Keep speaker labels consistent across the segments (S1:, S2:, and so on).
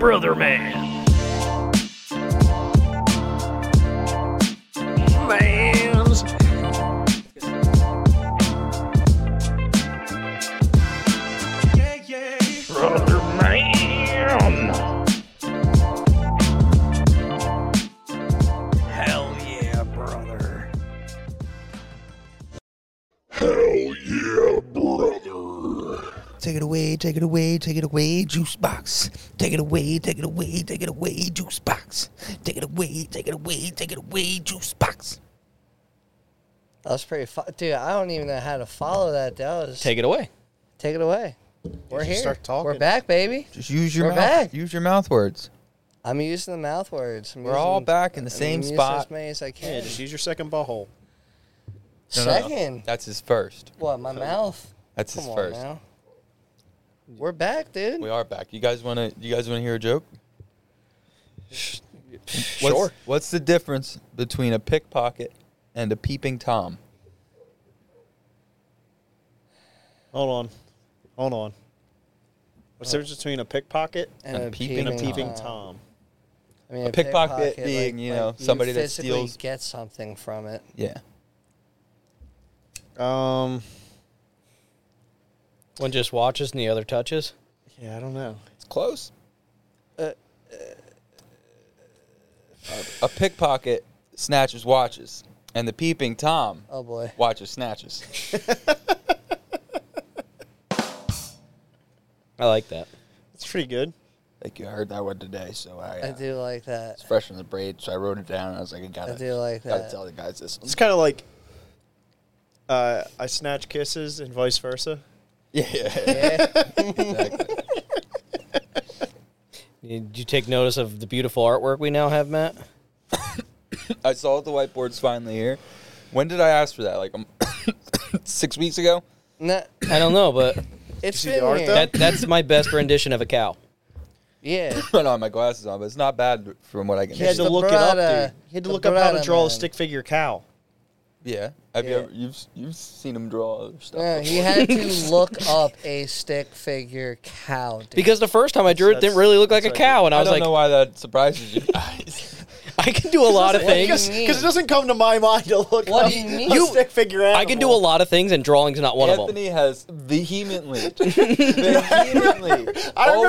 S1: Brother Man. Mans. Brother Man. Hell yeah, brother.
S2: Take it away, take it away, take it away, juice box. Take it away, take it away, take it away, juice box. Take it away, take it away, take it away, juice box.
S3: That was pretty, fo- dude. I don't even know how to follow that. That was
S4: Take it away.
S3: take it away. We're
S5: should
S3: here.
S5: start talking.
S3: We're back, baby.
S6: Just use your
S3: We're
S6: mouth.
S3: back.
S6: Use your mouth words.
S3: I'm using the mouth words. I'm
S6: We're all
S3: using-
S6: back in the
S3: I'm
S6: same
S3: using
S6: spot.
S3: As many as I can.
S5: Yeah, just use your second butthole.
S6: No, no, no.
S3: Second.
S6: That's his first.
S3: What? My mouth.
S6: That's his
S3: Come on
S6: first.
S3: now. We're back, dude.
S6: We are back. You guys want to? You guys want to hear a joke? What's,
S4: Sure.
S6: What's the difference between a pickpocket and a peeping tom?
S5: Hold on. Hold on. What's the difference between a pickpocket
S3: and
S6: I'm
S3: a
S6: peeping,
S5: and a
S6: Peeping
S5: peeping
S3: Tom.
S5: Tom?
S3: I mean, a,
S6: pickpocket being, you know, somebody that
S3: physically
S6: steals-
S3: Get something from it.
S6: Yeah.
S5: Um,
S4: One just watches and the other touches.
S5: yeah, I don't know.
S6: It's close.
S3: Uh,
S6: a pickpocket snatches watches, and the peeping tom
S3: Oh boy.
S6: watches snatches.
S4: I like that.
S5: It's pretty good.
S6: Like you heard that one today, so I, uh,
S3: I do like that.
S6: it's fresh in the braid, so I wrote it down. And I was like, I gotta,
S3: I do like
S6: gotta
S3: that.
S6: tell the guys this. One.
S5: It's kind of like uh, I snatch kisses and vice versa.
S6: Yeah, yeah,
S3: Yeah.
S6: exactly.
S4: Did you take notice of the beautiful artwork we now have, Matt?
S6: I saw the whiteboards finally here. When did I ask for that? Like um, six weeks ago.
S3: no,
S4: I don't know, but
S3: it's
S5: see the
S3: been
S5: art,
S3: here.
S5: though?
S4: that that's my best rendition of a cow.
S3: yeah.
S6: I don't have my glasses on, but it's not bad from what I can.
S5: You had
S3: It's
S5: to
S6: see.
S3: the
S5: look it up,
S3: Brada.
S5: dude. You had to
S3: The
S5: look up how to
S3: Brada,
S5: draw a
S3: man.
S5: stick figure cow.
S6: Yeah, have you
S3: Yeah.
S6: ever you've you've seen him draw other stuff?
S3: No, he had to look up a stick figure cow. Dude.
S4: Because the first time I drew it, it didn't
S5: That's-
S4: really look like a
S5: that's what I
S4: cow, and I was
S6: don't
S4: like,
S6: know why that surprises you guys.
S4: I can do a lot of
S3: What do you
S4: things.
S3: mean?
S5: Because it doesn't come to my mind to look
S3: What
S5: up
S3: do you mean?
S5: a
S3: You-
S5: stick figure animal.
S4: I can do a lot of things, and drawing's not one of them.
S6: Anthony has vehemently, vehemently.
S5: I remember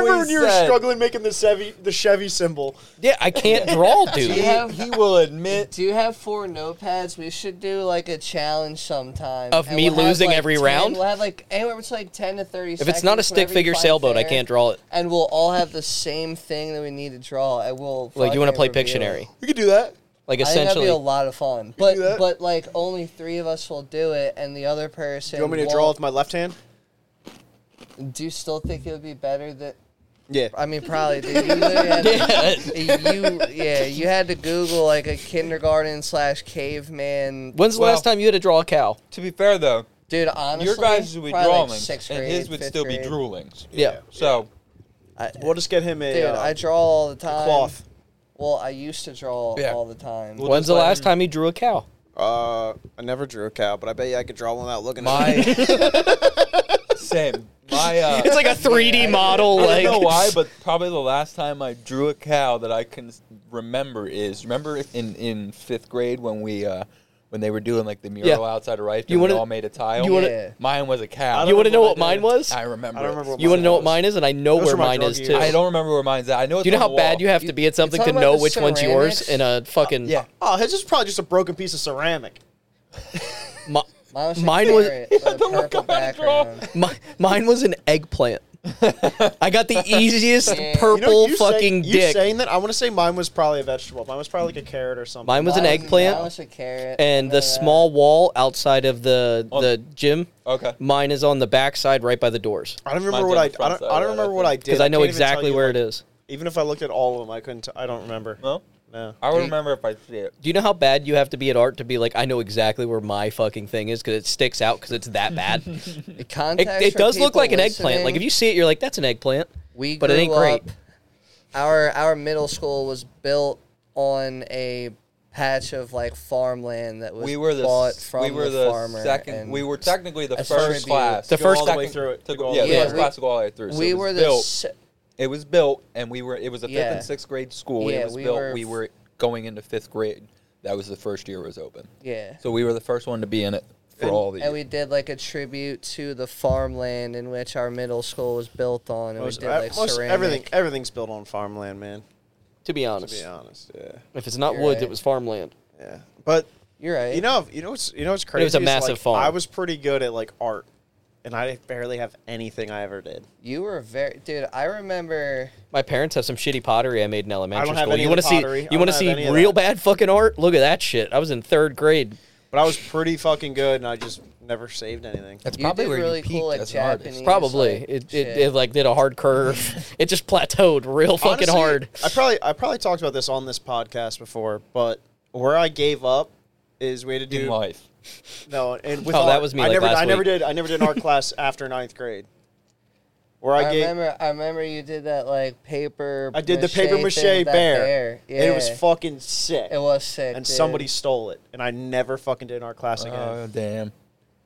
S5: when
S6: always
S5: you were
S6: said-
S5: struggling making the Chevy the Chevy symbol.
S4: Yeah, I can't draw,
S3: Do you
S4: dude.
S3: have-
S6: He, he will admit.
S3: do you have four notepads? We should do like a challenge sometime
S4: Of me
S3: have,
S4: losing
S3: like,
S4: every
S3: 10
S4: round?
S3: We'll have like anywhere between like ten to thirty.
S4: If it's not a stick figure sailboat, I can't draw it.
S3: And we'll all have the same thing that we need to draw, and we'll
S4: Like, you want to
S3: fucking
S4: play
S3: reveal it.
S4: Pictionary?
S6: We could do that.
S4: Like,
S3: I think that'd be a
S4: essentially,
S3: lot of fun, but
S5: do that?
S3: but like only three of us will do it, and the other person.
S5: You want me to
S3: won't.
S5: draw with my left hand?
S3: Do you still think it would be better that?
S6: Yeah.
S3: I mean, probably. Dude, you, literally had to, you yeah, you had to Google like a kindergarten slash caveman.
S4: when's the
S6: Well-
S4: last time you had to draw a cow?
S6: To be fair, though,
S3: Dude, honestly,
S6: your guys would be
S3: probably, like,
S6: drawlings,
S3: sixth
S6: and
S3: grade,
S6: his would
S3: fifth
S6: still
S3: grade.
S6: be droolings.
S4: Yeah.
S6: So
S3: I,
S5: We'll just get him a,
S3: dude,
S5: uh,
S3: I draw all the time.
S5: cloth.
S3: Well, I used to draw
S6: Yeah.
S3: all the time.
S6: Well,
S4: When's the
S6: just let
S4: last
S6: him-
S4: time you drew a cow?
S5: Uh, I never drew a cow, but I bet you I could draw one out looking at it.
S6: my same. My uh,
S4: It's like a 3D model.
S6: I
S4: Like,
S6: don't know why, but probably the last time I drew a cow that I can s- remember is remember in in fifth grade when we uh when they were doing like the mural
S4: Yeah.
S6: outside of Rife
S4: You
S6: and we
S4: wanna-
S6: all made a tile.
S4: you
S3: wanna- Yeah.
S6: Mine was a cow.
S5: I
S4: you
S5: don't
S4: want to
S5: know
S4: know
S5: what
S4: what
S5: I
S4: mine
S5: did.
S4: was?
S6: I remember.
S5: I don't
S6: it.
S5: remember what
S4: You want
S5: mine
S4: to know
S5: was.
S4: what mine is, and I know
S5: Those
S4: where
S5: are my
S4: mine
S5: drug
S4: is
S5: years.
S4: too.
S6: I don't remember where mine's at. I know. It's
S4: Do you know
S6: on the
S4: how bad
S6: wall.
S4: you have to be at something to
S3: talking
S4: know
S3: about the
S4: which one's yours
S3: ceramics?
S4: in a fucking
S6: Yeah.
S5: Oh, it's just probably just a broken piece of ceramic.
S4: Mi-
S3: Mine was,
S4: Mine was-
S3: the purple background.
S4: mi- mine was an eggplant. I got the easiest
S3: Yeah.
S4: purple
S5: You know, you say-
S4: fucking
S5: you
S4: dick.
S5: saying that? I want to say mine was probably a vegetable. Mine was probably like a carrot or something.
S4: Mine was an
S3: Mine uh,
S4: eggplant
S3: Mine was a carrot.
S4: and
S3: I know
S4: the small wall outside of the
S6: On-
S4: the gym.
S6: Okay.
S4: Mine is on the backside, right by the doors,
S5: I don't remember
S6: Mine's
S5: what
S6: on
S5: I.
S6: the
S5: I
S6: front
S5: don't,
S6: side
S5: I
S6: of
S5: don't
S6: that, I
S5: remember
S6: think.
S5: what I did.
S4: because I know
S5: can't even tell
S4: exactly
S5: you,
S4: where
S5: like,
S4: it is.
S5: Even if I looked at all of them, I couldn't. T- I don't remember.
S6: No,
S5: No.
S6: I would remember if I see it.
S4: Do you know how bad you have to be at art to be like, I know exactly where my fucking thing is because it sticks out because it's that bad.
S3: that. The
S4: it,
S3: context
S4: it
S3: for
S4: does look
S3: people
S4: like an eggplant. Like
S3: listening,
S4: if you see it, you're like, that's an eggplant.
S3: we
S4: but it ain't
S3: grew
S4: great.
S3: up- our our middle school was built on a patch of like farmland that was
S6: We were the
S3: bought
S6: s-
S3: from
S6: we were
S3: the,
S6: the
S3: farmer.
S6: second.
S3: and
S6: We were technically the
S3: that's
S6: first
S3: tribute.
S6: class.
S4: The
S6: to go all
S4: first-
S6: way
S5: Second-
S6: to
S5: to go all
S6: yeah,
S5: the
S6: the
S3: way
S6: first
S3: through.
S6: class to go all the way through. So
S3: we
S6: it was
S3: were the
S6: built
S3: se-
S6: It was built, and we were. It was a fifth
S3: Yeah.
S6: and sixth grade school.
S3: Yeah,
S6: it was
S3: we
S6: built.
S3: were
S6: we
S3: f-
S6: were going into fifth grade. That was the first year it was open.
S3: Yeah.
S6: So we were the first one to be in it for all the.
S3: And we did like a tribute to the farmland in which our middle school was built on, and
S5: Most, e,
S3: we did like
S5: most
S3: ceramic.
S5: everything, everything's built on farmland, man.
S4: To be
S5: To
S4: honest,
S5: be honest, yeah,
S4: if it's not
S3: You're
S4: woods,
S3: right.
S4: it was farmland.
S5: yeah. But
S3: You're right.
S5: You know, you know what's you know what's crazy.
S4: was a
S5: is,
S4: massive
S5: like,
S4: farm.
S5: I was pretty good at like art, and I barely have anything I ever did.
S3: you were very dude. I remember.
S4: My parents have some shitty pottery I made in elementary
S5: don't have
S4: school.
S5: any
S4: you
S5: of the
S4: want to
S5: pottery.
S4: see?
S5: I
S4: You
S5: don't
S4: want to
S5: have
S4: see
S5: any of
S4: real
S5: that.
S4: bad fucking art? Look at that shit. I was in third grade.
S5: But I was pretty fucking good, and I just never saved anything.
S6: that's
S3: you did really cool at Japanese.
S4: Probably
S3: like,
S4: it,
S3: shit.
S4: it, it like did a hard curve. it just plateaued real fucking
S5: Honestly,
S4: hard.
S5: I probably I probably talked about this on this podcast before, but where I gave up is we had to do
S6: in life.
S5: no, and with
S4: Oh, that
S5: art,
S4: was
S5: I
S4: me, like,
S5: never
S4: last
S5: I never
S4: week.
S5: did I never did art class after ninth grade. Where I,
S3: I
S5: gave
S3: remember. I remember you did that like paper.
S5: I did the paper
S3: thing
S5: mache
S3: with
S5: bear.
S3: that Yeah.
S5: It was fucking sick.
S3: It was sick.
S5: and
S3: dude. Uh,
S5: somebody stole it, and I never fucking did an art class again.
S6: Oh damn!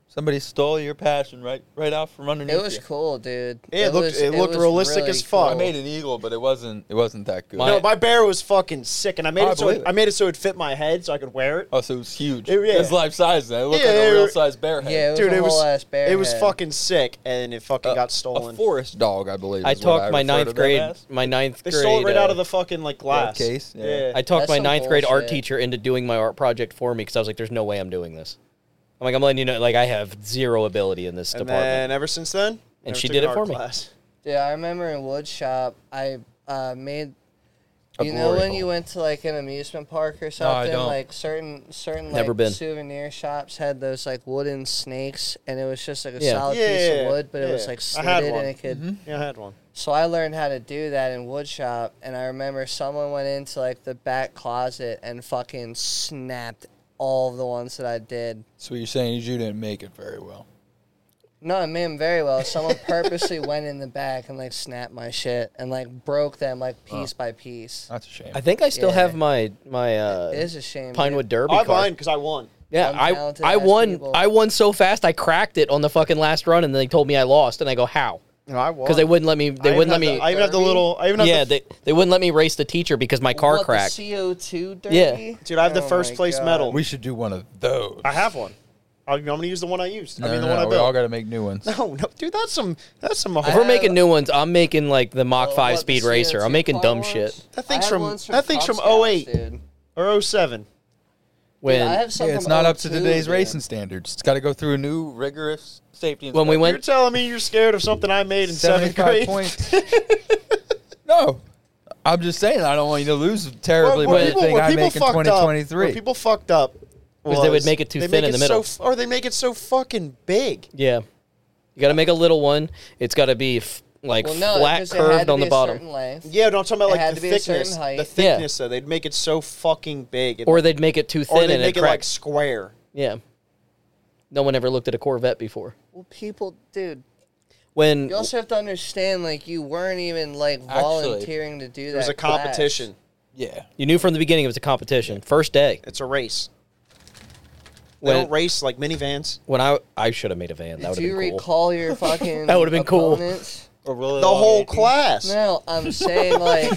S6: Somebody stole your passion right right out from underneath.
S3: It was
S6: you. Oh,
S3: cool, dude.
S5: Yeah, it looked-
S3: was-
S5: it looked
S3: was
S5: realistic
S3: really
S5: as fuck.
S6: I made an eagle, but it wasn't. It wasn't that good.
S4: My-
S5: No, my bear was fucking sick, and I made
S6: I
S5: it so it,
S6: believe it.
S5: I made it so it fit my head, so I could wear it.
S6: oh, so it was huge.
S5: It-
S6: It,
S5: yeah.
S6: was life size. Then it looked
S5: Yeah,
S6: like
S5: it-
S6: a real size bear head.
S3: Yeah, it was
S5: Dude,
S3: a
S5: it was
S3: whole ass bear.
S5: it was
S3: head.
S5: fucking sick, and it fucking
S6: Uh,
S5: got stolen.
S6: A forest dog, I believe.
S4: I
S6: is what
S4: talked my
S6: refer to
S4: ninth
S6: them
S4: grade.
S6: as.
S4: My ninth
S5: They
S4: grade.
S5: stole it right
S4: uh,
S5: out of the fucking like glass
S6: case, yeah.
S4: I talked
S3: That's
S4: my
S3: some
S4: ninth grade art
S3: bullshit.
S4: teacher into doing my art project for me because I was like, "There's no way I'm doing this." I'm like, "I'm letting you know, like I have zero ability in this
S5: and then
S4: department."
S5: ever since then,
S4: And
S5: never
S4: she
S5: took
S4: did
S5: an
S4: it for
S5: art
S4: me.
S5: class.
S3: Dude, I remember in wood shop, I uh, made.
S6: A
S3: you know
S6: glory
S3: when
S6: hole.
S3: you went to like an amusement park or
S6: I
S3: something,
S6: don't.
S3: like certain certain
S4: Never
S3: like
S4: been.
S3: souvenir shops had those like wooden snakes, and it was just like a
S4: Yeah.
S3: solid piece
S5: Yeah,
S3: of wood, but it was
S5: yeah.
S3: like
S5: I had
S3: slitted
S5: one.
S3: and it could
S6: Mm-hmm.
S5: Yeah, I had one.
S3: So I learned how to do that in wood shop, and I remember someone went into like the back closet and fucking snapped all of the ones that I did.
S6: So what you're saying is you didn't make it very well.
S3: No, I made 'em very well. Someone purposely went in the back and like snapped my shit and like broke them like piece by piece.
S6: That's a shame.
S4: I think I still
S3: Yeah.
S4: have my my uh,
S3: It is a shame.
S4: Pinewood
S3: dude.
S4: Derby
S5: I
S4: card.
S5: mine because I won.
S4: Yeah, I
S3: Untalented
S4: I
S3: ass
S4: won
S3: people.
S4: I won so fast I cracked it on the fucking last run, and they told me I lost, and I go how
S5: No, I won
S4: because they wouldn't let me they
S5: I even
S4: wouldn't let
S5: have
S4: me
S5: The, I even have the little. I even have
S4: yeah
S5: the,
S4: they they wouldn't let me race the teacher because my car
S3: What, the
S4: cracked.
S3: CO2 derby?
S4: Yeah.
S5: dude. I have the
S3: Oh
S5: first
S3: my
S5: place
S3: God.
S5: medal.
S6: we should do one of those.
S5: I have one. I'm, I'm gonna use the one I used.
S6: No,
S5: I mean the
S6: no,
S5: one
S6: no,
S5: I
S6: we all
S5: built.
S6: got to make new ones.
S5: no, no, dude, that's some that's some.
S4: if we're
S3: have-
S4: making new ones, I'm making like the Mach
S3: Oh,
S4: Five
S3: what, the
S4: Speed Racer. I'm
S3: CO2
S4: making dumb
S3: fireworks?
S4: shit.
S5: That thing's
S3: I had
S5: from-
S3: ones
S5: that thing's
S3: Cub
S5: from
S3: Scouts,
S5: 08.
S3: dude.
S5: or 07.
S4: When
S3: I have some
S6: Yeah, it's
S3: from
S6: not up to
S3: 02,
S6: today's
S3: dude.
S6: racing standards. It's got to go through a new rigorous safety.
S4: When we
S6: inspection.
S5: You're telling me you're scared of something I made in seventh
S6: 75
S5: grade?
S6: points. no. I'm just saying, I don't want you to lose terribly
S5: Well,
S6: by the
S5: people-
S6: thing
S5: where
S6: I
S5: people
S6: make in
S5: fucked up- where
S6: 2023.
S5: people fucked up
S4: 'Cause they would
S5: was
S4: make it too
S5: they
S4: thin
S5: make
S4: in
S5: it
S4: the middle.
S5: so f- or they make it so fucking big.
S4: Yeah, you got to make a little one. It's got to be f- like
S3: Well, no,
S4: flat,
S3: 'cause it had to
S4: curved on
S3: be
S4: the
S3: a
S4: bottom,
S3: certain length.
S5: Yeah, no, I'm talking about
S3: It
S5: like
S3: had to
S5: the
S3: be a certain
S5: thickness.
S3: height.
S5: The
S4: Yeah.
S5: thickness, though, they'd make it so fucking big, It-
S4: or they'd make it too
S5: or
S4: thin
S5: they
S4: and it
S5: make it like
S4: cracks.
S5: square.
S4: yeah, no one ever looked at a Corvette before.
S3: Well, people, dude,
S4: When
S3: you also have to understand, like, you weren't even, like, volunteering to do that.
S5: It was a
S3: class.
S5: competition.
S6: yeah.
S4: you knew from the beginning it was a competition, first day.
S5: It's a race. They
S4: When-
S5: don't race like minivans.
S4: When I I should have made a van. That would
S3: Do
S4: have
S3: you
S4: been cool.
S3: recall your fucking
S4: That would've been cool.
S3: opponents?
S5: The whole class.
S3: No, I'm saying, like,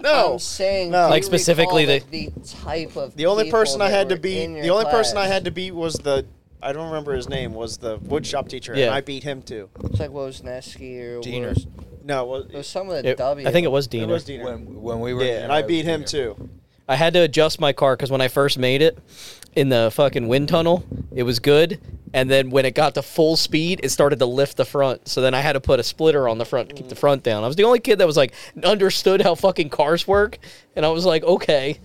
S5: No.
S3: I'm saying,
S5: No.
S3: do
S4: Like,
S3: you
S4: specifically
S3: recall the, the type of
S5: The only
S3: people
S5: person I
S3: that
S5: had to
S3: were
S5: beat,
S3: in your
S5: the only person I
S3: class?
S5: had to beat was the, I don't remember his name, was the wood shop teacher,
S4: Yeah.
S5: and I beat him too.
S3: It's like Wozneski or
S6: Diener.
S3: Wos-
S5: No,
S3: It was
S5: was,
S3: some of the
S4: It-
S3: W.
S4: I think it was
S5: it
S4: Dino.
S5: was Diener.
S6: When, when we were.
S5: yeah, and I beat him too.
S4: I had to adjust my car because when I first made it in the fucking wind tunnel, it was good. And then when it got to full speed, it started to lift the front. So then I had to put a splitter on the front to keep the front down. I was the only kid that was like understood how fucking cars work, and I was like, okay.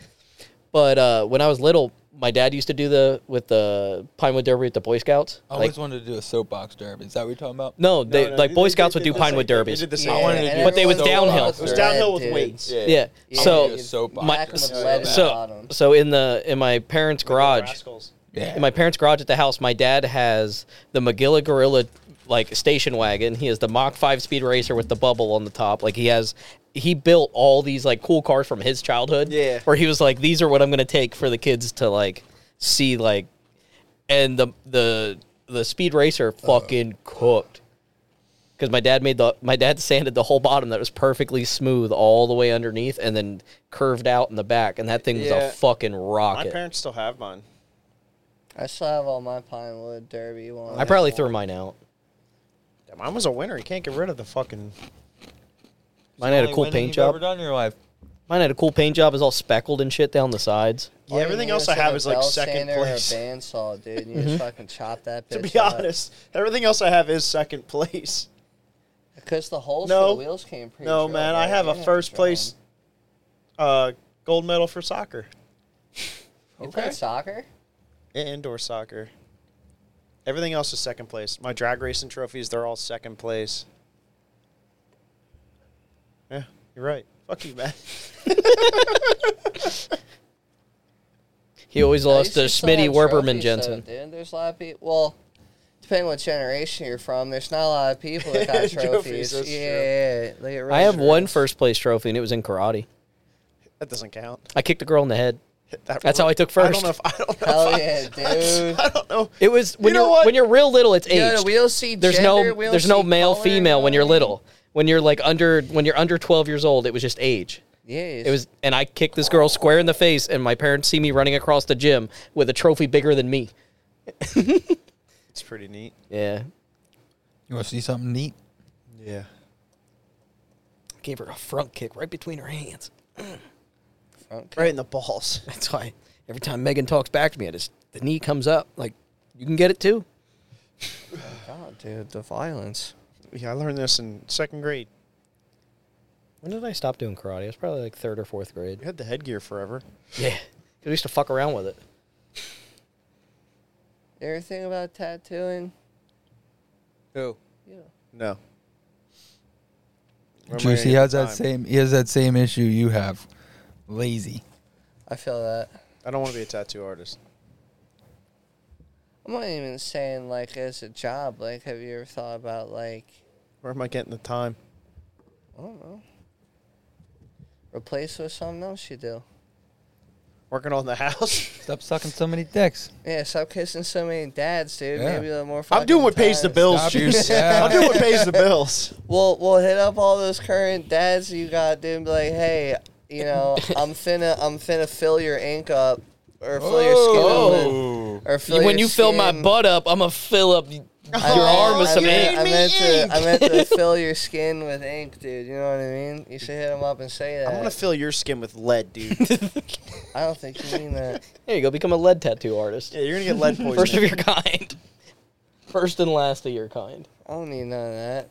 S4: But uh, when I was little, my dad used to do the with the Pinewood Derby at the Boy Scouts.
S6: I
S4: like,
S6: always wanted to do a soapbox derby. Is that what you're talking about?
S4: no, they
S5: Oh, No, no,
S4: like
S5: they-
S4: Boy
S5: they
S4: Scouts
S5: did
S4: would do
S5: the same-
S4: Pinewood
S5: they
S4: derbies.
S5: did the
S3: Yeah,
S5: same
S6: I wanted to
S3: and
S6: do- But they
S4: was
S3: everyone's going
S4: downhill.
S3: off
S5: It was
S3: the
S5: downhill
S3: red,
S5: with
S3: dude.
S5: weights.
S6: Yeah.
S4: Yeah.
S3: Yeah,
S4: So
S3: dude.
S6: soapbox.
S3: Whack 'em with
S6: So
S3: lead in the
S6: bad.
S4: so
S3: bottom.
S4: so in the in my parents' garage.
S5: Rascals.
S6: Yeah.
S4: in my parents' garage at the house, my dad has the McGilla Gorilla like station wagon. He has the Mach Five Speed Racer with the bubble on the top. Like he has, he built all these like cool cars from his childhood.
S5: Yeah.
S4: where he was like, these are what I'm gonna take for the kids to like see like, and the the the Speed Racer fucking cooked. because my dad made the my dad sanded the whole bottom that was perfectly smooth all the way underneath and then curved out in the back, and that thing was
S6: Yeah.
S4: a fucking
S5: My
S4: rocket.
S5: parents still have mine.
S3: I still have all my pine wood derby ones.
S4: I probably threw mine out.
S5: Yeah, mine was a winner. You can't get rid of the fucking.
S4: Mine had a
S6: Only
S4: cool
S6: winning
S4: paint
S6: you've
S4: job.
S6: Ever done in your life?
S4: Mine had a cool paint job. It was all speckled and shit down the sides.
S5: Yeah,
S3: All you
S5: everything
S3: need
S5: else I have
S3: a
S5: is like
S3: belt
S5: second
S3: sander or
S5: place.
S3: A bandsaw, dude. And you just fucking chop that bitch.
S5: To be
S3: up.
S5: honest, everything else I have is second place.
S3: because the holes
S5: No.
S3: for the wheels came pretty.
S5: No,
S3: drilled,
S5: man, I
S3: right?
S5: have
S3: You
S5: a
S3: didn't
S5: first
S3: drill 'em.
S5: place uh, gold medal for soccer,
S3: You played soccer?
S5: I- indoor soccer. Everything else is second place. My drag racing trophies, they're all second place. Yeah, you're right. Fuck you, man.
S4: He always
S3: I
S4: lost
S3: used
S4: to
S3: still have
S4: Schmitty Werberman
S3: trophies, though,
S4: Jensen.
S3: dude, there's a lot of people. Well, depending what generation you're from, there's not a lot of people that got
S5: Trophies,
S3: trophies.
S5: that's true.
S3: yeah, they get really
S4: I have one
S3: serious.
S4: first place trophy, and it was in karate.
S5: That doesn't count.
S4: I kicked a girl in the head.
S5: That
S4: That's how I took
S5: I
S4: first.
S5: don't know if I don't know.
S3: Hell
S5: if I-
S3: yeah, dude.
S5: I don't know.
S4: It was when
S5: know
S4: you are
S5: what?
S4: when you're real little, it's
S3: Yeah,
S4: age.
S3: we don't see
S4: there's
S3: gender, we don't
S4: no there's no
S3: see
S4: male
S3: color,
S4: female when
S3: you know
S4: you're
S3: what I mean?
S4: little. When you're like under when you're under 12 years old, it was just age.
S3: Yeah,
S4: It was and I kicked this girl square in the face, and my parents see me running across the gym with a trophy bigger than me.
S5: It's pretty neat.
S4: Yeah,
S6: You want to see something neat?
S5: Yeah.
S4: gave her a front kick right between her hands.
S5: Right in the balls.
S4: That's why every time Megan talks back to me, I just the knee comes up. Like you can get it too.
S3: God, dude, the violence.
S5: Yeah, I learned this in second grade.
S4: When did I stop doing karate? It was probably like third or fourth grade.
S5: We had the headgear forever.
S4: Yeah, 'Cause we used to fuck around with it.
S3: You ever think about tattooing?
S6: Who?
S3: Yeah.
S5: No. Where am I
S6: Juice,
S5: gonna
S6: he
S5: get
S6: has
S5: the
S6: that
S5: time?
S6: same. He has that same issue you have. Lazy.
S3: I feel that.
S5: I don't want to be a tattoo artist.
S3: I'm not even saying like as a job. Like, have you ever thought about like
S5: Where am I getting the time?
S3: I don't know, replace with something else you do?
S5: Working on the house.
S6: Stop sucking so many dicks.
S3: Yeah, stop kissing so many dads, dude.
S6: Yeah.
S3: Maybe a little more.
S5: I'm doing
S3: fucking
S5: what pays the
S3: time.
S5: bills,
S6: Stop
S5: Juice.
S6: it. Yeah.
S5: I'm doing what pays the bills.
S3: We'll we'll hit up all those current dads you got, dude. And be like, hey, you know, I'm finna I'm finna fill your ink up or fill your skin up with- or fill
S4: when
S3: your
S4: you fill my
S3: skin-
S4: butt up, I'm gonna fill up your
S3: I meant-
S4: arm with
S3: I
S4: some
S3: meant-
S4: ink.
S3: I meant, to, I meant to fill your skin with ink, dude. You know what I mean? You should hit him up and say that.
S5: I'm gonna fill your skin with lead, dude.
S3: I don't think you mean that.
S4: There you go. Become a lead tattoo artist.
S5: yeah, you're gonna get lead poisoning.
S4: First of your kind. First and last of your kind.
S3: I don't need none of that.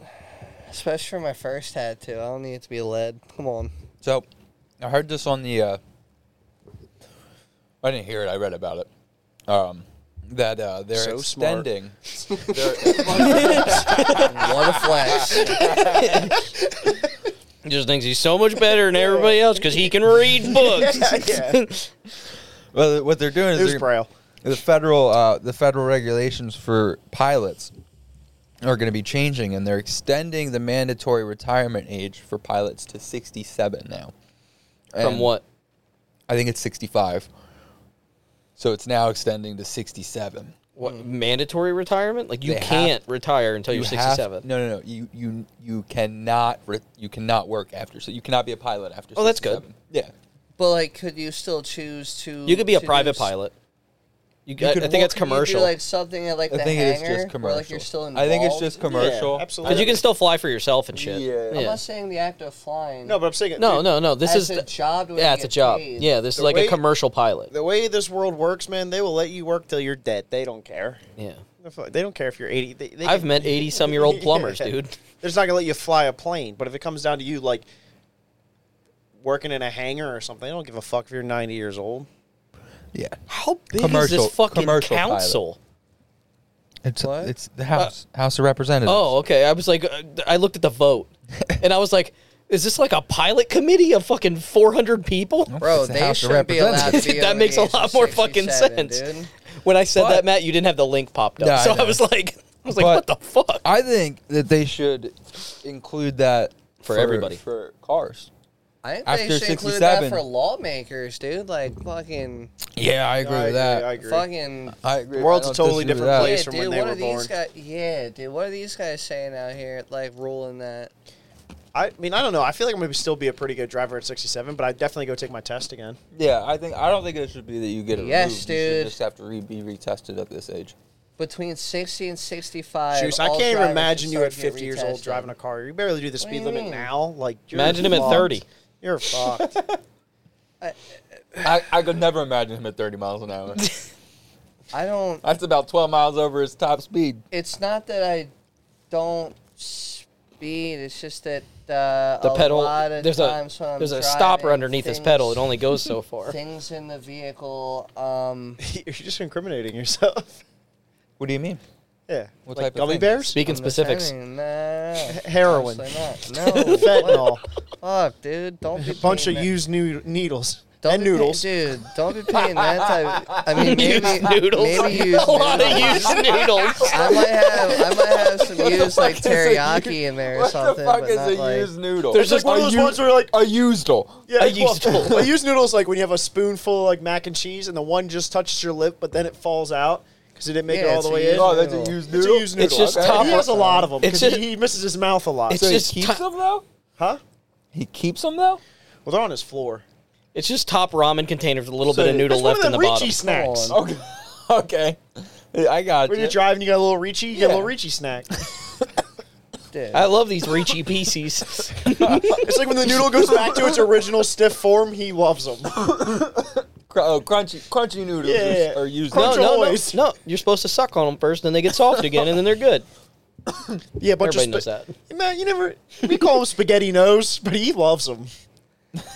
S3: Especially for my first tattoo. I don't need it to be lead. Come on.
S6: So, I heard this on the. Uh, I didn't hear it. I read about it. Um, that uh, they're
S5: So smart.
S6: extending. they're,
S3: What a flex.
S4: He just thinks he's so much better than everybody else because he can read books.
S5: yeah,
S6: well, what they're doing is
S5: there's
S6: they're-
S5: braille.
S6: the federal uh, the federal regulations for pilots are going to be changing, and they're extending the mandatory retirement age for pilots to 67 now.
S4: From
S6: And
S4: what?
S6: I think it's 65. So it's now extending to 67.
S4: What mandatory retirement? Like you
S6: They have-
S4: can't retire until Oh, you're
S6: You have-
S4: 67.
S6: no, no, no. You you you cannot re- you cannot work after. So you cannot be a pilot after.
S4: Oh, that's good.
S6: 67. Yeah.
S3: But like, could you still choose to?
S4: you could be a
S3: to
S4: private
S3: do s-
S4: pilot. You,
S6: You
S4: I,
S6: could
S4: I think
S6: walk-
S4: it's
S3: could you do,
S4: commercial.
S3: like something at like
S6: I
S3: the
S6: think
S3: hangar,
S6: it's just
S3: Where,
S6: commercial.
S3: like you're still involved.
S6: I think it's just commercial.
S5: absolutely.
S4: Because you can still fly for yourself and shit.
S6: Yeah.
S3: I'm not saying the act of flying.
S5: No, but I'm saying
S4: No, no, no. This
S3: As
S4: is
S3: a
S4: the-
S3: job, do I
S4: Yeah, it's a
S3: get
S4: job.
S3: paid?
S4: Yeah, this
S5: The
S4: is like
S5: way-
S4: a commercial pilot.
S5: The way this world works, man, they will let you work till you're dead. They don't care.
S4: Yeah.
S5: They're fu- They don't care if you're 80. They, they
S4: I've
S5: can-
S4: met 80 some year old plumbers,
S5: Yeah.
S4: dude.
S5: They're just not gonna let you fly a plane. But if it comes down to you, like working in a hangar or something, they don't give a fuck if you're 90 years old.
S6: Yeah.
S4: How big
S6: Commercial-
S4: is this fucking
S6: commercial pilot.
S4: council?
S6: It's
S3: What?
S6: it's the House House of Representatives.
S4: Oh, okay. I was like, uh, I looked at the vote, and I was like, is this like a pilot committee of fucking 400 people?
S3: Bro,
S6: It's the
S3: they
S6: House of
S3: shouldn't be allowed to
S6: Representatives.
S3: be
S4: That
S3: over
S4: makes a
S3: the age
S4: lot
S3: of
S4: more fucking
S3: 67,
S4: sense.
S3: Dude.
S4: When I said
S6: But-
S4: that, Matt, you didn't have the link popped up,
S6: Yeah, I
S4: so I,
S6: know.
S4: was like, I was like,
S6: But-
S4: what the fuck?
S6: I think that they should include that
S4: For everybody.
S6: for cars.
S3: I think
S6: After
S3: they should include that
S6: 67.
S3: for lawmakers, dude. Like fucking,
S6: Yeah, I agree
S5: I
S6: with
S5: agree,
S6: that.
S5: I agree.
S3: fucking.
S6: I agree.
S5: The world's
S6: I
S5: a
S6: don't
S5: totally
S6: disagree with
S5: different
S6: that.
S5: place.
S3: yeah,
S5: from
S3: dude.
S5: when they
S3: what
S5: were
S3: are these
S5: born.
S3: guys? Yeah, dude. What are these guys saying out here? Like ruling that?
S5: I mean, I don't know. I feel like I'm going to still be a pretty good driver at 67, but I'd definitely go take my test again.
S6: Yeah, I think I don't think it should be that you get it.
S3: Yes,
S6: removed. You should
S3: dude.
S6: just have to re- be retested at this age.
S3: Between sixty and sixty-five.
S5: Juice, I
S3: all
S5: can't even
S3: drivers
S5: imagine
S3: should
S5: you at
S3: start getting
S5: 50 years old
S3: retested.
S5: driving a car. You barely do the speed
S3: you
S5: limit
S3: mean?
S5: now. Like, you're
S4: Imagine him at
S5: fucked.
S4: 30.
S5: You're fucked.
S6: I, I could never imagine him at 30 miles an hour.
S3: I don't.
S6: That's about 12 miles over his top speed.
S3: It's not that I don't speed. It's just that uh,
S4: The
S3: a
S4: pedal.
S3: Lot of
S4: There's a
S3: times when I'm
S4: there's a
S3: driving,
S4: stopper underneath his
S3: things-
S4: pedal. It only goes so far.
S3: Things in the vehicle. Um,
S5: you're just incriminating yourself.
S6: What do you mean?
S5: Yeah.
S6: What
S5: like
S6: type of
S5: gummy
S6: thing?
S5: bears?
S4: Speak in
S3: I'm just
S4: specifics.
S3: saying, nah,
S5: Heroin.
S3: obviously not. No,
S5: Fentanyl.
S3: what? Fuck, dude. Don't be
S5: A bunch of
S3: paying that-
S5: used new needles.
S3: Don't
S5: and
S3: be pay-
S5: noodles.
S3: dude. Don't be paying that type. I mean, maybe
S4: Used noodles.
S3: Maybe used
S4: a lot of
S3: noodles.
S4: used noodles.
S3: I might have, I might have some used like
S6: fuck is a
S3: teriyaki
S6: used-
S3: in there or
S6: what
S3: something.
S6: the fuck
S3: but
S6: is
S3: not,
S6: a
S3: like,
S6: used noodle?
S4: There's
S5: It's like one
S4: just
S5: of
S4: a
S5: those
S4: u-
S5: ones where like
S6: a usedle.
S5: yeah,
S4: a
S5: like, well,
S4: used noodle.
S5: a used noodle is like when you have a spoonful of like mac and cheese and the one just touches your lip, but then it falls out because it didn't make
S3: Yeah,
S5: it all
S3: it's
S5: the
S3: a
S5: way in.
S3: used
S6: Oh, that's
S3: noodle.
S6: a used
S5: It's a
S6: noodle.
S5: used noodle.
S4: It's just
S6: Okay.
S4: top
S5: He has a lot of them.
S4: It's
S5: It's
S4: just-
S5: he misses his mouth a lot.
S4: It's
S6: So he
S4: just
S6: keeps
S4: ti-
S6: them though.
S5: huh?
S6: He keeps them though.
S5: Well, they're on his floor.
S4: It's just top ramen containers with a little
S5: So
S4: bit of noodle
S5: it's one
S4: left
S5: of
S4: in
S5: them
S4: the
S5: Ricci
S4: bottom.
S5: snacks.
S3: Come
S6: Okay. okay. I got
S5: When
S6: you.
S5: you're driving, you got a little Ricci, you get a
S6: Yeah.
S5: little Ricci snack.
S3: dude.
S4: I love these Ricci pieces.
S5: It's like when the noodle goes back to its original stiff form, he loves them.
S6: Cr- oh, crunchy, crunchy noodles
S5: Yeah, yeah, yeah.
S6: or used
S4: no,
S5: Crunch
S6: noodles.
S4: no, no,
S5: always.
S4: no. You're supposed to suck on them first, then they get soft again, and then they're good.
S5: Yeah, but
S4: Everybody
S5: just
S4: knows that.
S5: man, you never. We call him spaghetti nose, but he loves them.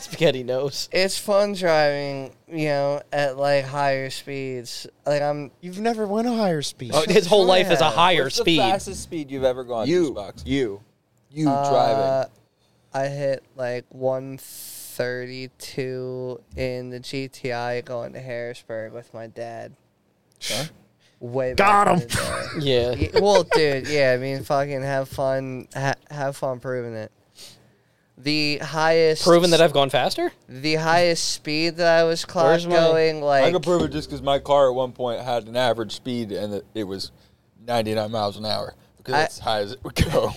S4: Spaghetti nose.
S3: it's fun driving, you know, at like higher speeds. Like I'm,
S5: You've never went a higher speed.
S6: Oh.
S4: His whole life is a
S3: Yeah.
S4: higher
S6: What's
S4: speed.
S6: the fastest speed you've ever gone?
S5: You.
S6: Box?
S5: you.
S6: You
S3: uh,
S6: driving?
S3: I hit like one thirty-two in the GTI going to Harrisburg with my dad.
S6: Huh?
S3: Way
S5: Got
S3: back in
S5: him.
S3: the day.
S4: Yeah.
S3: Y- well, dude, yeah. I mean, fucking have fun. Ha- have fun proving it. The highest
S4: Proven that I've gone faster?
S3: the highest speed that I was clock
S4: Where's my-
S3: going
S6: I
S3: like
S6: can prove it just because my car at one point had an average speed and it, it was 99 miles an hour because
S3: I-
S6: that's as high as it would go.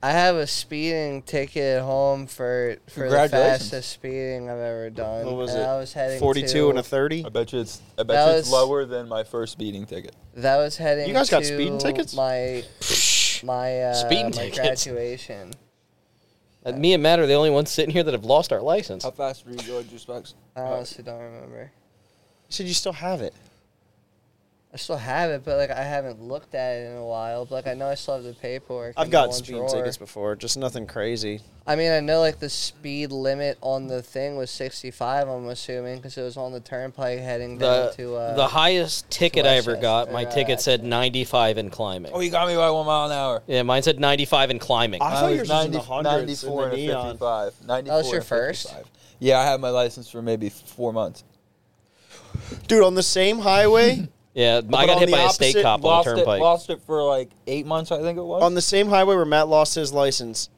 S3: I have a speeding ticket at home for for the
S6: Congratulations.
S3: fastest speeding I've ever done.
S5: What was
S3: and
S5: it?
S3: I was heading
S5: Forty-two
S3: to,
S5: and a thirty.
S6: I bet you it's I bet
S3: That
S6: you it's
S3: was-
S6: lower than my first speeding ticket.
S3: That was heading.
S5: You guys got
S3: to
S5: speeding tickets?
S3: My my uh,
S4: Speeding
S3: my
S4: tickets.
S3: graduation.
S4: Uh, Me and Matt are the only ones sitting here that have lost our license.
S6: How fast were you going, Juice Box?
S3: I
S5: Uh,
S3: honestly don't remember.
S5: Should you still have it?
S3: I still have it, but like I haven't looked at it in a while. But like I know I still have the paperwork.
S5: I've
S3: in the
S5: got
S3: one
S5: speeding
S3: drawer.
S5: tickets before, just nothing crazy.
S3: I mean, I know like the speed limit on the thing was sixty-five. I'm assuming because it was on the turnpike heading
S4: The,
S3: down to uh,
S4: the highest ticket I ever
S3: Westchester,
S4: got, my
S3: uh,
S4: ticket said 95 and climbing.
S6: Oh, you got me by one mile an hour.
S4: Yeah, mine said 95 and climbing.
S5: I thought
S6: was
S5: yours was in the hundreds in
S6: 94
S5: the
S6: and a
S5: neon.
S6: 55. 94
S3: your
S6: and a
S3: first?
S6: 55. Yeah, I had my license for maybe four months.
S5: Dude, on the same highway,
S4: yeah, I
S5: But on
S4: got hit
S5: the
S4: by a state
S5: opposite-
S4: cop on
S6: lost
S4: the
S6: it,
S4: turnpike.
S6: lost it for like eight months, I think it was.
S5: on the same highway where Matt lost his license,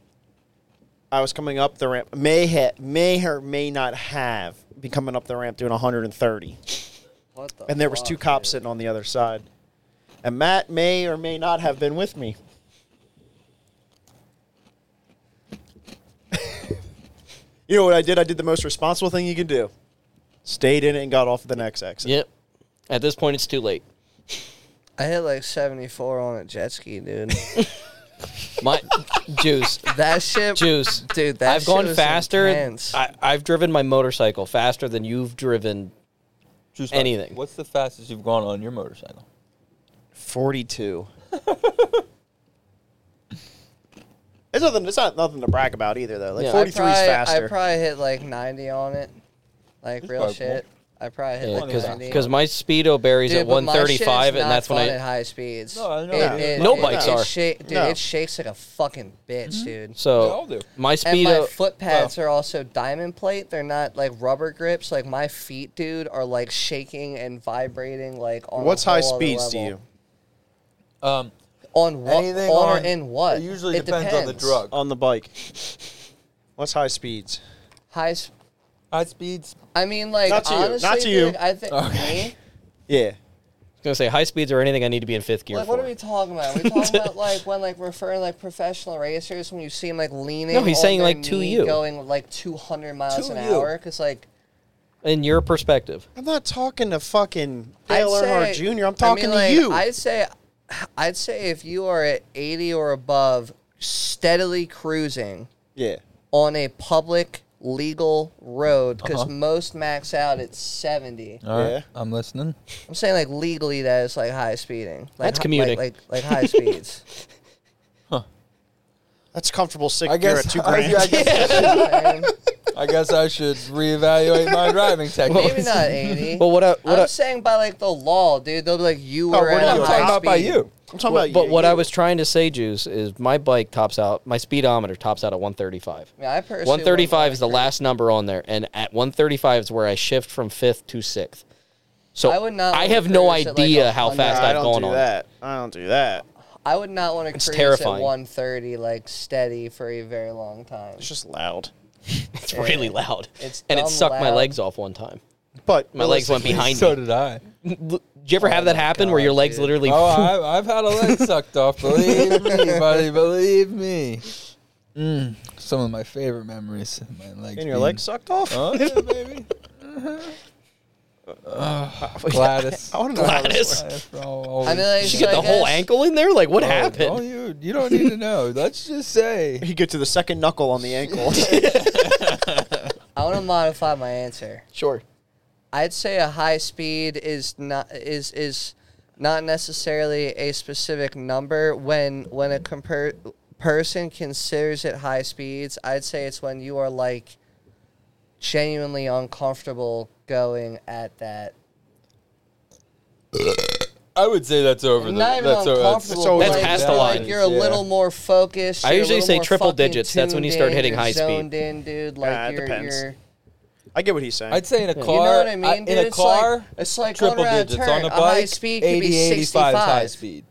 S5: I was coming up the ramp. May ha- may or may not have been coming up the ramp doing 130,
S3: what the
S5: and there was two
S3: fuck,
S5: cops
S3: dude?
S5: sitting on the other side, and Matt may or may not have been with me. you know what I did? I did the most responsible thing you can do. Stayed in it and got off the next exit.
S4: Yep. At this point, it's too late.
S3: I hit like seventy-four on a jet ski, dude.
S4: My juice,
S3: that shit,
S4: juice.
S3: dude. That
S4: I've
S3: shit
S4: gone
S3: was
S4: faster.
S3: intense.
S4: I, I've driven my motorcycle faster than you've driven.
S6: Juice Box,
S4: anything.
S6: What's the fastest you've gone on your motorcycle?
S5: 42. it's nothing. It's not nothing to brag about either, though. Like
S4: Yeah. I
S5: 43
S3: I
S5: is
S3: probably, I
S5: faster.
S3: probably hit like 90 on it. Like
S6: That's
S3: real
S6: probably
S3: shit. I probably hit
S4: Yeah,
S3: like
S6: Funny
S4: because
S3: 90.
S4: uh, my speedo berries
S3: Dude,
S4: at
S3: but my shit is
S4: 135, and
S3: not
S4: that's when
S3: fun
S4: I.
S3: at high speeds.
S6: No, I know
S3: It-
S6: that.
S3: it-
S4: No
S3: it-
S4: bikes
S3: it
S4: are.
S3: shake- dude,
S5: No.
S3: it shakes like a fucking bitch,
S6: Mm-hmm.
S3: dude.
S6: They all
S4: So
S6: do.
S4: my
S3: And my
S4: speedo.
S3: foot pads are also diamond plate. They're not like rubber grips. Like my feet, dude, are like shaking and vibrating. Like on a
S5: What's high
S3: whole other
S5: speeds to
S3: level.
S5: you?
S6: Um,
S3: On what?
S6: anything
S3: on, or
S6: on-
S3: in what?
S6: It usually depends, on the drug.
S5: on the bike. What's high speeds?
S3: High. Sp-
S6: High speeds.
S3: I mean, like
S5: Not to you,
S3: honestly,
S5: not to you.
S3: dude, I think
S6: Okay.
S3: me.
S5: Yeah.
S4: was gonna say high speeds or anything I need to be in fifth gear
S3: Like,
S4: for.
S3: what are we talking about? Are we talking about like when like referring like professional racers when you see them like leaning.
S4: No, he's
S3: on
S4: saying,
S3: their
S4: like, to
S3: knee
S4: you.
S3: going like 200 miles
S6: To
S3: an
S6: you.
S3: hour because like
S4: in your perspective,
S5: I'm not talking to fucking Dale
S3: I'd
S5: Earnhardt
S3: say-
S5: Jr.
S3: I
S5: I'm talking
S3: mean, like,
S5: to you.
S3: I'd say, I'd say if you are at 80 or above, steadily cruising
S5: yeah.
S3: on a public legal road because
S5: Uh-huh.
S3: most max out at 70.
S6: All right.
S5: Yeah.
S6: I'm listening.
S3: I'm saying like legally that is like high speeding. Like,
S4: That's
S3: hi-
S4: commuting.
S3: Like, like like high speeds.
S5: That's comfortable sick
S6: I
S5: gear
S6: guess
S5: at two
S6: I,
S5: grand.
S6: I guess,
S3: Man,
S6: I guess I should reevaluate my driving techniques.
S3: Maybe not 80.
S4: but what I, what
S3: I'm
S4: I,
S3: saying by like the law, dude. They'll be like you were
S5: we're
S3: at
S5: not
S6: I'm
S3: a
S5: talking
S3: high
S6: talking about by
S3: speed.
S6: you.
S5: I'm talking
S4: Well,
S5: about
S4: but
S5: you.
S4: what I was trying to say, Juice, is my bike tops out. My speedometer tops out at 135.
S3: Yeah, I personally
S4: 135
S3: wouldn't
S4: is the last number on there, and at 135 is where I shift from fifth to sixth. So
S3: I would not
S4: I
S3: wanna
S4: have no
S3: cruise at, like,
S4: idea how
S3: 100.
S4: fast
S5: I
S4: I've
S5: don't
S4: gone
S5: do
S4: on.
S5: that. I don't do that.
S3: I would not want to cruise
S4: terrifying.
S3: at 130 like steady for a very long time.
S5: It's just loud.
S4: It's really loud,
S3: It's
S4: and it
S3: dumb
S4: sucked my
S3: loud.
S4: legs off one time.
S5: But
S4: My legs went
S5: realistically-
S4: behind
S6: So
S4: me.
S6: did I.
S4: Did you ever have that happen where
S3: God,
S4: your legs
S3: dude.
S4: literally?
S6: Oh, I, I've had a leg sucked off. Believe me, buddy. Believe me. Mm, some of my favorite memories. of My legs.
S5: And your
S6: being-
S5: legs sucked off?
S6: Oh, yeah, baby. Uh-huh. Oh, Gladys.
S5: I want to know how this works.
S4: Gladys.
S6: Gladys, bro, always-
S3: I mean, like,
S4: Did you
S3: so
S4: get the
S3: I
S4: whole
S3: guess-
S4: ankle in there? Like what
S6: Oh,
S4: happened?
S6: don't you, you don't need to know. Let's just say.
S5: You get to the second knuckle on the ankle.
S3: I want to modify my answer.
S4: Sure.
S3: I'd say a high speed is not is is not necessarily a specific number when when a compar- person considers it high speeds. I'd say it's when you are like genuinely uncomfortable going at that.
S6: I would say that's over. the-
S3: Not even
S6: that's over- that's-
S3: uncomfortable.
S5: so
S3: but,
S5: That's
S3: like,
S4: past the
S3: you're,
S4: line.
S3: Like you're a
S6: Yeah.
S3: little more focused.
S4: I
S3: you're a
S4: usually
S3: little
S4: say
S3: more
S4: triple
S3: fucking
S4: digits. That's when you
S3: tuned
S4: start
S3: in,
S4: hitting
S3: you're
S4: high speed.
S3: zoned in, dude. Like
S5: Uh, it
S3: you're,
S5: depends.
S3: you're
S5: I get what he's saying.
S6: I'd say in a car.
S3: You know what I mean,
S6: in
S3: dude?
S6: a
S3: it's
S6: car,
S3: like it's like
S6: triple
S3: going around
S6: digits
S3: a turn.
S6: on a bike.
S3: high speed could
S6: 80,
S3: be
S6: 85
S3: 65.
S6: is high speed.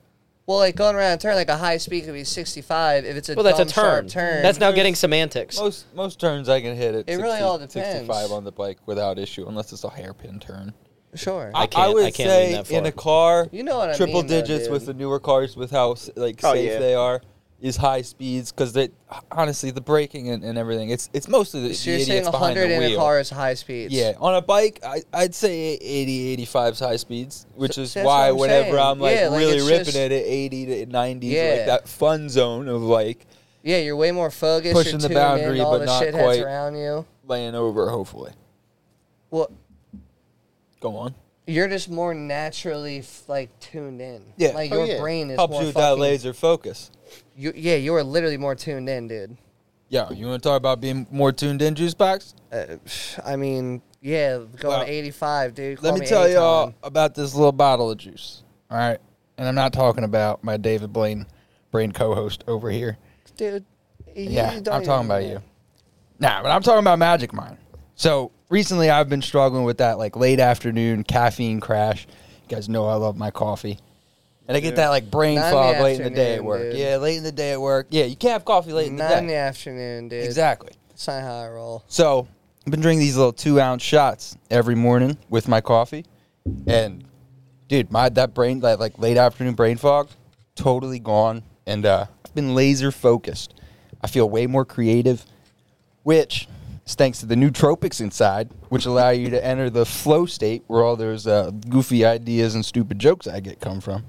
S3: Well, like going around a turn, like a high speed could be 65. If it's a
S4: Well, that's a
S3: dumb, sharp
S4: turn.
S3: turn,
S4: That's now getting semantics.
S6: Most most turns I can hit it.
S3: It really all depends.
S6: 65 on the bike without issue, unless it's a hairpin turn.
S3: sure.
S4: I can't-
S6: would
S4: I can't lean
S6: say
S4: that
S6: in
S4: far.
S6: a car,
S3: You know what I
S6: triple
S3: mean, though,
S6: digits with the
S3: dude.
S6: newer cars, with how s- like
S5: Oh,
S6: safe
S5: yeah.
S6: they are, is high speeds because they honestly the braking and, and everything. It's it's mostly the,
S3: so
S6: the
S3: you're saying
S6: idiots behind
S3: 100
S6: the
S3: in
S6: wheel.
S3: a car is high speeds.
S6: Yeah, on a bike, I, I'd say 80, 85 is high speeds, which
S3: So-
S6: is
S3: that's what
S6: why
S3: I'm
S6: whenever
S3: saying.
S6: I'm like
S3: Yeah, like,
S6: really
S3: it's
S6: ripping
S3: just-
S6: it at 80 to 90,
S3: Yeah.
S6: like that fun zone of like
S3: yeah, you're way more focused.
S6: Pushing
S3: you're
S6: the
S3: tuned in,
S6: boundary,
S3: all
S6: but
S3: the
S6: not
S3: shitheads
S6: quite.
S3: around you.
S6: laying over, hopefully.
S3: Well,
S6: Go on.
S3: you're just more naturally f- like tuned in.
S6: Yeah.
S3: like
S5: Oh,
S3: your
S5: yeah.
S3: brain is
S6: Helps
S3: more
S6: you with that
S3: fucking-
S6: laser focus.
S3: You, yeah, you are literally more tuned in, dude.
S6: Yeah, you want to talk about being more tuned in, Juice Box?
S3: Uh, pff, I mean, yeah, going
S6: Well,
S3: 85, dude.
S6: Let
S3: call
S6: me, tell y'all
S3: anytime.
S6: about this little bottle of juice. All right. And I'm not talking about my David Blaine brain co host over here.
S3: dude. you-
S6: Yeah,
S3: you
S6: I'm
S3: don't
S6: talking
S3: even-
S6: about you. Nah, but I'm talking about Magic Mind. So recently, I've been struggling with that like late afternoon caffeine crash. You guys know I love my coffee, and I get that like brain
S3: Not in the
S6: fog late in the day at
S3: afternoon,
S6: work.
S3: dude.
S6: Yeah, late in the day at work. Yeah, you can't have coffee late in the
S3: Not in the
S6: day.
S3: afternoon, dude.
S6: exactly.
S3: That's not how I roll.
S6: So I've been drinking these little two ounce shots every morning with my coffee, and dude, my that brain that like late afternoon brain fog, totally gone, and uh, I've been laser focused. I feel way more creative, which is thanks to the nootropics inside, which allow you to enter the flow state where all those uh, goofy ideas and stupid jokes I get come from.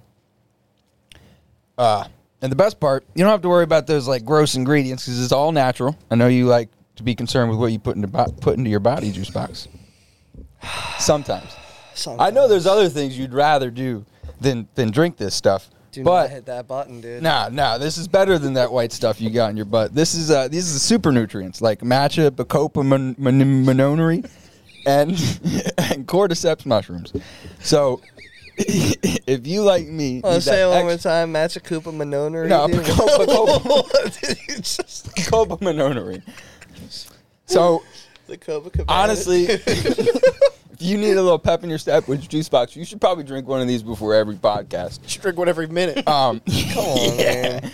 S6: Uh, and the best part, you don't have to worry about those like gross ingredients because it's all natural. I know you like to be concerned with what you put into bo- put into your body juice box. Sometimes. I know there's other things you'd rather do than than drink this stuff.
S3: Do
S6: but
S3: not hit that button, dude.
S6: Nah, nah. This is better than that white stuff you got in your butt. This is uh, these are the super nutrients like matcha, bacopa, mon- mon- mononary, and and cordyceps mushrooms. So, if you like me,
S3: Well,
S6: need
S3: say
S6: that
S3: it one
S6: extra-
S3: more time. Match a Koopa Minona.
S6: no,
S3: dude.
S6: Bacopa, Bacopa mononary. So
S3: the Koopa Cabana.
S6: honestly, if you need a little pep in your step with juice box, you should probably drink one of these before every podcast.
S5: should drink one every minute.
S6: Um,
S3: come on, man.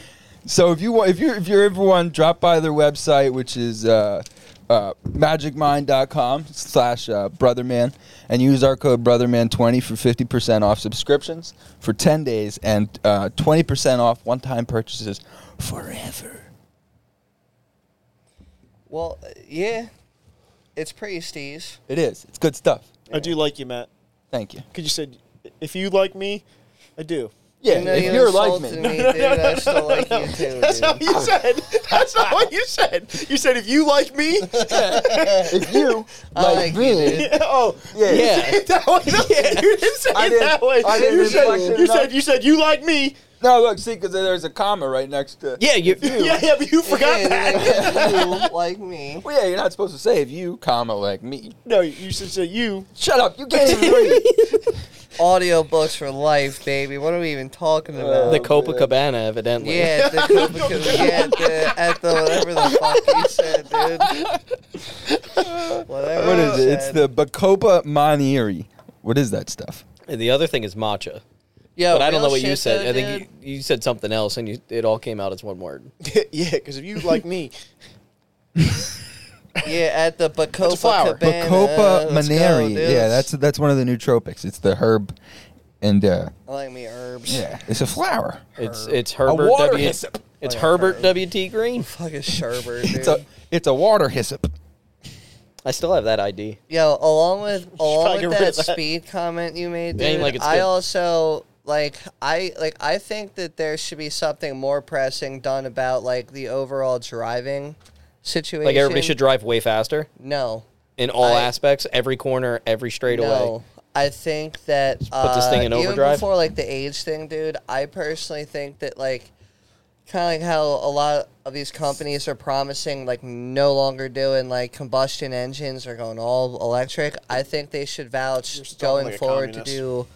S6: So if you want, if you if you're everyone, drop by their website, which is uh, uh, magicmind.com slash uh, brotherman and use our code brotherman20 for 50% off subscriptions for 10 days and uh, 20% off one-time purchases forever.
S3: Well, uh, yeah, it's pretty steez.
S6: It is. It's good stuff.
S5: I do like you, Matt.
S6: Thank you.
S5: Because you said, if you like me, I do.
S6: Yeah,
S3: Even though
S6: if
S3: you
S6: you're like
S3: insulted
S6: me.
S3: dude, I still like you too,
S5: That's
S3: dude.
S5: not what you said. That's not what you said. You said, if you like me,
S6: if you
S3: I
S6: like
S3: like
S6: me,
S3: you, dude.
S5: oh,
S6: yeah,
S4: Yeah.
S5: that way. No, You didn't say
S6: I
S5: it
S6: didn't-
S5: that way.
S6: I didn't
S5: you said,
S6: reflect it
S5: you
S6: enough.
S5: said, you said, you like me.
S6: No, look, see, because there's a comma right next to.
S4: Yeah, you.
S5: Yeah, yeah, but you forgot that.
S3: Yeah, you like me.
S6: Well, yeah, you're not supposed to say if you comma like me.
S5: No, you should say you.
S6: Shut up, you can't even read.
S3: Audiobooks for life, baby. What are we even talking about?
S4: The Copacabana, evidently.
S3: yeah, the Copacabana. yeah, at the, at the whatever the fuck you said, dude. Whatever.
S6: What
S3: you
S6: is it? It's
S3: said.
S6: the Bacopa Monieri. What is that stuff?
S4: And the other thing is matcha.
S3: Yo,
S4: But I don't
S3: Oh,
S4: know
S3: real
S4: what you
S3: shit,
S4: said.
S3: though,
S4: I think
S3: dude.
S4: you, you said something else, and you, it all came out as one word.
S5: yeah, because if you like me,
S3: Yeah, at the Bacopa
S5: flower.
S3: Cabana.
S6: Bacopa
S3: Let's go,
S6: Moneri.
S3: dude.
S6: yeah, that's that's one of the nootropics. It's the herb, and uh,
S3: I like me herbs.
S6: yeah, it's a flower.
S4: It's it's Herbert
S6: water
S4: W.
S6: hyssop.
S4: It's
S3: Oh,
S4: Herbert W. T. Green.
S3: Fucking sherbet, dude.
S6: It's a it's a water hyssop.
S4: I still have that ID.
S3: Yo, along with along
S5: get
S3: with
S5: rid
S3: that
S5: of that.
S3: speed comment you made,
S4: Ain't
S3: dude,
S4: like it's
S3: I
S4: good.
S3: also like I like I think that there should be something more pressing done about like the overall driving situation.
S4: Like everybody should drive way faster
S3: No,
S4: in all
S3: I-
S4: aspects, every corner, every straightaway.
S3: no. I think that
S4: put this
S3: uh,
S4: thing in
S3: Even
S4: overdrive.
S3: before like the age thing, dude, I personally think that like kind of like how a lot of these companies are promising like no longer doing like combustion engines or going all electric i think they should vouch
S5: still
S3: going
S5: like a
S3: forward to
S5: communist.
S3: do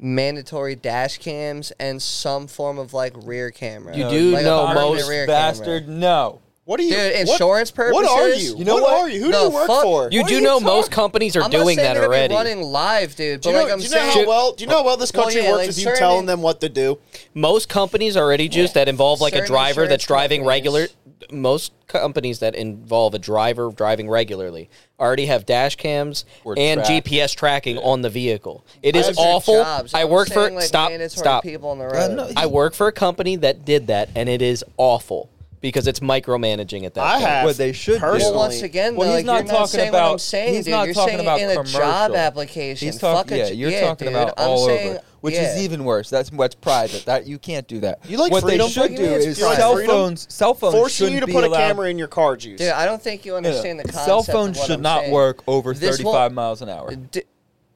S3: mandatory dash cams and some form of like rear camera
S4: You do
S3: like a
S4: know
S3: permanent
S4: most
S3: rear
S6: Bastard,
S3: camera.
S6: no.
S5: what are you?
S3: Dude,
S5: what-
S3: insurance
S5: What are
S3: purposes?
S5: you?
S3: You
S6: know
S5: what,
S6: what?
S5: are you? Who
S3: No,
S5: do you work
S3: fuck.
S5: for?
S4: You
S5: What
S4: do
S5: are
S4: know most
S5: talking-
S4: companies are
S3: I'm not
S4: doing
S3: saying
S4: that
S3: they're gonna be
S4: already.
S3: running live dude but
S5: Do you know,
S3: like i'm
S5: do you know
S3: saying
S5: how well? Do you know how well this
S3: Well,
S5: country
S3: yeah,
S5: works
S3: like
S5: with you
S3: certain-
S5: telling them what to do?
S4: Most companies already just that involve like a
S3: Certain
S4: driver that's
S3: insurance
S4: driving regular.
S3: companies.
S4: Most companies that involve a driver driving regularly already have dash cams
S6: Or
S4: and
S6: track.
S4: GPS tracking on the vehicle. It is
S3: Those are
S4: awful.
S3: jobs.
S4: I
S3: I'm
S4: work for
S3: saying, like,
S4: stop
S3: mandatory
S4: stop.
S3: people on the road
S6: Uh, no,
S4: I work for a company that did that, and it is awful because it's micromanaging at that.
S5: I
S4: point.
S5: have.
S6: What they should do- Well,
S5: personally.
S3: Well, once again,
S6: Well,
S3: though,
S6: he's
S3: like,
S6: not
S3: you're
S6: talking
S3: not saying
S6: about-
S3: what I'm saying,
S6: he's
S3: dude.
S6: not
S3: you're
S6: talking
S3: saying
S6: about
S3: in a job
S6: commercial.
S3: application.
S6: He's talking.
S3: Fuck a
S6: Yeah,
S3: j-
S6: you're
S3: yeah,
S6: talking
S3: dude,
S6: about
S3: I'm
S6: all
S3: saying,
S6: over, which
S3: yeah.
S6: is even worse. That's what's private. That you can't do that.
S5: You like
S6: what
S5: freedom?
S6: they should
S5: What
S6: do
S5: do you mean it's
S6: is
S5: private?
S6: cell
S5: Freedom?
S6: phones. Cell phones
S5: forcing
S6: shouldn't
S5: you to
S6: be
S5: put a
S6: allowed-
S5: camera in your car, juice.
S3: Dude, I don't think you understand the concept.
S6: Cell
S3: of
S6: phones
S3: what
S6: should
S3: I'm
S6: not
S3: saying.
S6: work over
S3: This
S6: 35
S3: won't-
S6: miles an hour.
S3: D-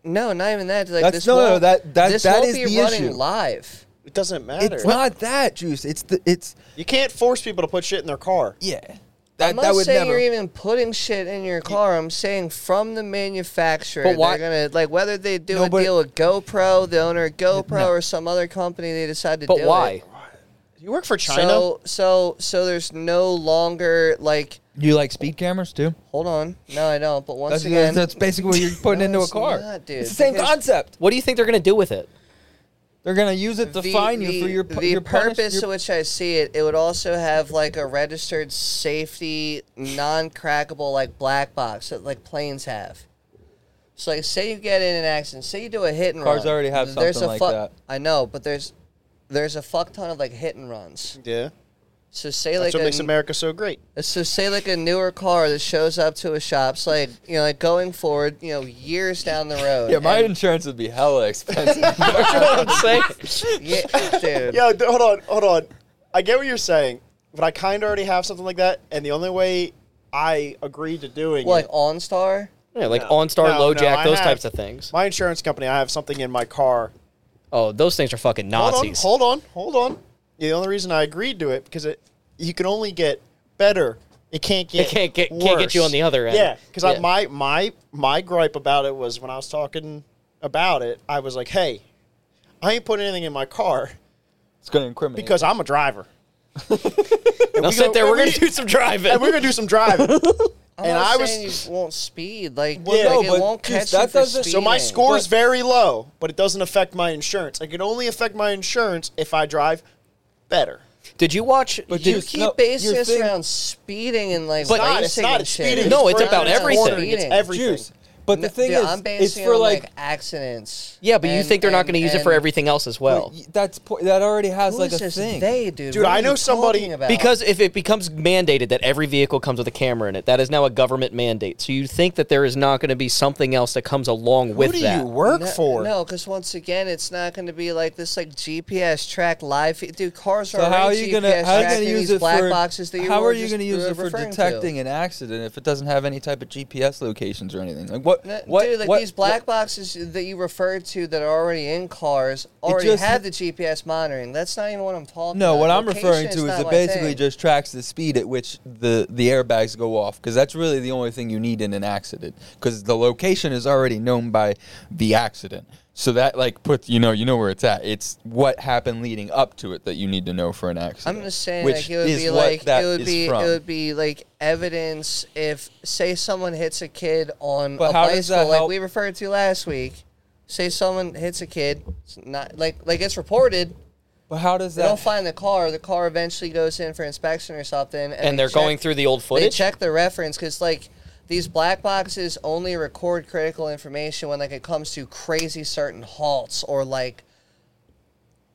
S3: no, not even that. Like
S6: That's-
S3: this
S6: no, no,
S3: won't-
S6: that- that-
S3: this
S6: that
S3: won't
S6: is
S3: be
S6: the
S3: running
S6: issue.
S3: live.
S5: it doesn't matter.
S6: It's not that juice. It's the it's
S5: You can't force people to put shit in their car.
S6: yeah. That
S3: I'm not
S6: that would
S3: saying
S6: never.
S3: you're even putting shit in your car. I'm saying from the manufacturer,
S4: But why-
S3: they're gonna like whether they do
S6: No,
S3: a
S6: but-
S3: deal with GoPro, the owner of GoPro, or some other company, they decide to
S4: But
S3: do it.
S4: why?
S5: You work for China.
S3: So so so there's no longer like
S6: you like speed cameras too?
S3: hold on. No, I don't. But once
S6: That's,
S3: again,
S6: that's basically what you're putting
S3: No,
S6: into a
S3: it's
S6: car.
S3: not, dude,
S6: it's the same
S3: because-
S6: concept.
S4: What do you think they're gonna do with it?
S6: They're gonna use it to fine you for your pu-
S3: the
S6: your punish-
S3: purpose to
S6: your-
S3: which I see it. It would also have like a registered safety, non-crackable like black box that like planes have. So like, say you get in an accident, say you do a hit and
S6: Cars
S3: run.
S6: already have
S3: there's
S6: something
S3: a
S6: like
S3: fuck-
S6: that.
S3: I know, but there's there's a fuck ton of like hit and runs.
S5: yeah,
S3: So say
S5: that's
S3: like
S5: what
S3: a
S5: makes
S3: n-
S5: America so great.
S3: So say like a newer car that shows up to a shop, so like you know, like going forward, you know, years down the road.
S6: yeah, my
S3: and-
S6: insurance would be hella expensive.
S4: I'm saying
S3: yeah, dude.
S5: Yeah, d- hold on, hold on. I get what you're saying, but I kind of already have something like that, and the only way I agreed to doing
S3: Like
S5: it,
S3: OnStar.
S4: Yeah, like
S5: No.
S4: OnStar,
S5: No, no,
S4: LoJack,
S5: I
S4: those
S5: have-
S4: types of things.
S5: my insurance company, I have something in my car.
S4: Oh, those things are fucking Nazis.
S5: Hold on, hold on, hold on. Yeah, the only reason I agreed to it because it you can only get better. It can't get
S4: It can't get- can't get you
S5: worse.
S4: on the other end.
S5: Yeah, because
S4: Yeah.
S5: my my my gripe about it was when I was talking about it, I was like, hey, I ain't putting anything in my car
S6: it's gonna incriminate.
S5: because I'm a driver.
S4: Now
S5: we
S4: sit
S5: go-
S4: there. We're
S5: we-
S4: gonna do some driving.
S5: and we're gonna do some driving.
S3: I'm
S5: and
S3: not
S5: I
S3: saying
S5: was
S3: you won't speed. Like,
S5: Well,
S3: like,
S5: no,
S3: it
S6: but
S3: won't
S6: geez,
S3: catch
S6: that
S3: you for
S6: doesn't-
S3: speeding.
S5: so my score is
S6: But-
S5: very low, but it doesn't affect my insurance. I can only affect my insurance if I drive better.
S4: Did you watch?
S6: But
S4: did-
S3: You
S6: Dude,
S3: keep
S6: no,
S3: basing
S6: your
S3: this
S6: thing-
S3: around speeding and like
S4: But- It's
S5: not,
S3: racing
S5: it's not,
S3: and
S5: it's
S3: shit.
S5: speeding.
S4: No, it's
S5: racing,
S4: about
S5: it's
S4: everything.
S5: ordering, It's
S3: Speeding.
S5: everything.
S6: juice. But the thing
S3: Dude,
S6: is,
S3: I'm basing
S6: it's
S3: it
S6: for
S3: on,
S6: like,
S3: accidents.
S4: yeah, but you
S3: And-
S4: think they're not
S3: and-
S4: going to use it for
S3: and
S4: everything else as
S6: well,
S4: well?
S6: that's po- that already has
S3: who
S6: like
S3: is
S6: a
S3: this
S6: thing.
S3: They, dude.
S5: Dude,
S3: What
S5: I
S3: are
S5: know
S3: you
S5: somebody-
S3: talking about?
S4: Because if it becomes mandated that every vehicle comes with a camera in it, that is now a government mandate. So you think that there is not going to be something else that comes along
S5: Who
S4: with
S5: do
S4: that?
S5: you work
S3: No-
S5: for?
S3: No, because once again, it's not going to be like this, like GPS track live. feed- Dude, cars are.
S6: So how are
S3: already
S6: you gonna
S3: GPS
S6: how are you
S3: tracking
S6: gonna use
S3: these
S6: it
S3: black
S6: for
S3: boxes that you
S6: how
S3: were
S6: are you
S3: just
S6: gonna use
S3: re-
S6: it for
S3: referring to?
S6: detecting an accident if it doesn't have any type of GPS locations or anything? Like what?
S3: No,
S6: what?
S3: Dude, like
S6: what-
S3: these black
S6: what-
S3: boxes that you referred to that are already in cars already
S6: just-
S3: have the GPS monitoring. That's not even what I'm talking
S6: No,
S3: about.
S6: what I'm
S3: Location
S6: referring to is
S3: not
S6: it
S3: my
S6: basically
S3: thing.
S6: just tracks the speed at which the the airbags go off because that's really the only thing you need in an accident because the location is already known by the accident. So that like put you know you know where it's at. It's what happened leading up to it that you need to know for an accident.
S3: I'm just saying,
S6: which
S3: like it would
S6: is
S3: be
S6: what
S3: like
S6: that
S3: it would
S6: is
S3: be
S6: from.
S3: it would be like evidence if say someone hits a kid on
S6: But
S3: a
S6: how
S3: bicycle,
S6: does that
S3: like
S6: help-
S3: we referred to last week. Say someone hits a kid, it's not like like it's reported.
S6: but how does
S3: They
S6: that?
S3: don't find the car. The car eventually goes in for inspection or something, and,
S4: and
S3: they
S4: they're
S3: check-
S4: going through the old
S3: They
S4: footage.
S3: check the reference because like these black boxes only record critical information when like it comes to crazy certain halts or like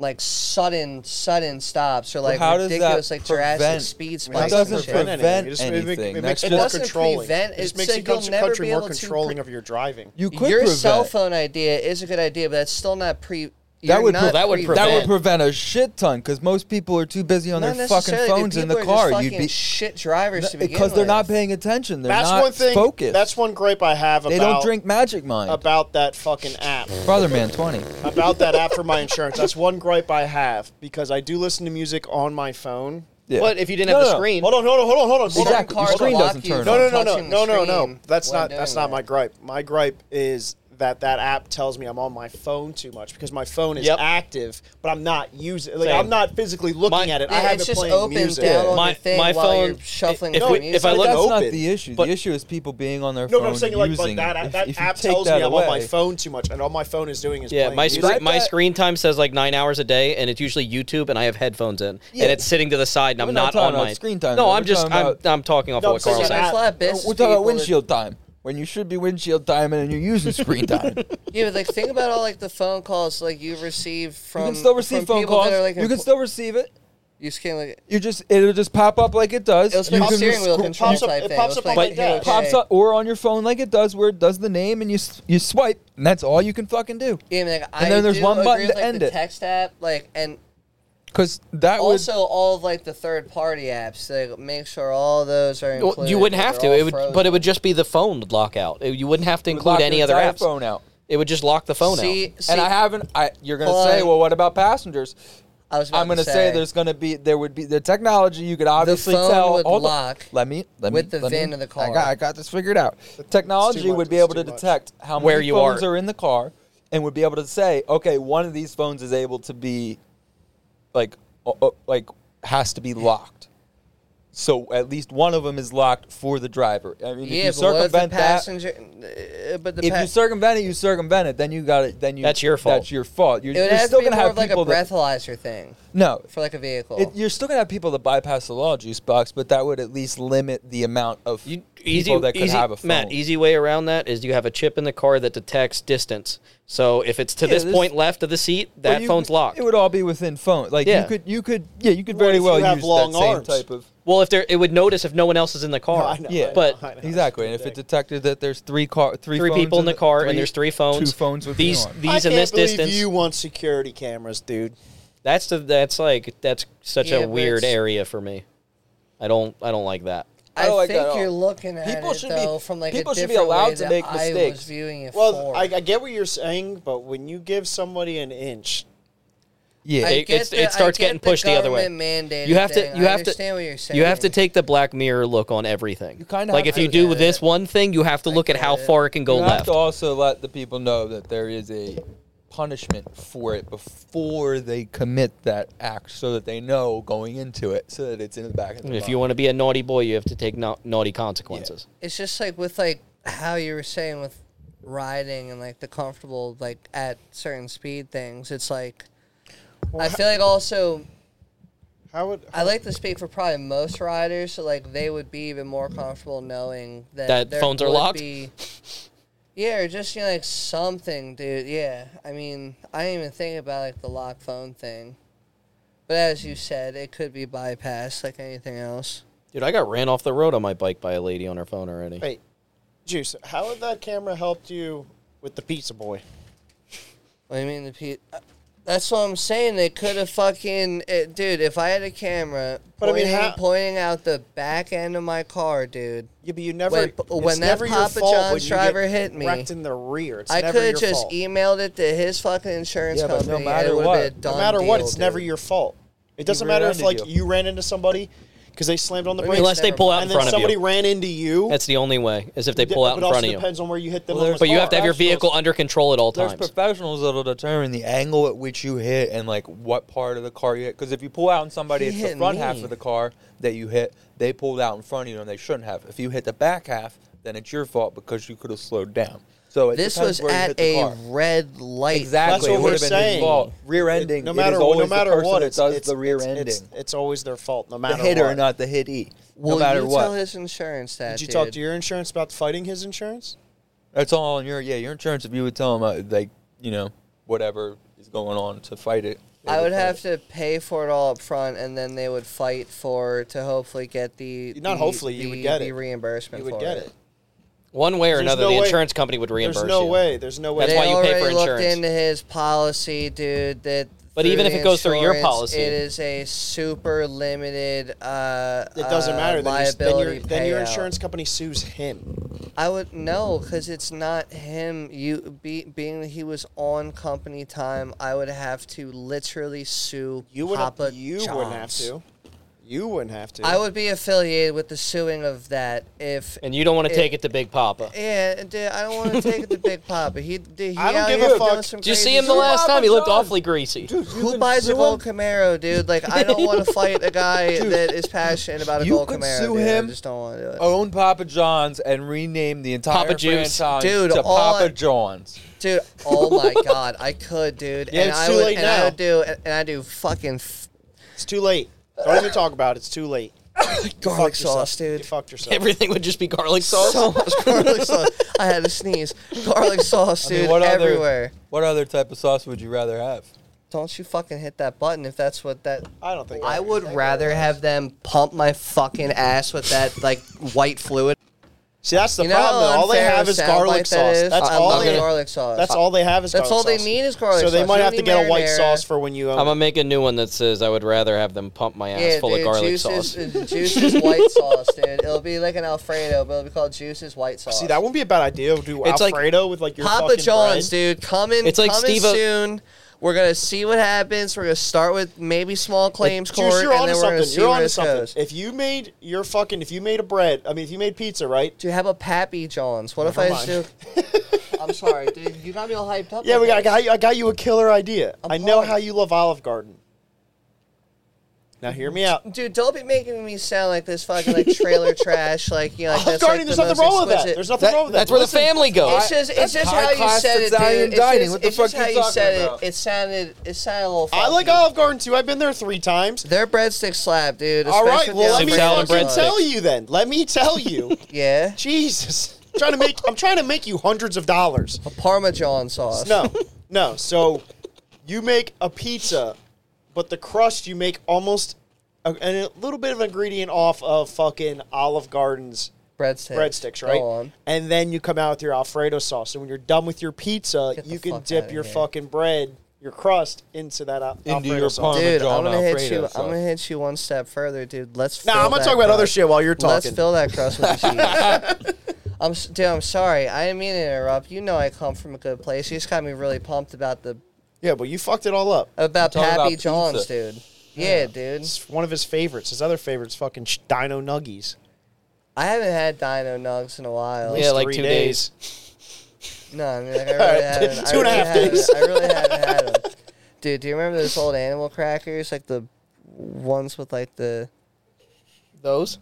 S3: like sudden sudden stops or like
S6: how does that
S3: ridiculous like
S6: prevent-
S3: Jurassic speed
S5: It
S3: spikes.
S6: doesn't
S3: and shit.
S6: prevent
S5: It, just,
S6: anything.
S5: it, make, it
S6: That's
S5: makes
S6: just-
S5: it more
S3: It doesn't
S5: controlling.
S3: prevent-
S5: it just
S3: it's
S5: makes
S3: like
S5: the
S3: you'll
S5: country,
S3: never
S5: country
S3: be
S5: more
S3: able to
S5: controlling
S3: pre-
S5: of your driving.
S6: you could
S3: Your
S6: prevent.
S3: cell phone idea is a good idea, but that's still not pre.
S6: That
S3: you're
S6: would,
S3: not
S6: pre-
S4: that would
S3: prevent-
S6: that would
S4: prevent-
S6: prevent a shit ton because most people are too busy on
S3: Not
S6: their fucking
S3: necessarily, dude.
S6: phones in
S3: People
S6: the
S3: are just
S6: car. You'd
S3: fucking
S6: be
S3: shit drivers to begin
S6: because they're not
S3: with.
S6: paying attention. They're
S5: That's
S6: not
S5: one thing.
S6: focused.
S5: That's one gripe I have
S6: they
S5: about
S6: don't drink Magic Mind.
S5: about that fucking app.
S6: Brother Man 20.
S5: about that app for my insurance. That's one gripe I have because I do listen to music on my phone.
S6: Yeah.
S4: But if you didn't
S6: No,
S4: have
S6: no,
S4: the
S6: no.
S4: screen,
S5: Hold on, hold on, hold on, hold on. hold on.
S6: Exactly. Your
S3: Cars
S6: screen
S3: will
S6: doesn't
S3: block you
S6: turn
S3: from
S6: on.
S5: No, no, no, no,
S3: touching
S5: no,
S3: the
S5: no, no.
S3: screen
S5: That's
S3: while
S5: not that's
S3: doing
S5: not my
S3: that.
S5: gripe. My gripe is that that app tells me I'm on my phone too much because my phone is
S4: Yep.
S5: active, but I'm not using. Like
S4: Same.
S5: I'm not physically looking
S4: My-
S5: at it. I
S3: Yeah,
S5: have
S3: it's
S5: it
S3: just
S5: playing
S3: open
S5: music.
S3: down on
S4: My-
S3: the thing
S4: my
S3: while you're
S4: phone-
S3: shuffling
S4: if
S3: the
S4: we-
S3: music.
S4: if I
S6: But
S4: look-
S6: that's not
S5: open,
S6: the issue.
S4: but-
S6: the issue is people being on their
S5: No,
S6: phone.
S5: but I'm saying like,
S6: using
S5: like that,
S6: it.
S5: app-
S6: If-
S5: that
S6: if you
S5: app
S6: take
S5: tells
S6: that
S5: me I'm on my
S6: away-
S5: phone too much, and all my phone is doing is
S4: yeah,
S5: playing
S4: my
S5: music.
S4: screen my
S6: that-
S4: screen time says like nine hours a day, and it's usually YouTube, and I have headphones in,
S6: Yeah.
S4: and it's sitting to the side, and
S6: We're
S4: I'm
S6: not
S4: not,
S6: talking
S4: on
S6: about
S4: my
S6: screen time,
S4: No,
S6: though.
S4: I'm
S6: We're
S4: just
S6: talking
S4: I'm,
S6: about-
S4: I'm talking off
S5: No,
S4: of
S5: I'm
S4: what
S5: saying
S4: Carl
S3: Yeah,
S5: on
S4: said.
S5: app.
S3: there's a lot of
S6: We're
S3: business
S6: talking about
S3: people that-
S6: windshield time when you should be windshield time and you're using screen time.
S3: Yeah, but like think about all like the phone calls like you receive from.
S6: you can still receive
S3: Um, from
S6: phone
S3: people
S6: calls.
S3: That are, like,
S6: you can
S3: empl-
S6: still receive it.
S3: You just can't like.
S6: You just it'll just pop up like it does.
S3: It was
S6: You
S3: like a
S6: can
S3: steering wheel
S6: scroll-
S3: control
S5: pops up-
S3: type
S5: it
S3: thing.
S5: pops
S3: It was
S5: up on
S3: like,
S5: my dash.
S3: okay.
S6: pops up or on your phone like it does where it does the name and you s- you swipe and that's all you can fucking do.
S3: Yeah, I mean, like,
S6: And
S3: I
S6: then there's
S3: do
S6: one
S3: agree
S6: button
S3: with,
S6: to
S3: like,
S6: end
S3: the
S6: it.
S3: Text app, like, and
S6: Cuz that was
S3: also all of like the third party apps. Like, make sure all those are included.
S4: Well, you wouldn't
S3: but
S4: have
S3: they're
S4: to.
S3: all
S4: It would, but
S3: frozen.
S4: it would just be the phone lockout. It- you wouldn't have to include any other apps.
S6: phone out.
S4: It would just lock the phone
S3: See, see,
S6: and I haven't. I you're gonna
S3: Hold
S6: say,
S3: on.
S6: well, what about passengers?
S3: I was. About
S6: I'm gonna
S3: to
S6: say, there's gonna be there would be the technology you could obviously
S3: phone
S6: tell.
S3: would
S6: hold on.
S3: lock
S6: let me let me
S3: with the
S6: let me-
S3: VIN of the
S6: I
S3: car.
S6: got I got this figured out. The technology
S5: much,
S6: would be
S5: it's
S6: able to
S5: too much.
S6: detect how many
S4: Where you
S6: phones
S4: are.
S6: in the car, and would be able to say, okay, one of these phones is able to be, like, uh, uh, like has to be locked. So at least one of them is locked for the driver. I mean,
S3: yeah,
S6: if you
S3: but what if the
S6: circumvent that,
S3: passenger? uh, But the
S6: if
S3: pa-
S6: you circumvent it, you circumvent it. Then you got it. Then you.
S4: That's your fault.
S6: That's your fault. You're,
S3: it would
S6: you're
S3: have
S6: still
S3: to be
S6: gonna
S3: more
S6: have
S3: of like a
S6: people that
S3: breathalyzer thing
S6: no.
S3: for like a vehicle.
S6: It, you're still gonna have people that bypass the law, juice box, but that would at least limit the amount of
S4: You,
S6: people
S4: easy,
S6: that could
S4: easy,
S6: have a phone.
S4: Matt, easy way around that is you have a chip in the car that detects distance. So if it's to
S6: Yeah,
S4: this
S6: this-
S4: point left of the seat,
S6: But
S4: that
S6: you-
S4: phone's locked.
S6: It would all be within phone. Like
S4: Yeah.
S6: you could, you could, yeah, you could
S5: What
S6: very
S5: if
S6: well
S5: you have
S6: use
S5: long
S6: that same
S5: arms?
S6: type of.
S4: well, if there, it would notice if no one else is in the car.
S5: I know, I
S6: Yeah.
S5: know,
S4: But-
S5: I know.
S6: Exactly, and if it detected that there's three car, three,
S4: Three
S6: phones
S4: people in the car, and there's three phones.
S6: two phones with
S4: these,
S6: me on.
S5: I
S4: these in
S5: can't
S4: this
S5: believe
S4: distance.
S5: You want security cameras, dude.
S4: That's the that's like that's such
S3: Yeah,
S4: a
S3: but
S4: weird
S3: it's-
S4: area for me. I don't I don't like that.
S6: I
S3: I
S6: don't like that at
S3: think
S6: all.
S3: you're looking at
S6: People
S3: it
S6: should be-
S3: though from like
S6: people
S3: a
S6: should be
S3: different
S6: allowed
S3: way
S6: to
S3: that
S6: make
S3: I
S6: mistakes.
S3: was viewing it
S5: Well,
S3: for.
S5: I, I get what you're saying, but when you give somebody an inch,
S6: yeah,
S3: I
S4: It-
S3: get
S4: it's- it starts
S3: I get
S4: getting pushed the other way.
S3: government mandated
S4: You have to
S3: thing.
S4: you
S3: I
S4: have to
S3: understand what you're saying.
S4: you have to take the black mirror look on everything. You
S6: kinda
S4: like
S6: have
S4: if
S6: to.
S4: you
S6: I
S4: do
S3: get
S4: this
S3: it.
S4: one thing, you have to look at
S3: get
S4: how
S3: it.
S4: far it can go
S6: you have
S4: left.
S6: to also let the people know that there is a punishment for it before they commit that act, so that they know going into it, so that it's in the back of their
S4: If you
S6: mind.
S4: want to be a naughty boy, you have to take na- naughty consequences.
S3: It's just like with like how you were saying with riding and like the comfortable like at certain speed things. It's like I feel like also
S5: How would
S3: I like to speak for probably most riders, so like they would be even more comfortable knowing that
S4: That
S3: there
S4: phones are
S3: would
S4: locked?
S3: Be, yeah, or just you know, like something, dude. Yeah, I mean, I didn't even think about like the lock phone thing, but as you said, it could be bypassed like anything else.
S4: Dude, I got ran off the road on my bike by a lady on her phone already.
S5: wait, Juice? How would that camera helped you with the pizza boy?
S3: What do you mean the Pete? That's what I'm saying. They could have fucking it, dude. If I had a camera
S5: But I
S3: pointing,
S5: mean, how-
S3: pointing out the back end of my car, dude.
S5: Yeah, but you never.
S3: When-
S5: it's
S3: when that
S5: never your
S3: Papa
S5: fault
S3: John's
S5: when you
S3: driver
S5: get
S3: hit me,
S5: wrecked in the rear. It's
S3: I
S5: never
S3: could have
S5: your
S3: just
S5: fault.
S3: emailed it to his fucking insurance
S6: Yeah, but no
S3: company.
S6: matter
S3: and it would've
S6: what-
S3: been a
S5: No
S3: done
S5: matter what,
S3: deal,
S5: it's never
S3: dude.
S5: your fault. It doesn't
S6: ran
S5: matter if
S6: into
S5: like
S6: you.
S5: you ran into somebody because they slammed on the brakes,
S4: Unless they
S3: never
S4: pull out in
S5: and then
S4: front of
S5: somebody
S4: you.
S5: ran into you.
S4: That's the only way, is if they pull
S5: Yeah,
S4: out in
S5: but it
S4: front
S5: also
S4: of you.
S5: depends on where you hit them.
S6: Well,
S5: on the
S6: there's-
S4: But you have to have your
S6: Professionals-
S4: vehicle under control at all
S6: There's
S4: times.
S6: professionals that'll determine the angle at which you hit and like what part of the car you hit. Because if you pull out on somebody,
S3: He
S6: it's the
S3: hit
S6: front
S3: me.
S6: half of the car that you hit. They pulled out in front of you and they shouldn't have. If you hit the back half, then it's your fault because you could have slowed down. So it
S3: This
S6: depends
S3: was
S6: where you
S3: at
S6: hit the
S3: a
S6: car.
S3: red light.
S5: That's
S6: Exactly,
S5: what
S6: it
S5: we're
S6: would have been
S5: saying.
S6: his fault. Rear ending.
S5: No
S6: it
S5: matter
S6: is always
S5: no
S6: the
S5: matter
S6: person
S5: what,
S6: that
S5: it's,
S6: does
S5: it's-
S6: the rear
S5: it's,
S6: ending.
S5: It's, it's always their fault, no
S6: the
S5: matter
S6: hitter,
S5: what.
S6: not the hitee. no
S3: Will
S6: matter
S3: you
S6: what,
S3: tell his insurance that?
S5: Did you talk
S3: dude?
S5: to your insurance about fighting his insurance?
S6: that's all on your yeah your insurance. If you would tell him uh, like you know whatever is going on to fight it, they
S3: I would
S6: fight
S3: have
S6: it.
S3: to pay for it all up front, and then they would fight for to hopefully get the
S5: Not
S3: the-
S5: hopefully, you would
S3: the-
S5: get
S3: the
S5: it.
S3: reimbursement.
S5: You would
S3: for
S5: get it.
S4: One way or
S5: There's
S4: another,
S5: no
S4: the
S5: way-
S4: insurance company would reimburse
S5: There's no
S4: you.
S5: way. There's no way.
S4: That's
S3: they
S4: why you pay for
S3: already looked
S4: insurance.
S3: into his policy, dude. That
S4: But
S3: through
S4: even if
S3: the
S4: it goes through your
S3: insurance,
S4: policy-
S3: it is a super limited. Uh,
S5: it doesn't
S3: uh,
S5: matter. Then, you- then, your,
S3: liability
S5: then your
S3: payout.
S5: insurance company sues him.
S3: I would no, because it's not him. You be, being that he was on company time, I would have to literally sue
S5: You wouldn't.
S3: Papa
S5: you wouldn't have
S3: John's.
S5: to. You wouldn't have to.
S3: I would be affiliated with the suing of that if.
S4: And you don't want
S3: It-
S4: to take it to Big Papa.
S3: yeah, dude, I don't want to take it to Big Papa. He, dude, he
S5: I don't
S3: out
S5: give
S3: here
S5: a fuck.
S3: doing some
S4: Did you see
S3: crazy
S4: him the
S3: shit.
S4: last
S6: Papa
S4: time? He looked
S6: John.
S4: awfully greasy.
S3: Who buys a gold Camaro, dude? Like, I don't want to fight a guy that is passionate about a
S6: you
S3: gold
S6: could
S3: Camaro.
S6: sue
S3: dude.
S6: him.
S3: I just don't want to
S5: Oh.
S3: do it.
S6: own Papa John's and rename the entire
S4: Papa Juice.
S6: franchise
S3: Dude,
S6: to
S3: all
S6: Papa
S3: I-
S6: John's.
S3: Dude, oh my god, I could, dude.
S5: Yeah,
S3: and
S5: it's
S3: I
S5: too
S3: would,
S5: late
S3: and I
S5: now.
S3: would do, and, and I do fucking f-
S5: It's too late. Don't even talk about it. It's too late.
S3: garlic
S5: Fucked yourself.
S3: sauce,
S5: You
S3: dude.
S5: fucked yourself.
S4: Everything would just be garlic sauce.
S3: So much garlic sauce. I had to sneeze. Garlic sauce,
S6: I mean,
S3: dude,
S6: what other-
S3: everywhere.
S6: What other type of sauce would you rather have?
S3: Don't you fucking hit that button if that's what that.
S5: I don't think.
S3: I would rather have them pump my fucking ass with that like white fluid.
S5: See, that's the
S3: You know
S5: problem.
S3: how
S5: Though. All they
S3: unfair
S5: have
S3: a
S5: is
S3: soundbite
S5: garlic
S3: that
S5: sauce.
S3: is?
S5: That's
S3: I
S5: all
S3: love
S5: they.
S3: garlic sauce.
S5: That's all they have is.
S3: That's
S5: garlic
S3: all they
S5: sauce.
S3: need is garlic
S5: So they
S3: sauce.
S5: might
S3: You
S5: have
S3: don't
S5: to
S3: need
S5: get a white
S3: marinara.
S5: sauce for when you. uh,
S4: I'm gonna make a new one that says I would rather have them pump my ass full of garlic
S3: juice
S4: sauce.
S3: Is, uh, juice is white sauce, dude. It'll be like an Alfredo, but it'll be called juice is white sauce.
S5: See, that wouldn't be a bad idea. Do
S4: It's like-
S5: Alfredo with like your
S3: Papa
S5: fucking
S3: John's,
S5: bread.
S3: dude. Coming,
S4: It's like
S3: coming
S4: Steve-O-
S3: soon. We're gonna see what happens. We're gonna start with maybe small claims
S5: Juice,
S3: court,
S5: you're
S3: and
S5: onto
S3: then we're gonna
S5: something.
S3: see
S5: You're
S3: where
S5: onto
S3: this
S5: something.
S3: goes.
S5: If you made your fucking, if you made a bread, I mean, if you made pizza, right?
S3: Dude, how about Pappy John's? What if I
S5: Never
S3: just do? I'm sorry, dude. You got me all hyped up.
S5: Yeah,
S3: like
S5: we got. I
S3: that.
S5: got you. I got you a killer idea. i know
S3: pumped.
S5: how you love Olive Garden. Now hear me out.
S3: Dude, don't be making me sound like this fucking like trailer trash. Like you know, like,
S5: Olive
S3: that's like,
S5: Garden.
S3: the
S5: There's nothing
S3: most
S5: wrong with that.
S3: exquisite-
S5: There's nothing wrong with that.
S4: That's where the
S5: Listen,
S4: family goes.
S3: It's just, it's
S6: That's
S3: just how you
S6: high-class
S3: said it,
S6: Italian
S3: dude. It's
S6: dining.
S3: just,
S6: What the
S3: it's just
S6: fuck
S3: how
S6: you
S3: you
S6: talking
S3: said
S6: about?
S3: it. It sounded, it sounded a little.
S5: I like
S3: funky.
S5: Olive Garden too. I've been there three times.
S3: Their breadstick slab, dude.
S5: All right.
S3: especially
S5: Well,
S3: the
S5: let me
S4: Six
S3: Alfredo
S4: salad
S5: fucking
S4: breadsticks.
S3: sauce.
S5: tell you then. Let me tell you.
S3: Yeah,
S5: Jesus. I'm trying to make. I'm trying to make you hundreds of dollars.
S3: Parmesan sauce.
S5: No, no. So you make a pizza, but the crust you make almost a, and a little bit of ingredient off of fucking Olive Garden's
S3: breadsticks.
S5: breadsticks,
S3: Go
S5: right?
S3: on.
S5: And then you come out with your Alfredo sauce. And when you're done with your pizza,
S3: Get the
S5: you can
S3: fuck
S5: dip
S3: outta
S5: your
S3: here.
S5: fucking bread, your crust, into that Al-
S6: Into
S5: Alfredo
S6: your
S5: sauce.
S6: parm.
S3: Dude, I'm
S6: Parmesan
S3: gonna hit
S6: Alfredo
S3: you. I'm
S6: sauce.
S3: gonna hit you one step further, dude. Let's.
S5: Nah,
S3: fill
S5: I'm gonna
S3: that
S5: talk about other
S3: crust.
S5: shit while you're talking.
S3: Let's fill that crust with cheese. I'm, s- dude, I'm sorry. I didn't mean to interrupt. You know I come from a good place. You just got me really pumped about the
S5: yeah, but you fucked it all up.
S3: about
S6: talking
S3: Pappy
S6: about
S3: John's,
S6: pizza.
S3: dude. Yeah, dude.
S5: It's one of his favorites. His other favorite's fucking sh- Dino Nuggies.
S3: I haven't had Dino Nugs in a while.
S4: Yeah, like two days.
S3: No, I mean, like, I really haven't.
S5: Two and a
S3: I really
S5: half
S3: haven't-
S5: days.
S3: I really haven't had them. Dude, do you remember those old animal crackers? Like the ones with like the.
S4: Those?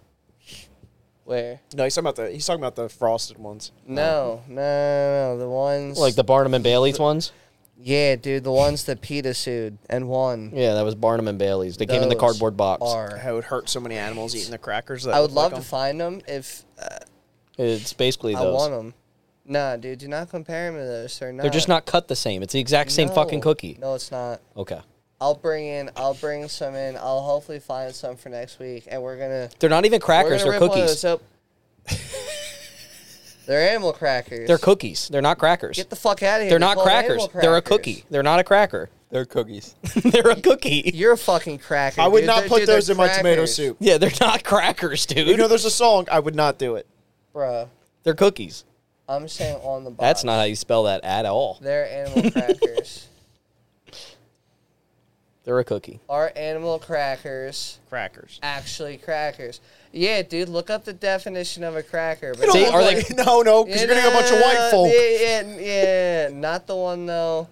S3: Where?
S5: No, he's talking about the he's talking about the frosted ones.
S3: No, no, no, no. The ones.
S4: Like the Barnum and Bailey's ones?
S3: Yeah, dude, the ones that PETA sued and won.
S4: Yeah, that was Barnum and Bailey's. They came in the
S3: Those
S4: cardboard box.
S3: Are.
S5: How it would hurt so many animals eating the crackers. That
S3: I would
S5: look
S3: love
S5: like
S3: to find them if uh,
S4: It's basically
S3: I
S4: those.
S3: want them. Nah, dude, do not compare them to those. They're not.
S4: They're just not cut the same. It's the exact same fucking
S3: No.
S4: cookie.
S3: No, it's not.
S4: Okay.
S3: I'll bring in. I'll bring some in. I'll hopefully find some for next week, and we're gonna
S4: They're not even
S3: we're
S4: crackers.
S3: gonna
S4: They're
S3: rip one of
S4: cookies.
S3: those up. They're animal crackers.
S4: They're cookies. They're not crackers.
S3: Get the fuck out of here.
S4: They're
S3: They're
S4: not
S3: called
S4: crackers.
S3: animal
S4: They're a
S3: crackers.
S4: cookie. They're not a cracker.
S6: They're cookies.
S4: they're a cookie.
S3: You're a fucking cracker.
S5: I would
S3: dude.
S5: not
S3: They're-
S5: put
S3: dude, they're
S5: those in my tomato
S3: crackers.
S5: soup.
S4: Yeah, they're not crackers, dude.
S5: You know, there's a song. I would not do it.
S3: bro.
S4: they're cookies.
S3: I'm saying on the box.
S4: That's not how you spell that at all.
S3: They're animal crackers.
S4: They're a cookie.
S3: Are animal crackers
S5: Crackers.
S3: actually crackers? Yeah, dude. Look up the definition of a cracker. But
S4: See,
S5: Look
S4: are
S5: like- no, no, because you're gonna get a bunch of white folk.
S3: Yeah, yeah, yeah. Not the one though.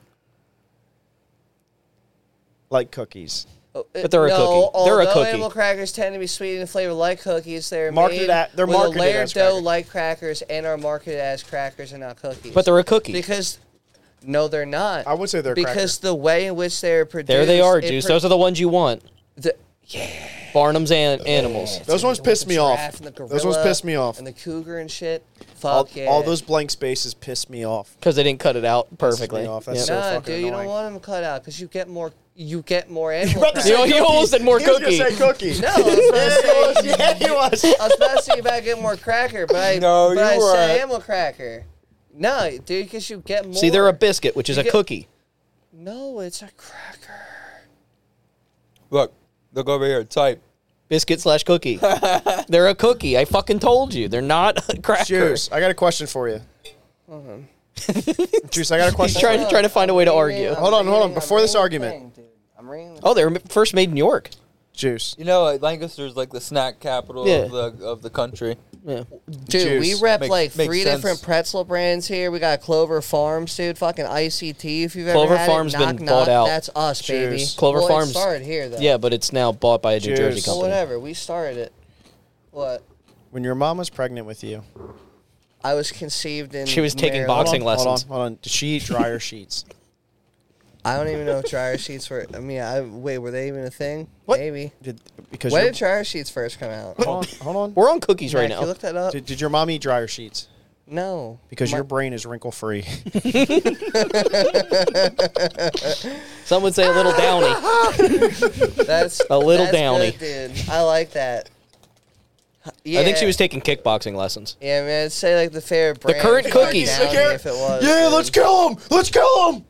S5: Like cookies.
S3: But
S4: they're a
S3: no,
S4: cookie. They're a
S3: although
S4: cookie.
S3: Animal crackers tend to be sweet in flavor like cookies. They're
S5: Marketed
S3: made
S5: at- they're
S3: with
S5: marketed
S3: a layered
S5: as
S3: dough
S5: crackers.
S3: like crackers and are marketed as crackers and not cookies.
S4: But they're a cookie.
S3: because no, they're not.
S5: I would say they're a
S3: because the way in which they are produced.
S4: there they are,
S3: it
S4: Juice.
S3: pro-
S4: Those are the ones you want.
S3: the-
S4: Barnum's an- animals.
S5: Those ones
S3: with
S5: piss
S3: the
S5: me off.
S3: giraffe and the
S5: Those ones
S3: gorilla
S5: piss me off.
S3: And the cougar and shit. Fuck
S5: All,
S3: yeah.
S5: all those blank spaces piss me off.
S4: Because they didn't cut it out perfectly.
S5: off. That's
S4: Yeah.
S5: so
S3: Nah,
S5: fucking
S3: dude, you don't
S5: annoying.
S3: want them cut out because you get more. You get more animal.
S5: about to
S3: crackers.
S5: say
S4: You Oh, know, he
S5: cookie.
S4: almost said more
S5: He was gonna
S4: cookie.
S5: say cookie.
S3: no, I was gonna say-
S5: yeah, he was.
S3: I was about to say you better get more cracker, but I,
S6: No,
S3: but
S6: you
S3: I
S6: weren't.
S3: said animal cracker. No, dude, because you get more.
S4: See, they're a biscuit, which is
S3: You
S4: a
S3: get-
S4: cookie.
S3: No, it's a cracker.
S6: Look, look over here. Type.
S4: Biscuit slash cookie. they're a cookie. I fucking told you. They're not a cracker.
S5: Juice, I got a question for you.
S3: Uh-huh.
S5: Juice, I got a
S4: He's
S5: question.
S4: trying to try to find a way to argue.
S5: Hold on, hold on, before this argument.
S3: I'm reading.
S4: Oh, they were first made in York.
S5: Juice.
S6: You know, like, Lancaster's like the snack capital
S4: Yeah.
S6: of the of the country.
S4: Yeah.
S3: Dude,
S5: Juice.
S3: we rep
S6: Makes-
S3: like
S6: makes
S3: three
S6: sense.
S3: different pretzel brands here. We got Clover Farms, dude. Fucking ICT, if you've
S4: Clover
S3: ever had
S4: Farms
S3: it.
S4: been
S3: knock,
S4: bought
S3: knock,
S4: out.
S3: That's us, baby.
S5: Juice.
S4: Clover
S3: Well, it
S4: Farms-
S3: started here, though.
S4: Yeah, but it's now bought by a New
S5: Cheers.
S4: Jersey
S5: Well,
S3: Well,
S4: company.
S3: whatever. We started it. What?
S5: When your mom was pregnant with you,
S3: I was conceived in.
S4: She was taking
S3: Maryland.
S4: boxing
S5: hold on,
S4: lessons.
S5: hold on. Did she eat dryer sheets?
S3: I don't even know if dryer sheets were. I mean, I wait, were they even a thing?
S5: What?
S3: Maybe.
S5: Did because
S3: When
S5: your-
S3: did dryer sheets first come out?
S5: hold on, hold on.
S4: We're on cookies right
S3: Mac,
S4: now.
S3: You looked that up?
S5: Did, did your mom eat dryer sheets?
S3: no.
S5: Because
S3: My-
S5: your brain is wrinkle free.
S4: Some would say a little downy.
S3: that's
S4: a little
S3: that's
S4: downy.
S3: good, dude. I like that. Yeah.
S4: I think she was taking kickboxing lessons.
S3: Yeah, man. Say like the favorite brand.
S4: current
S3: would be
S4: cookies.
S3: Downy If it was, dude.
S5: kill him. Let's kill him.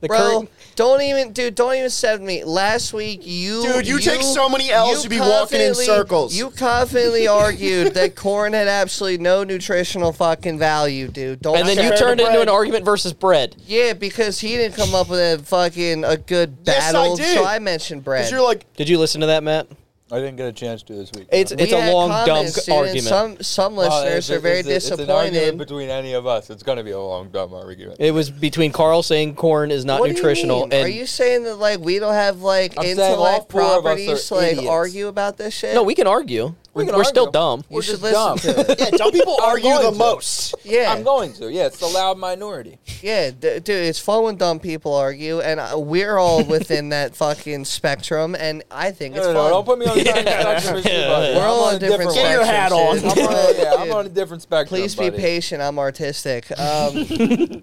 S4: The
S3: Bro,
S4: current-
S3: don't even, dude, don't even send me. Last week, you,
S5: Dude, you take so many L's, you be walking in
S3: confidently-
S5: circles.
S3: You confidently argued that corn had absolutely no nutritional fucking value, dude. Don't
S4: and then you
S5: Compared to
S4: turned it into
S5: bread.
S4: an argument versus bread.
S3: Yeah, because he didn't come up with a fucking a good
S5: Yes, I
S3: battle,
S5: did.
S3: so I mentioned bread.
S5: Because you're like,
S4: Did you listen to that, Matt?
S6: I didn't get a chance to this week.
S4: It's
S3: We
S4: it's a
S3: had
S4: long dumb
S3: comments,
S4: g-
S3: dude, and
S4: argument.
S3: Some some
S6: Oh,
S3: listeners
S6: it's-
S3: are very
S6: it's a- It's an argument
S3: disappointed.
S6: between any of us. It's gonna be a long dumb argument.
S4: it was between Carl saying corn is not
S3: What do you
S4: nutritional
S3: mean?
S4: and
S3: are you saying that like we don't have like
S6: I'm saying all
S3: intellect
S6: four of us are
S3: properties to like
S6: idiots.
S3: argue about this shit?
S4: no, we can argue. We
S6: We can
S4: are still
S6: argue.
S4: dumb.
S3: you should
S6: just
S3: listen
S6: dumb.
S3: to it.
S5: yeah, dumb people
S6: I'm
S5: argue
S6: going
S5: the
S6: to.
S5: most.
S3: Yeah,
S6: I'm going to. Yeah, it's the loud minority.
S3: yeah, d- dude. It's fun when dumb people argue, and uh, we're all within that fucking spectrum. And I think
S6: No,
S3: it's
S6: no,
S3: fun.
S6: no, don't put me on the side of the spectrum as you, buddy.
S3: we're
S6: I'm
S3: all
S6: on
S3: on
S6: a
S3: different.
S5: Get your
S3: spectrums,
S5: hat on.
S3: dude.
S6: I'm on a, yeah, I'm
S3: Dude.
S6: on a different spectrum.
S3: Please be
S6: buddy.
S3: patient. I'm artistic. Um,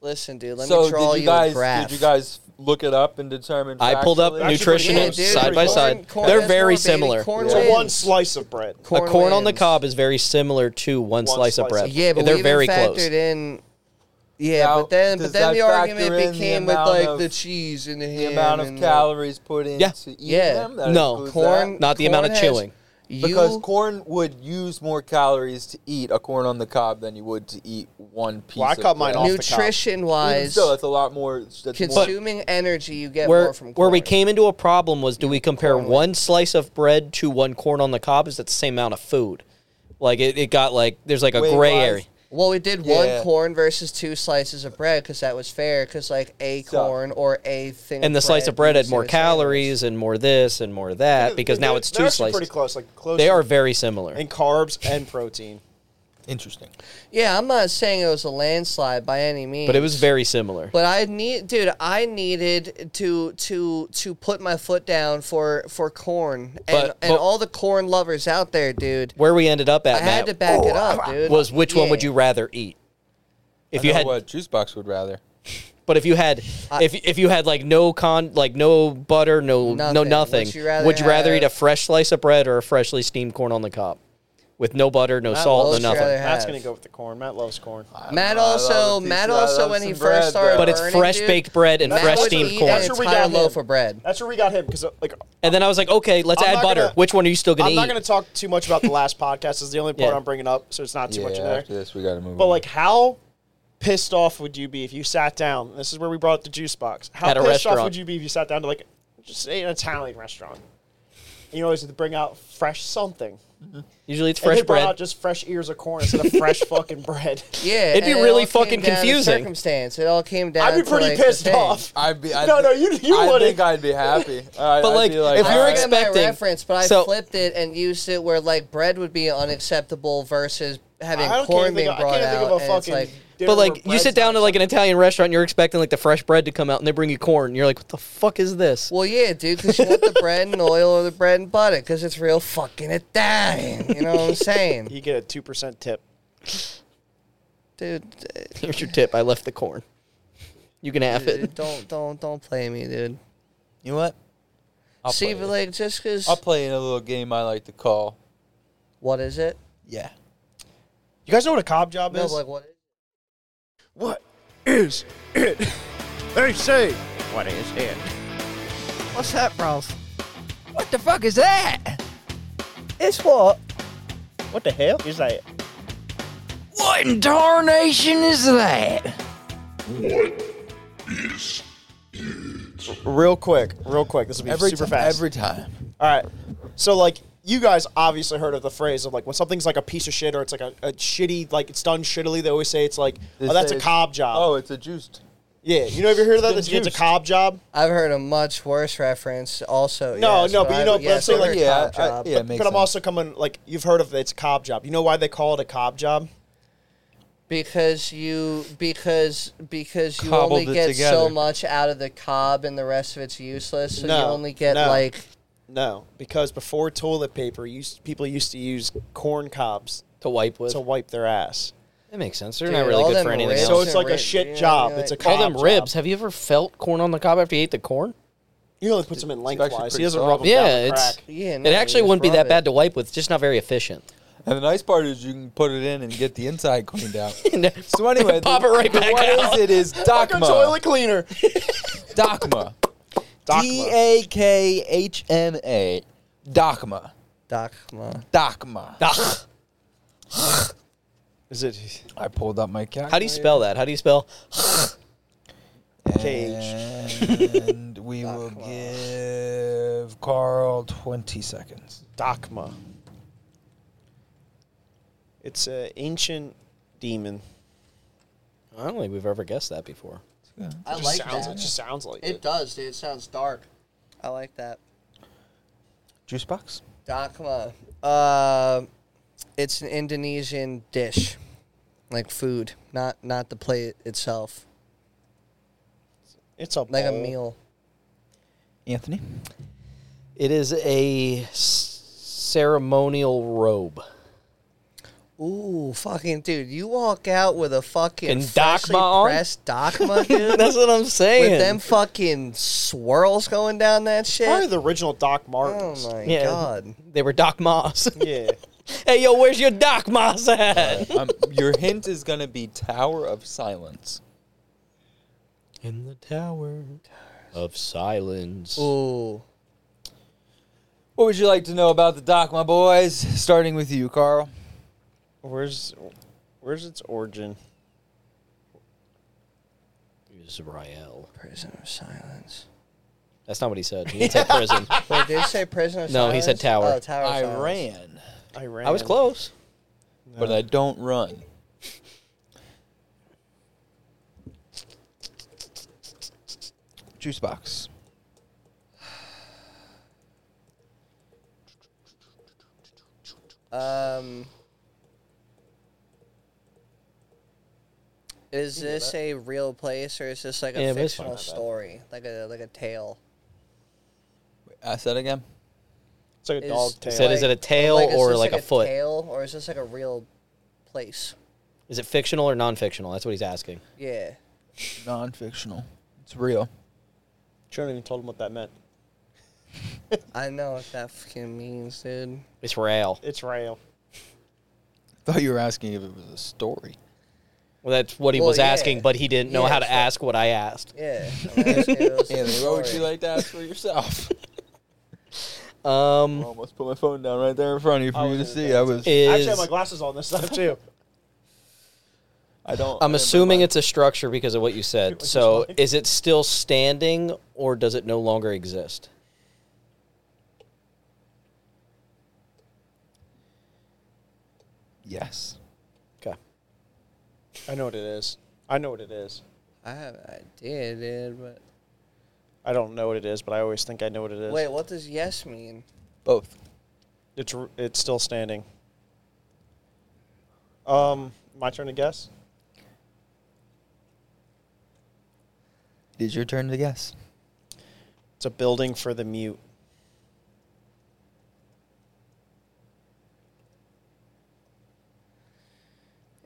S3: listen, dude. Let
S6: so
S3: me draw
S6: did
S3: you,
S6: you
S3: a
S6: guys
S3: graph.
S6: did you guys look it up and determine?
S4: I pulled up
S6: factually?
S5: Actually, pretty
S4: nutritional
S5: good. Yeah, dude,
S4: side by
S5: corn-
S4: side.
S3: corn
S4: They're
S3: has
S4: very
S3: more, baby.
S4: similar.
S3: Corn
S5: It's a
S3: wins.
S5: one slice of bread.
S4: a corn on the
S3: wins.
S4: cob is very similar to one,
S5: One
S4: slice of
S5: slice.
S4: bread.
S3: Yeah, but
S4: they're
S3: we
S4: very
S3: even
S4: close.
S3: factored in. Yeah,
S6: Now,
S3: but then
S6: does
S3: but then
S6: that
S3: the
S6: factor in the
S3: argument became with
S6: amount
S3: like
S6: of-
S3: the cheese and the ham
S6: The amount of
S3: and uh, the-
S6: calories put in
S4: Yeah.
S6: to eat
S3: Yeah.
S6: them. That
S4: No.
S6: includes
S3: Corn-
S6: that?
S4: Not the amount of
S3: corn has-
S4: chewing.
S3: You,
S6: Because corn would use more calories to eat a corn on the cob than you would to eat one piece.
S5: Well, I
S6: of
S5: cut mine
S6: bread.
S5: off the cob.
S3: nutrition
S6: Even
S3: wise,
S6: still, that's a lot more. That's more
S3: consuming energy you get
S4: where
S3: more from corn.
S4: where we came into a problem was do we compare
S3: corn
S4: one slice of bread to one corn on the cob is that the same amount of food like it, it got like there's like a
S6: Weight
S4: gray
S6: wise,
S4: area
S3: Well, we did
S6: Yeah.
S3: one corn versus two slices of bread because that was fair. Because like a
S6: So-
S3: corn or a thing,
S4: and the slice of bread
S3: you
S4: had
S3: see
S4: more
S3: the same amount.
S4: calories and more this and more that because now
S5: They're-
S4: it's
S5: they're
S4: two
S5: actually Pretty
S4: slices
S5: close, like close.
S4: they are very similar
S5: in carbs and protein.
S6: Interesting.
S3: Yeah, I'm not saying it was a landslide by any means.
S4: But it was very similar.
S3: But I need, dude. I needed to to to put my foot down for for corn and
S4: But-
S3: and
S4: but-
S3: all the corn lovers out there, dude.
S4: Where we ended up at,
S3: I had
S4: Matt, Oh,
S3: to back it up, dude.
S4: was which one would
S3: Yeah.
S4: you rather eat?
S6: I
S4: If you
S6: know
S4: had,
S6: what juice box would rather.
S4: but if you had, if if you had like no con, like no butter, no no
S3: Nothing.
S4: nothing,
S3: Would you rather
S4: would you rather
S3: have-
S4: eat a fresh slice of bread or a freshly steamed corn on the cob, with no butter, no
S3: what
S4: salt,
S3: would
S4: no
S3: you
S4: nothing?
S3: rather
S5: Matt's
S3: have.
S5: gonna go with the corn. Matt loves corn.
S3: Matt also, Matt also, when he first started,
S4: But it's
S3: burning,
S4: fresh
S3: dude,
S4: baked bread and
S3: Matt
S4: fresh
S3: would
S4: steamed
S3: eat
S4: corn.
S3: an
S5: That's where we
S3: entire
S5: got him.
S3: loaf of bread.
S5: That's where we got him because like
S4: And then I was like, okay, let's
S5: I'm
S4: add
S5: not
S4: butter.
S5: gonna-
S4: Which one are you still gonna
S5: I'm
S4: eat?
S5: not gonna talk too much about the last podcast. Is the only part
S4: Yeah.
S5: I'm bringing up, so it's not too
S6: yeah,
S5: much in there.
S6: after this we got to move.
S5: But
S6: on.
S5: like, how pissed off would you be if you sat down? This is where we brought up the juice box. How
S4: At a
S5: pissed
S4: restaurant.
S5: off would you be if you sat down to like just say an Italian restaurant? And you always have to bring out fresh something.
S4: Usually it's
S5: And
S4: fresh
S5: they brought
S4: bread.
S5: out just fresh ears of corn instead of fresh fucking bread.
S3: Yeah,
S4: It'd be
S3: and it
S4: really
S3: all came
S4: fucking
S3: down to
S4: confusing.
S3: Circumstance. It all came down.
S5: I'd be
S3: to,
S5: pretty
S3: like, the
S5: pissed
S3: thing.
S5: off.
S6: I'd be. I'd,
S5: No, no, you- you
S6: I
S5: wouldn't.
S6: think I'd be happy. I,
S4: But,
S6: I'd
S4: like,
S6: be like,
S4: if
S6: all
S4: you're
S6: right.
S3: I forget
S4: expecting-
S3: my reference, but I
S4: so-
S3: flipped it and used it where like bread would be unacceptable versus having
S5: I don't care.
S3: corn
S5: Think
S3: being
S5: of, I
S3: brought
S5: can't
S3: out.
S5: think of a
S3: and it's
S5: fucking.
S3: like,
S5: dinner
S4: But like
S5: where
S4: you sit
S5: bread's
S4: down
S5: not-
S4: to like an Italian restaurant, and you're expecting like the fresh bread to come out, and they bring you corn. And you're like, what the fuck is this?
S3: well, yeah, dude, because you want the bread and oil or the bread and butter because it's real fucking Italian. You know what I'm saying,
S5: You get a two percent tip.
S3: dude? uh,
S4: Here's your tip. I left the corn. You can have it.
S3: Don't don't don't play me, dude.
S6: you know what? I'll
S3: See,
S6: play
S3: but
S6: it.
S3: like just because
S6: I'll play in a little game I like to call.
S3: what is it?
S6: Yeah.
S5: You guys know what a cob job
S3: No,
S5: is?
S3: but, like what? Is
S5: what is it? they say. What is it?
S2: What's that, bros? What the fuck is that? It's what?
S5: What the hell is that?
S2: What in tarnation is that?
S5: Real quick, real quick. This will be super
S6: ti-
S5: fast.
S6: Every time.
S5: All right. So like you guys obviously heard of the phrase of like when something's like a piece of shit or it's like a, a shitty like it's done shittily. They always say it's like
S6: They
S5: oh that's
S6: say
S5: a
S6: it's-
S5: cob job.
S6: Oh, it's a juiced.
S5: yeah. You know ever heard of that?
S6: It's
S5: It's, it's a
S6: juiced.
S5: cob job.
S3: I've heard a much worse reference. Also,
S5: No,
S3: yes,
S5: no, but you
S3: I-
S5: know, but
S3: yes,
S5: I'm saying,
S3: I've
S5: like,
S3: heard
S6: yeah,
S3: cob
S6: I-
S3: job.
S6: yeah. It makes
S5: but I'm
S6: sense.
S5: also coming like you've heard of it's a cob job. You know why they call it a cob job?
S3: because you because because you
S6: Cobbled
S3: only
S6: it
S3: get so
S6: together.
S3: much out of the cob and the rest of it's useless. So you
S5: No,
S3: only get
S5: no.
S3: like
S5: No, because before toilet paper, used, people used to use corn cobs
S4: To wipe with.
S5: to wipe their ass.
S4: that makes sense. They're
S3: Dude,
S4: not
S3: all
S4: really good
S3: them
S4: for anything
S3: ribs
S5: So
S4: else.
S5: it's
S3: and
S5: like a
S3: ribs,
S5: shit
S3: yeah,
S5: job.
S3: like-
S5: It's a
S4: All
S5: cob
S4: them
S5: job.
S4: ribs. Have you ever felt corn on the cob after you ate the corn?
S5: You know, they puts them in
S6: actually
S5: lengthwise. He
S6: pretty
S5: doesn't
S6: soft.
S5: rub them
S4: Yeah,
S5: down the
S4: it's
S5: crack.
S3: yeah. no,
S4: it
S3: you
S4: actually
S3: just
S4: wouldn't be
S3: rub
S4: that
S3: it.
S4: bad to wipe with. It's just not very efficient.
S6: And the nice part is you can put it in and get the inside cleaned out.
S4: Pop
S6: So anyway,
S4: it right
S6: the,
S4: back
S6: what
S4: out.
S6: is it is
S5: Like a
S6: Dakma.
S5: toilet cleaner.
S6: Dakma. D
S5: Dakma.
S6: A K H M A. Dakma.
S3: Doc, come on.
S6: Dakma.
S4: Ah.
S5: Is it
S6: I pulled up my cat.
S4: How do you spell that? How do you spell?
S6: And we will give Carl 20 seconds.
S5: Dakma? It's an ancient demon.
S4: I don't think we've ever guessed that before.
S3: I
S5: It
S3: like
S5: just sounds, It
S3: that.
S5: just sounds like
S3: It
S5: it.
S3: does, dude. It sounds dark. I like that.
S6: Juice box?
S3: Doc, come on. Uh, it's an Indonesian dish, like food, not not the plate itself,
S5: It's a
S3: like
S5: bowl.
S3: a meal.
S6: Anthony?
S4: It is a s- ceremonial robe.
S3: Ooh, fucking dude! You walk out with a fucking
S4: And
S3: freshly
S4: Dakma on?
S3: pressed Dakma, dude.
S4: That's what I'm saying.
S3: with them fucking swirls going down that shit.
S5: Probably the original Doc
S3: oh
S5: Martens.
S3: my
S4: Yeah.
S3: god!
S4: They were Doc Moss.
S5: Yeah.
S4: hey, yo, where's your Doc Moss at?
S6: Um, your hint is going to be Tower of Silence.
S4: In the tower of silence.
S3: Ooh,
S6: What would you like to know about the dock, my boys? Starting with you, Carl.
S5: Where's where's its origin?
S4: Israel.
S3: prison of silence.
S4: That's not what he said. He said prison.
S3: Wait, did it say prison of
S4: No,
S3: silence?
S4: he said tower.
S3: Oh, tower. of
S6: I
S3: Silence.
S6: ran,
S5: Iran.
S4: I was close.
S6: but I don't run. Juice box.
S3: Um, Is this a real place or is this like a
S4: Yeah, but it's
S3: fictional
S6: fine.
S3: story, like a like a tale?
S6: I said again.
S5: It's like a
S3: Is-
S5: dog tail.
S4: Said is it a tail
S3: like, is
S4: or
S3: this
S4: like a foot?
S3: Tail or is this like a real place?
S4: Is it fictional or non-fictional? That's what he's asking.
S3: Yeah.
S6: Non-fictional. It's real.
S5: Shouldn't even told him what that meant.
S3: I know what that fucking means, dude.
S4: It's real.
S5: It's rail.
S6: Thought you were asking if it was a story.
S4: Well, that's what he
S3: Well,
S4: was
S3: yeah.
S4: asking, but he didn't know
S3: Yeah,
S4: how to
S3: it's like-
S4: ask what I asked.
S3: Yeah. I'm asking you this
S6: Anthony, why would you
S3: story.
S6: like to ask for yourself? I
S4: Um,
S6: almost put my phone down right there in front of you for
S5: I
S6: you to
S5: was in
S6: see.
S5: the
S6: I was.
S4: is
S5: Actually, I have my glasses on this time too.
S6: I don't.
S4: I'm assuming it's a structure because of what you said.
S5: Which is
S4: So,
S5: fine.
S4: is it still standing or does it no longer exist?
S6: yes.
S4: Okay.
S5: I know what it is. I know what it is.
S3: I have an idea, dude, but
S5: I don't know what it is, but I always think I know what it is.
S3: wait, what does yes mean?
S6: Both.
S5: It's r- it's still standing. Um, my turn to guess.
S6: It is your turn to guess.
S5: It's a building for the mute.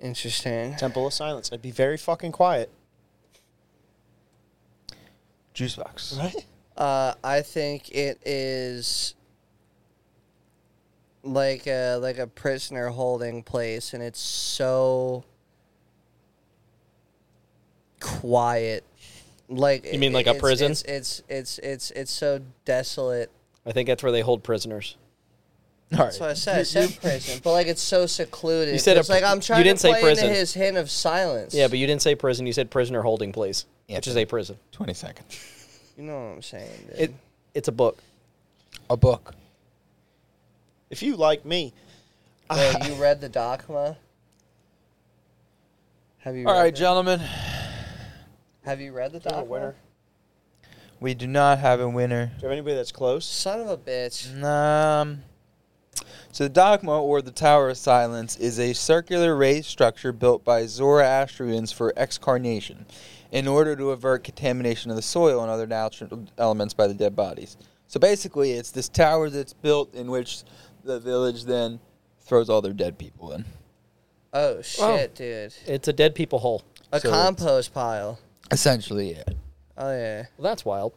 S3: Interesting.
S5: Temple of Silence. I'd be very fucking quiet.
S6: Juice box.
S5: Right?
S3: Uh, I think it is like a like a prisoner holding place, and it's so quiet. Like
S4: You mean like a
S3: it's-
S4: prison?
S3: It's it's it's it's, it's so desolate.
S4: I think that's where they hold prisoners.
S6: All
S3: That's what I said. I said prison, but like it's so secluded.
S4: You said a
S3: 'cause, like
S4: pr-
S3: I'm
S4: you
S3: trying
S4: didn't
S3: to
S4: say
S3: play
S4: prison.
S3: into his hint of silence.
S4: Yeah, but you didn't say prison. You said prisoner holding place, which is
S6: Anthony.
S4: a prison.
S6: Twenty seconds.
S3: you know what I'm saying. Dude.
S4: It it's a book.
S6: A book.
S5: If you like me,
S3: Wait,
S5: uh,
S3: you read the dogma? Have you?
S6: All
S3: read
S6: right,
S3: it?
S6: gentlemen.
S3: Have you read the
S5: I'm a
S3: dogma?
S5: winner.
S6: We do not have a winner.
S5: Do you have anybody that's close?
S3: Son of a
S5: Mm-hmm.
S3: bitch.
S6: Um. So the dogma, or the Tower of Silence, is a circular raised structure built by Zoroastrians for excarnation, in order to avert contamination of the soil and other natural elements by the dead bodies. So basically, it's this tower that's built in which the village then throws all their dead people in.
S3: Oh shit, dude.
S4: It's a dead people hole.
S3: A
S6: So-
S3: compost pile.
S6: Essentially, yeah.
S3: Oh yeah.
S4: Well, that's wild.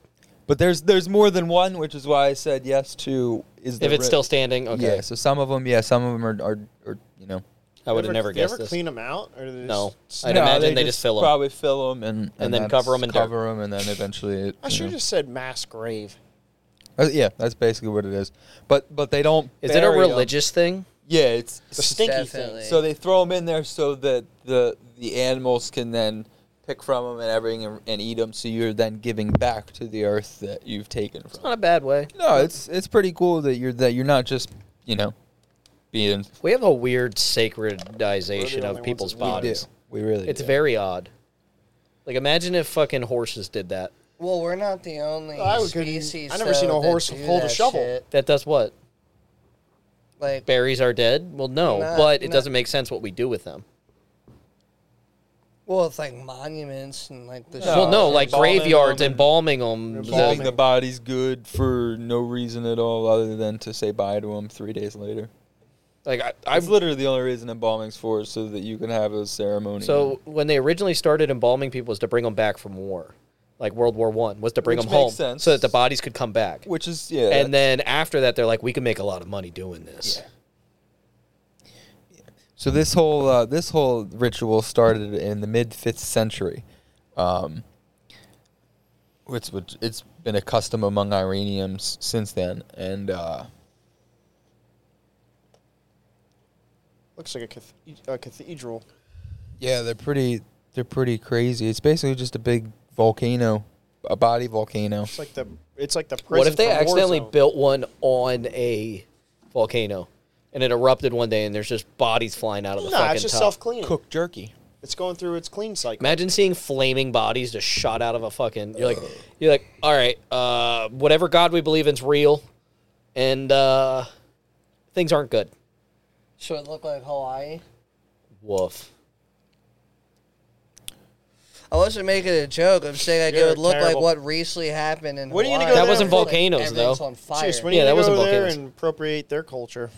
S6: But there's there's more than one, which is why I said yes to is the
S4: If it's
S6: ri-
S4: still standing, okay.
S6: yeah. So some of them, yeah, some of them are, are, are you know
S4: I would have
S5: Ever-
S4: never
S5: do you
S4: guessed
S5: ever
S4: this.
S5: clean them out? Or do they
S4: No.
S5: just-
S4: I'd imagine they just fill 'em.
S6: Probably fill them and, and,
S4: then
S6: that's-
S4: cover 'em in dirt.
S6: cover 'em and then eventually it.
S5: I
S6: you
S5: should
S6: know.
S4: Mm-hmm.
S5: have just said mass grave.
S6: Uh, yeah, that's basically what it is. But but they don't.
S4: Is it a
S6: bury 'em.
S4: religious thing?
S6: Yeah, it's
S5: The stinky
S3: Definitely.
S5: thing.
S6: so they throw them in there so that the the animals can then pick from them and everything and, and eat them. So you're then giving back to the earth that you've taken from.
S4: Not a bad way.
S6: No, it's it's pretty cool that you're that you're not just you know being.
S4: We have a weird sacredization
S5: only
S4: of
S5: ones
S4: people's
S5: that we do.
S6: We do.
S4: bodies.
S6: We really.
S4: It's
S6: do.
S4: very odd. Like imagine if fucking horses did that.
S3: Well, we're not the only
S5: I was gonna-
S3: species.
S5: I never
S3: though,
S5: seen a
S3: that
S5: horse
S3: do
S5: hold a
S3: that
S5: shovel.
S3: shit.
S4: That does what?
S3: Like
S4: Berries are dead? Well, no,
S3: Nah,
S4: but it
S3: nah.
S4: doesn't make sense what we do with them.
S3: well, it's like monuments and like the.
S4: well, no,
S3: shit.
S4: like
S6: embalming
S4: graveyards,
S6: them and-
S4: embalming them.
S5: Embalming.
S6: Keeping the bodies good for no reason at all, other than to say bye to them three days later.
S4: like I,
S6: It's literally the only reason embalming's for, is so that you can have a ceremony.
S4: so when they originally started embalming people was to bring them back from war, like World War One was to bring
S6: Which
S4: them
S6: makes
S4: home
S6: sense.
S4: so that the bodies could come back.
S6: which is yeah,
S4: and
S6: that's-
S4: then after that, they're like, we can make a lot of money doing this.
S6: Yeah. so this whole uh, this whole ritual started in the mid fifth century. Um, it's which it's been a custom among Iranians since then, and uh,
S5: Looks like a, cath- a cathedral.
S6: yeah, they're pretty they're pretty crazy. It's basically just a big volcano, a body volcano.
S5: It's like the it's like the prison
S4: What if they
S5: from
S4: accidentally
S5: Warzone.
S4: built one on a volcano and it erupted one day and there's just bodies flying out of the
S5: Nah,
S4: fucking
S5: it's just
S4: top?
S5: self cleaning.
S6: Cooked jerky.
S5: It's going through its clean cycle.
S4: Imagine seeing flaming bodies just shot out of a fucking. You're like, you're like, all right, uh, whatever God we believe in's real, and uh, things aren't good.
S3: So it looked like Hawaii.
S4: Woof.
S3: I wasn't making a joke. I'm saying like it
S5: You're
S3: would look
S5: terrible.
S3: like what recently happened in
S5: When are you gonna
S3: Hawaii.
S5: go
S4: That
S5: there
S4: wasn't
S5: for the-
S4: volcanoes, though.
S3: Everything's on fire.
S5: Juice, when
S4: Yeah,
S5: you
S4: that
S5: gonna
S4: wasn't
S5: go there
S4: volcanoes.
S5: and appropriate their culture.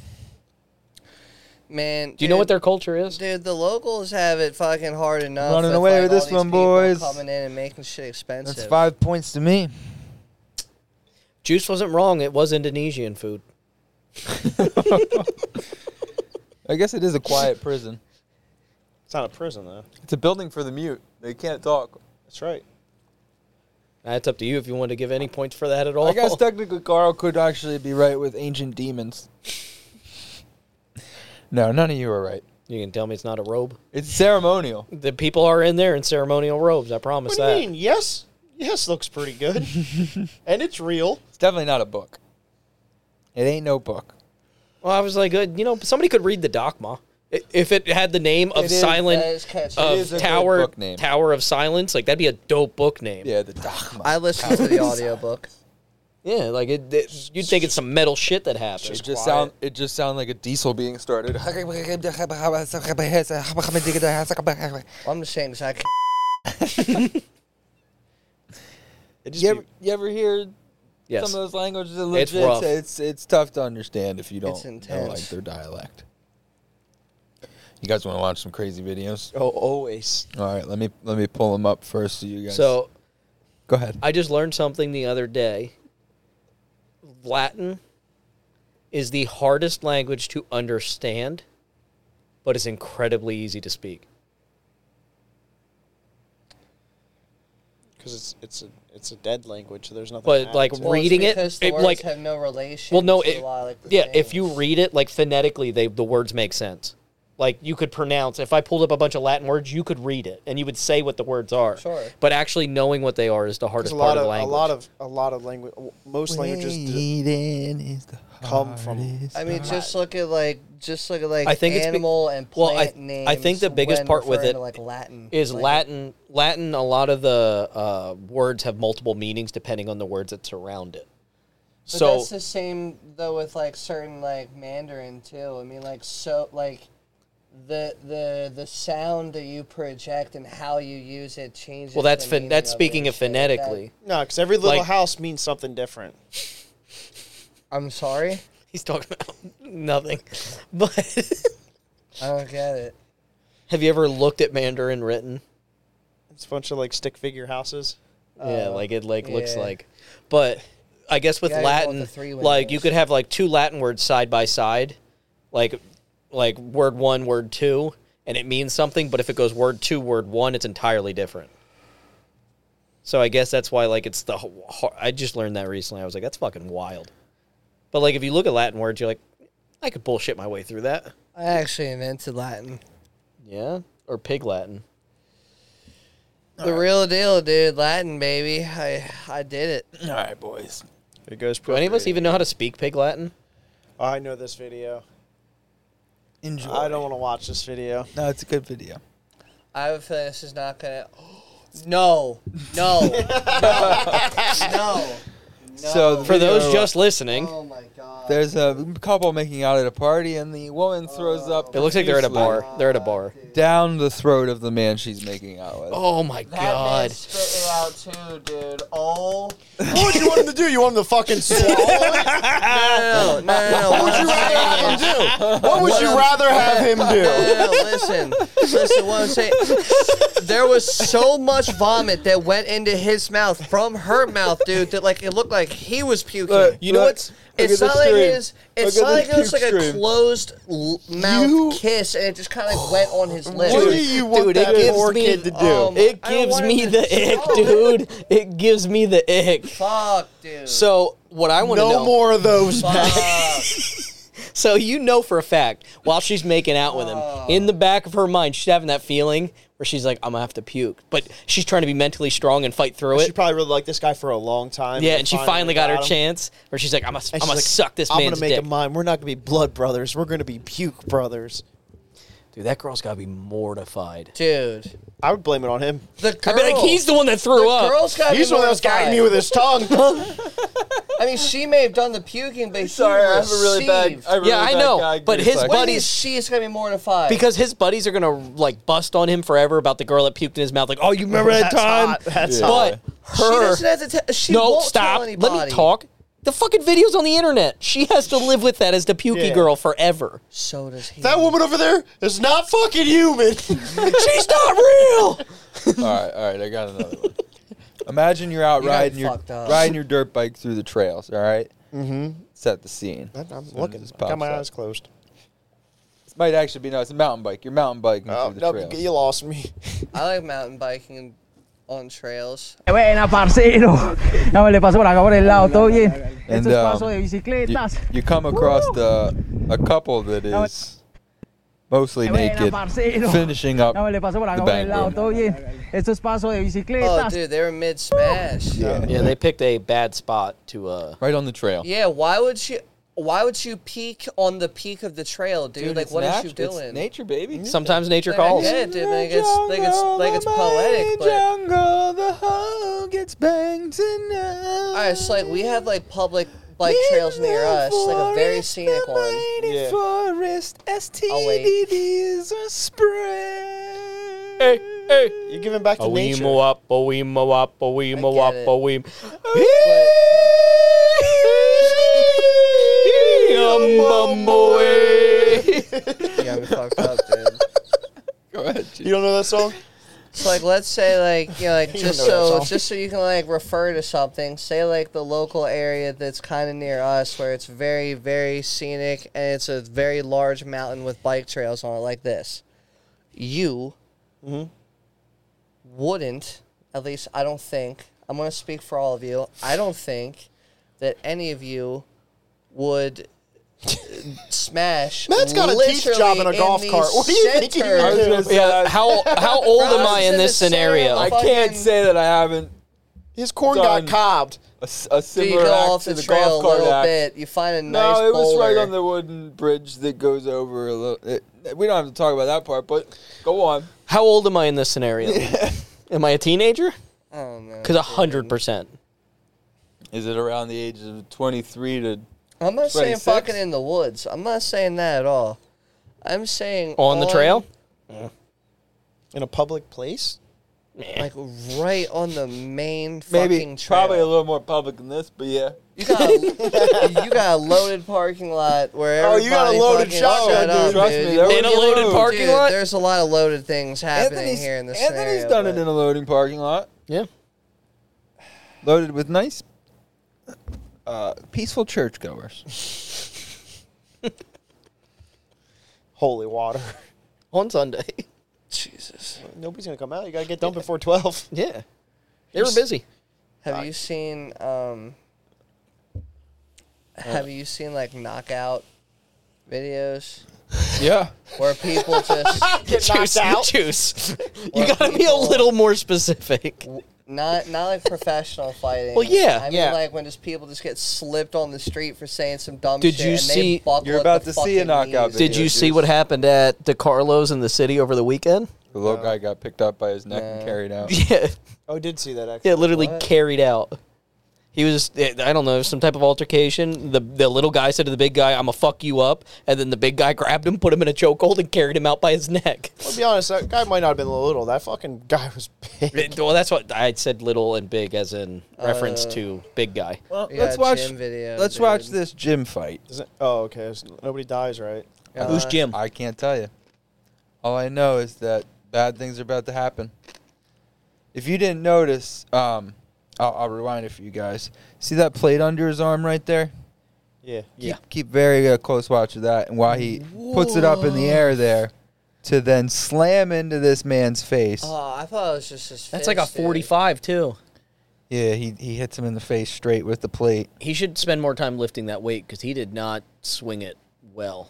S3: Man,
S4: Do you know what
S3: dude-
S4: their culture is?
S3: Dude, the locals have it fucking hard enough.
S6: Running
S3: with,
S6: away
S3: like,
S6: with
S3: all
S6: this
S3: these
S6: one,
S3: people
S6: boys.
S3: Coming in and making shit expensive.
S6: That's five points to me.
S4: Juice wasn't wrong. It was Indonesian food.
S6: I guess it is a quiet prison.
S5: It's not a prison though.
S6: It's a building for the mute. They can't talk.
S5: That's right.
S4: That's up to you if you want to give any points for that at all.
S6: I guess technically Carl could actually be right with ancient demons. no, none of you are right.
S4: you can tell me it's not a robe.
S6: It's ceremonial.
S4: The people are in there in ceremonial robes. I
S5: What
S4: promise
S5: do you
S4: that.
S5: mean? Yes, yes, looks pretty good, and it's real.
S6: It's definitely not a book. It ain't no book.
S4: Well, I was like, uh, you know, somebody could read the Dakma I- if it had the name
S6: It
S4: of
S6: is-
S4: Silent
S3: That is catchy.
S4: of
S6: is a good
S4: Tower
S6: book name.
S4: Tower of Silence. Like that'd be a dope book name.
S6: Yeah, the dogma.
S3: I listened to the audiobook.
S4: Yeah, like it, it- you'd think it's some metal shit that happened.
S6: It just sound. It just sound like a diesel being started. you,
S3: I'm just saying because I can't.
S5: It
S6: ever, you ever hear
S4: yes.
S6: some of those languages? That
S4: It's
S6: legit,
S4: rough.
S6: It's it's tough to understand if you don't
S3: It's
S6: know like
S3: intense.
S6: their dialect. You guys want to watch some crazy videos?
S4: oh, always.
S6: All right, let me let me pull them up first, so you guys.
S4: So
S6: go ahead.
S4: I just learned something the other day. Latin is the hardest language to understand, but it's incredibly easy to speak.
S5: because it's it's a it's a dead language. So there's nothing.
S4: But,
S5: apt
S4: like,
S5: to it.
S3: Well, it's
S4: Reading it,
S3: because the
S4: it,
S3: words
S4: like-
S3: have no relation.
S4: Well, no,
S3: to
S4: it-
S3: a lot of, like, the
S4: yeah. If
S3: things.
S4: you read it like phonetically, they the words make sense. Like you could pronounce. If I pulled up a bunch of Latin words, you could read it and you would say what the words are.
S3: Sure.
S4: But actually knowing what they are is the
S5: There's
S4: hardest
S5: a
S4: part
S5: lot
S4: of
S5: of
S4: the language.
S5: a lot of a lot of language. Most languages
S4: uh,
S5: d-
S6: Waiting is the
S5: come from.
S3: I mean, just look at like, just look at like
S4: I think it's be-
S3: animal and
S4: well, I-
S3: plant
S4: I
S3: names.
S4: think the biggest
S3: when
S4: part with
S3: referring
S4: it
S3: to, like Latin
S4: is
S3: Like,
S4: Latin. Latin. A lot of the uh, words have multiple meanings depending on the words that surround it.
S3: But
S4: so
S3: that's the same though with like certain like Mandarin too. I mean, like so like the the the sound that you project and how you use it changes.
S4: well, that's
S3: the
S4: pho-
S3: meaning
S4: that's
S3: of
S4: speaking
S3: it
S4: of
S3: and shit like that.
S4: phonetically.
S5: No, because every little
S4: Like-
S5: house means something different.
S3: I'm sorry,
S4: He's talking about nothing. But
S3: I don't get it.
S4: have you ever looked at Mandarin written?
S5: It's a bunch of like stick figure houses.
S4: Oh, yeah, like it like looks
S3: yeah.
S4: like. But I guess with
S3: Yeah, I know what the
S4: Latin,
S3: three
S4: like you
S3: windows.
S4: could have like two Latin words side by side, like like word one, word two, and it means something. But if it goes word two, word one, it's entirely different. So I guess that's why like it's the. ho- ho- I just learned that recently. I was like, that's fucking wild. But like if you look at Latin words, you're like, I could bullshit my way through that.
S3: I actually invented Latin.
S4: Yeah, or pig Latin.
S3: The real deal, dude. Latin, baby. I I did it.
S6: All right, boys.
S5: It goes.
S4: Do any of us even know how to speak pig Latin?
S5: I know this video.
S6: Enjoy.
S5: I don't want to watch this video.
S6: No, it's a good video.
S3: I have a feeling this is not gonna. No, no, no, no.
S6: So the
S4: For those
S6: video-
S4: just listening,
S3: Oh my god.
S6: There's a couple making out at a party, and the woman throws up.
S4: It looks like they're at a
S6: profusely
S4: bar. They're at a bar.
S6: Down the throat of the man she's making out with.
S4: Oh my
S3: That man
S4: god.
S3: spit it out too, dude. Oh.
S5: what you want him to do? You want him to fucking swallow?
S3: No, no, Oh, no.
S5: What would you rather have him do? What would you rather have him do?
S3: No, no, listen, listen. What I'm saying, there was so much vomit that went into his mouth from her mouth, dude. That like it looked like he was puking.
S6: Look,
S4: You know
S6: look,
S4: what's-
S6: look
S3: it's
S6: at
S3: not
S6: the
S3: like
S6: stream.
S3: his. It's
S6: Look at
S3: not
S6: the
S3: like it was
S6: puke
S3: like a
S6: stream.
S3: closed l- mouth
S6: You-
S3: kiss, and it just kind of like went on his lips.
S5: What do you want
S4: dude, it
S5: that
S4: gives
S5: poor
S4: me-
S5: kid to do?
S3: Um,
S4: It
S3: I don't
S4: gives
S3: want
S4: me
S3: it
S4: the
S3: to
S4: ick,
S3: stop.
S4: dude. It gives me the ick.
S3: Fuck, dude.
S4: So what I want to
S5: no
S4: know.
S5: more of those.
S3: Fuck.
S4: So you know for a fact while she's making out with him,
S3: Oh.
S4: in the back of her mind, she's having that feeling where she's like, "I'm gonna have to puke," but she's trying to be mentally strong and fight through
S5: She
S4: it.
S5: probably really liked this guy for a long time.
S4: Yeah, and she finally got her
S5: him.
S4: chance, where she's like, "I'm gonna, I'm
S5: And she's
S4: gonna
S5: like,
S4: suck this
S5: I'm
S4: man's
S5: gonna make
S4: dick."
S5: him mine. We're not gonna be blood brothers. We're gonna be puke brothers.
S4: Dude, that girl's gotta be mortified.
S3: dude.
S5: I would blame it on him.
S3: The girl.
S4: I mean, like, he's the one that
S3: the
S4: threw up.
S3: girl's got
S5: He's the one that was guiding me with his tongue.
S3: I mean, she may have done the puking, but he
S5: Sorry, I have a really bad.
S3: received-
S5: I have a
S4: Yeah,
S5: really
S4: I
S5: bad
S4: know,
S5: gag
S4: but his
S5: reflex.
S3: What do you mean
S4: buddies-
S3: she is gonna be mortified
S4: because his buddies are gonna like bust on him forever about the girl that puked in his mouth. Like, oh, you remember that
S5: That's
S4: time?
S5: hot, that's
S6: Yeah.
S5: hot.
S4: But her,
S3: she doesn't have to. tell she
S4: no,
S3: won't
S4: stop.
S3: Tell anybody.
S4: Let me talk. The fucking video's on the internet. She has to live with that as the pukey
S5: Yeah.
S4: girl forever.
S3: So does he.
S5: That woman over there is not fucking human.
S4: She's not real.
S6: All right, all right, I got another one. Imagine you're out
S3: You got
S6: riding your
S3: fucked up.
S6: riding your dirt bike through the trails. All right. Mm-hmm. Set the scene.
S5: I'm
S6: looking. This pops Got my up. eyes
S5: closed.
S6: This might actually be no. It's a mountain bike. You're mountain biking
S5: Oh,
S6: through the
S5: no,
S6: trails.
S5: you lost me.
S3: I like mountain biking on trails.
S7: Buena, parcero. No, le paso por acá por el lado, todo bien.
S6: And,
S7: Esto es paso
S6: um,
S7: de
S6: You,
S7: bicicletas.
S6: you come across the a couple that
S7: No,
S6: is mostly
S7: Buena,
S6: naked,
S7: parcero.
S6: finishing up
S7: No, le paso por acá
S6: the
S7: por el lado,
S6: bank
S7: todo
S6: room.
S7: bien. Esto es paso de
S3: Oh,
S7: bicicletas.
S3: dude, they were mid smash.
S6: Yeah.
S4: Yeah, they picked a bad spot to. uh
S6: Right on the trail.
S3: Yeah, why would you? Why would you peek on the peak of the trail, dude? like,
S6: it's
S3: what is
S6: natu-
S3: you
S6: it's
S3: doing?
S6: nature, baby.
S4: Sometimes nature
S3: Like, I
S4: calls.
S3: get it, dude. Like it's like it's like it's poetic, but
S6: jungle, the hoe gets banged tonight.
S3: All right, so like we have like public bike trails near us, like a very scenic one.
S5: Yeah.
S6: Forest,
S3: wait.
S6: STDs are spread.
S4: Hey, hey.
S5: You're giving back to
S4: A wee
S5: nature.
S4: mo up, a wee mo up, a wee mo
S3: I
S4: up,
S3: get
S4: a wee.
S3: You got me fucked up, dude.
S6: Go ahead.
S5: You don't know that song?
S3: So like, let's say like you know like
S5: You
S3: just
S5: know that
S3: so
S5: song.
S3: just so you can like refer to something. Say like the local area that's kind of near us, where it's very very scenic and it's a very large mountain with bike trails on it, like this. You
S5: Mm-hmm.
S3: wouldn't, at least I don't think. I'm gonna speak for all of you. I don't think that any of you would. Smash.
S5: Matt's got a teeth
S3: literally
S5: job and a
S3: in
S5: golf
S3: the
S5: cart. What do you think you're
S3: center
S5: gonna do?
S4: Yeah, how how old am I in this
S3: Bronson is
S4: scenario?
S6: I
S3: so-
S6: can't
S3: Fucking-
S6: say that I haven't
S5: His corn
S6: Done.
S5: got cobbed.
S6: a, s- a
S3: So you
S6: similar
S3: go
S6: act
S3: off
S6: to
S3: the,
S6: the
S3: trail
S6: golf
S3: a
S6: cart
S3: little
S6: act.
S3: bit. You find a nice
S6: No, it was right
S3: boulder.
S6: on the wooden bridge that goes over a little. It, we don't have to talk about that part, but go on.
S4: How old am I in this scenario? Am I a teenager?
S3: I don't know.
S4: Because hundred percent.
S6: Is it around the age of 23 to
S3: I'm not saying
S6: 26?
S3: fucking in the woods. I'm not saying that at all. I'm saying
S4: On the trail?
S5: In a public place?
S3: like right on the main
S6: maybe
S3: fucking trail.
S6: probably a little more public than this, but yeah.
S3: You got a, you got a loaded parking lot where
S5: Oh, you got a
S3: everybody
S5: loaded
S3: fucking
S5: shotgun,
S3: shut
S6: dude.
S3: up,
S6: Trust me,
S3: dude.
S6: there was
S4: In a loaded
S6: road.
S4: parking
S3: Dude,
S4: lot?
S3: There's a lot of loaded things happening here in this
S6: Anthony's
S3: scenario,
S6: done
S3: but-
S6: it in a loading parking lot,
S4: Yeah.
S6: loaded with nice, uh, peaceful churchgoers.
S5: Holy water.
S4: On Sunday.
S3: Jesus.
S5: Nobody's gonna come out. You gotta get done before twelve.
S4: Yeah. They were busy.
S3: Have you seen um have you seen like knockout videos
S6: yeah.
S3: where people just
S5: Get knocked
S4: Juice,
S5: out.
S4: juice. You
S3: Or
S4: gotta be a
S3: people-
S4: little more specific.
S3: not not like professional fighting.
S4: Well, yeah,
S3: I mean
S5: yeah.
S3: like when just people just get slipped on the street for saying some dumb
S4: Did
S3: shit.
S4: you
S3: and
S4: see-
S3: They buckle
S6: You're
S3: at
S6: about
S3: the
S6: to see a
S3: fucking
S6: knockout
S3: knees.
S6: video.
S4: Did you see what happened at DeCarlo's in the city over the weekend?
S6: The little guy got picked up by his neck and
S3: No.
S6: carried out.
S4: Yeah.
S5: Oh, I did see that actually.
S4: Yeah, literally
S3: What?
S4: carried out. He was, eh, I don't know, some type of altercation. The the little guy said to the big guy, "I'm gonna fuck you up," and then the big guy grabbed him, put him in a chokehold, and carried him out by his neck.
S5: I'll be honest, that guy might not have been little. That fucking guy was big.
S4: well, that's what I said, little and big, as in reference to big guy.
S6: Well,
S3: Yeah,
S6: let's watch.
S3: gym video,
S6: let's watch
S3: dude.
S6: this gym fight.
S5: Does it- oh, okay. it's- Nobody dies, right?
S4: Who's Jim?
S6: I can't tell you. All I know is that bad things are about to happen. If you didn't notice, um, I'll, I'll rewind it for you guys. See that plate under his arm right there?
S5: Yeah.
S4: Yeah.
S6: Keep very uh, close watch of that, and while he puts it up in the air there, to then slam into this man's face.
S3: Oh, I thought it was just his
S4: That's like a
S3: fist, dude.
S4: 45 too.
S6: Yeah, he he hits him in the face straight with the plate.
S4: He should spend more time lifting that weight because he did not swing it well.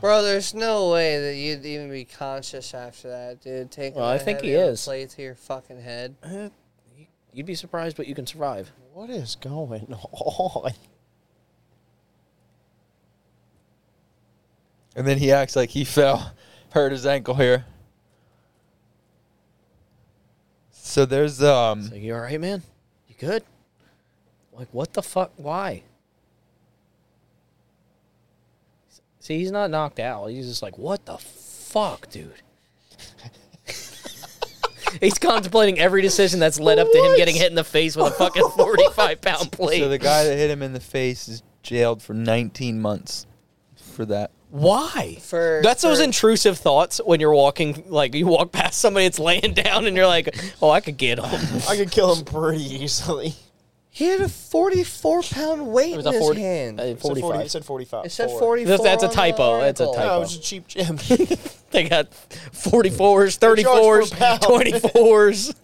S3: Bro, there's no way that you'd even be conscious after that, dude. Taking
S4: Well, I
S3: that
S4: think
S3: heavy
S4: he
S3: of a
S4: is.
S3: plate to your fucking head.
S4: You'd be surprised what you can survive.
S5: What is going on?
S6: And then he acts like he fell, hurt his ankle here. So there's um.
S4: So you all right, man? You good? Like, what the fuck? Why? See, he's not knocked out. He's just like, what the fuck, dude? he's contemplating every decision that's led up to him getting hit in the face with a fucking 45 pound plate.
S6: So the guy that hit him in the face is jailed for 19 months for that.
S4: Why?
S3: For-
S4: That's those
S3: for-
S4: intrusive thoughts when you're walking, like you walk past somebody that's laying down and you're like, oh, I could get him.
S5: I could kill him pretty easily.
S3: He had a 44 pound weight in his hand.
S4: uh,
S3: It
S5: It said 40 It
S4: 45.
S5: said 45.
S3: said
S5: Four.
S3: 44.
S4: That's- that's a
S3: on the
S4: typo. That's a
S3: article.
S4: typo.
S5: No, it was a cheap gym.
S4: They got 44s,
S5: charge per
S4: 34s,
S5: pound.
S4: 24s.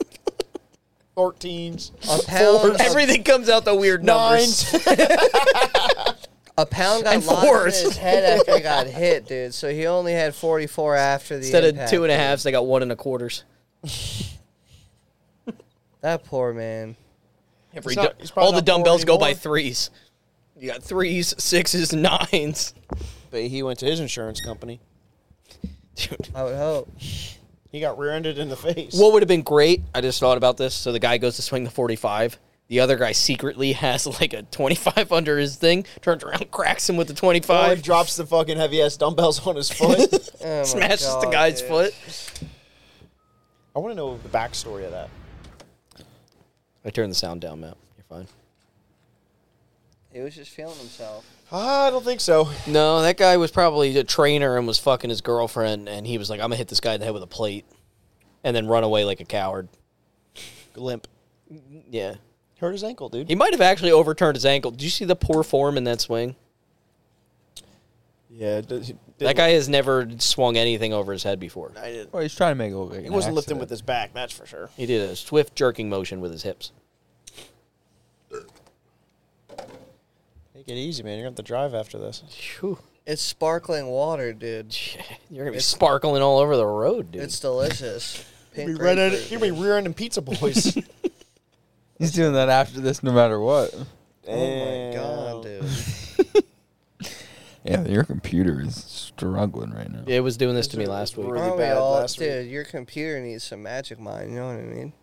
S5: 14s.
S3: A pound, a,
S4: Everything comes out the weird numbers.
S5: Nines.
S3: a pound got
S4: and
S3: lost
S4: fours.
S3: in his head after he got hit, dude. So he only had 44 after the
S4: Instead of
S3: impact.
S4: two and a halves, they got one and a quarters.
S3: That poor man.
S4: Every
S5: He's not-
S4: du-
S5: he's probably
S4: all the
S5: not poor
S4: dumbbells go by
S5: anymore.
S4: threes. You got threes, sixes, nines.
S5: But he went to his insurance company.
S4: Dude.
S3: I would hope.
S5: He got rear-ended in the face.
S4: What would have been great? I just thought about this. So the guy goes to swing the 45. The other guy secretly has like a 25 under his thing, turns around, cracks him with the
S5: Or he
S4: 25,
S5: drops the fucking heavy-ass dumbbells on his foot.
S3: Oh my
S4: smashes the
S3: God,
S4: guy's
S3: dude.
S4: foot.
S5: I want to know the backstory of that.
S4: I turned the sound down, Matt. You're fine.
S3: He was just feeling himself.
S5: I don't think so.
S4: No, that guy was probably a trainer and was fucking his girlfriend, and he was like, I'm going to hit this guy in the head with a plate and then run away like a coward.
S5: Limp.
S4: Yeah.
S5: Hurt his ankle, dude.
S4: He might have actually overturned his ankle. Did you see the poor form in that swing?
S5: Yeah. it does- it
S4: That
S5: didn't-
S4: guy has never swung anything over his head before.
S5: I didn't-
S6: Well, he's trying to make it look like
S5: He wasn't lifting with his back, that's for sure.
S4: He did a swift jerking motion with his hips.
S5: Take it easy, man. You're going to have to drive after this.
S3: It's sparkling water, dude.
S4: You're gonna be sparkling all over the road, dude.
S3: It's delicious. Pink grapefruit.
S5: You're going to be rear-ending pizza boys.
S6: He's doing that after this, no matter what.
S3: Oh my god, dude.
S6: Yeah, your computer is struggling right now.
S4: it was doing this to me last week.
S5: Really
S3: Aren't we
S5: bad
S3: all,
S5: last week.
S3: dude, your computer needs some magic mind, you know what I mean?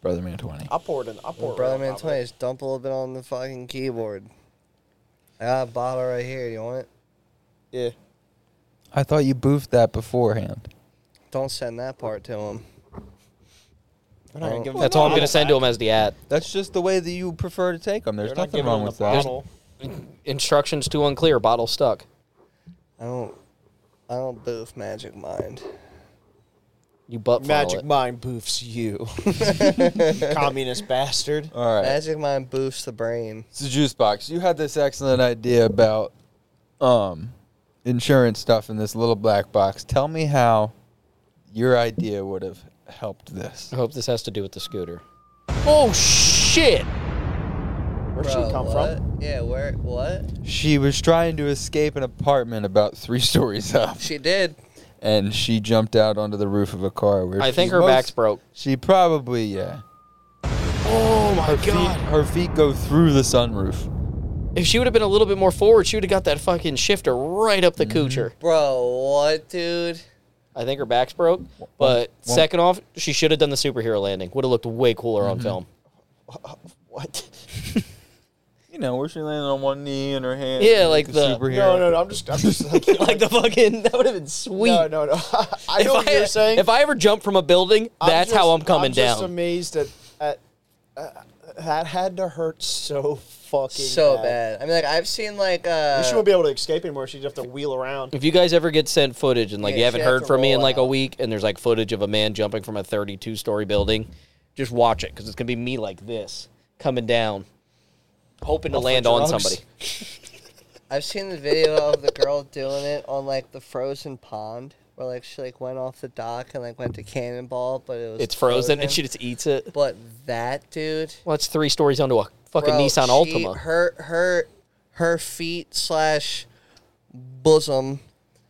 S6: Brother Man 20.
S5: I poured an. I poured
S3: Brother
S5: right
S3: Man
S5: on top of it.
S3: 20, just dump a little bit on the fucking keyboard. I got a bottle right here, you want it?
S5: Yeah.
S6: I thought you boofed that beforehand.
S3: Don't send that part to him.
S5: They're not gonna give him
S4: That's
S5: the
S4: all I'm gonna
S5: bottle
S4: send to him as the ad.
S6: That's just the way that you prefer to take them. There's
S5: They're not
S6: nothing
S5: giving
S6: wrong
S5: him
S6: with
S5: the
S6: that.
S5: bottle.
S4: Instructions too unclear. Bottle stuck.
S3: I don't I don't boof magic mind.
S4: You butt funnel
S5: Magic
S4: it.
S5: mind boofs you. Communist bastard.
S6: All right.
S3: Magic mind boofs the brain.
S6: So juice box, you had this excellent idea about um insurance stuff in this little black box. Tell me how your idea would have helped this.
S4: I hope this has to do with the scooter. Oh shit!
S5: Where'd she come
S3: what?
S5: from?
S3: Yeah, where what?
S6: She was trying to escape an apartment about three stories up,
S3: She did.
S6: and she jumped out onto the roof of a car. Where
S4: I
S6: she's
S4: think her
S6: most-
S4: back's broke.
S6: She probably yeah.
S4: Oh my
S6: Her feet, her feet go through the sunroof.
S4: If she would have been a little bit more forward, she would have got that fucking shifter right up
S5: Mm-hmm.
S4: the coocher.
S3: Bro, what dude?
S4: I think her back's broke. But second off, she should have done the superhero landing. Would have looked way cooler
S5: Mm-hmm.
S4: on film.
S5: What?
S6: You know, where she landed on one knee and her hand.
S4: Yeah, like the-
S5: No, no, no. I'm just. I'm just like.
S4: Like the fucking that would have been sweet.
S5: no, no, no. I know what
S4: I,
S5: you're saying.
S4: if I ever jump from a building,
S5: I'm
S4: that's
S5: just-
S4: how I'm coming
S5: just
S4: down.
S5: amazed at, at uh, that had to hurt so fucking
S3: So bad. I mean like I've seen like uh
S5: You she wouldn't be able to escape anymore. She'd have to wheel around.
S4: If you guys ever get sent footage and like
S3: Yeah,
S4: you
S3: she
S4: haven't
S3: had
S4: heard
S3: to
S4: from me in
S3: roll
S4: like a
S3: out.
S4: week, and there's like footage of a man jumping from a 32 story building, just watch it because it's gonna be me like this coming down, hoping to
S5: Off the
S4: land on
S5: drugs.
S4: somebody.
S3: I've seen the video of the girl doing it on like the frozen pond where like she like went off the dock and like went to cannonball, but it was
S4: It's frozen and she just eats it.
S3: But that dude,
S4: Well, it's three stories onto a fucking
S3: bro,
S4: Nissan
S3: she-
S4: Altima.
S3: Her her her feet slash bosom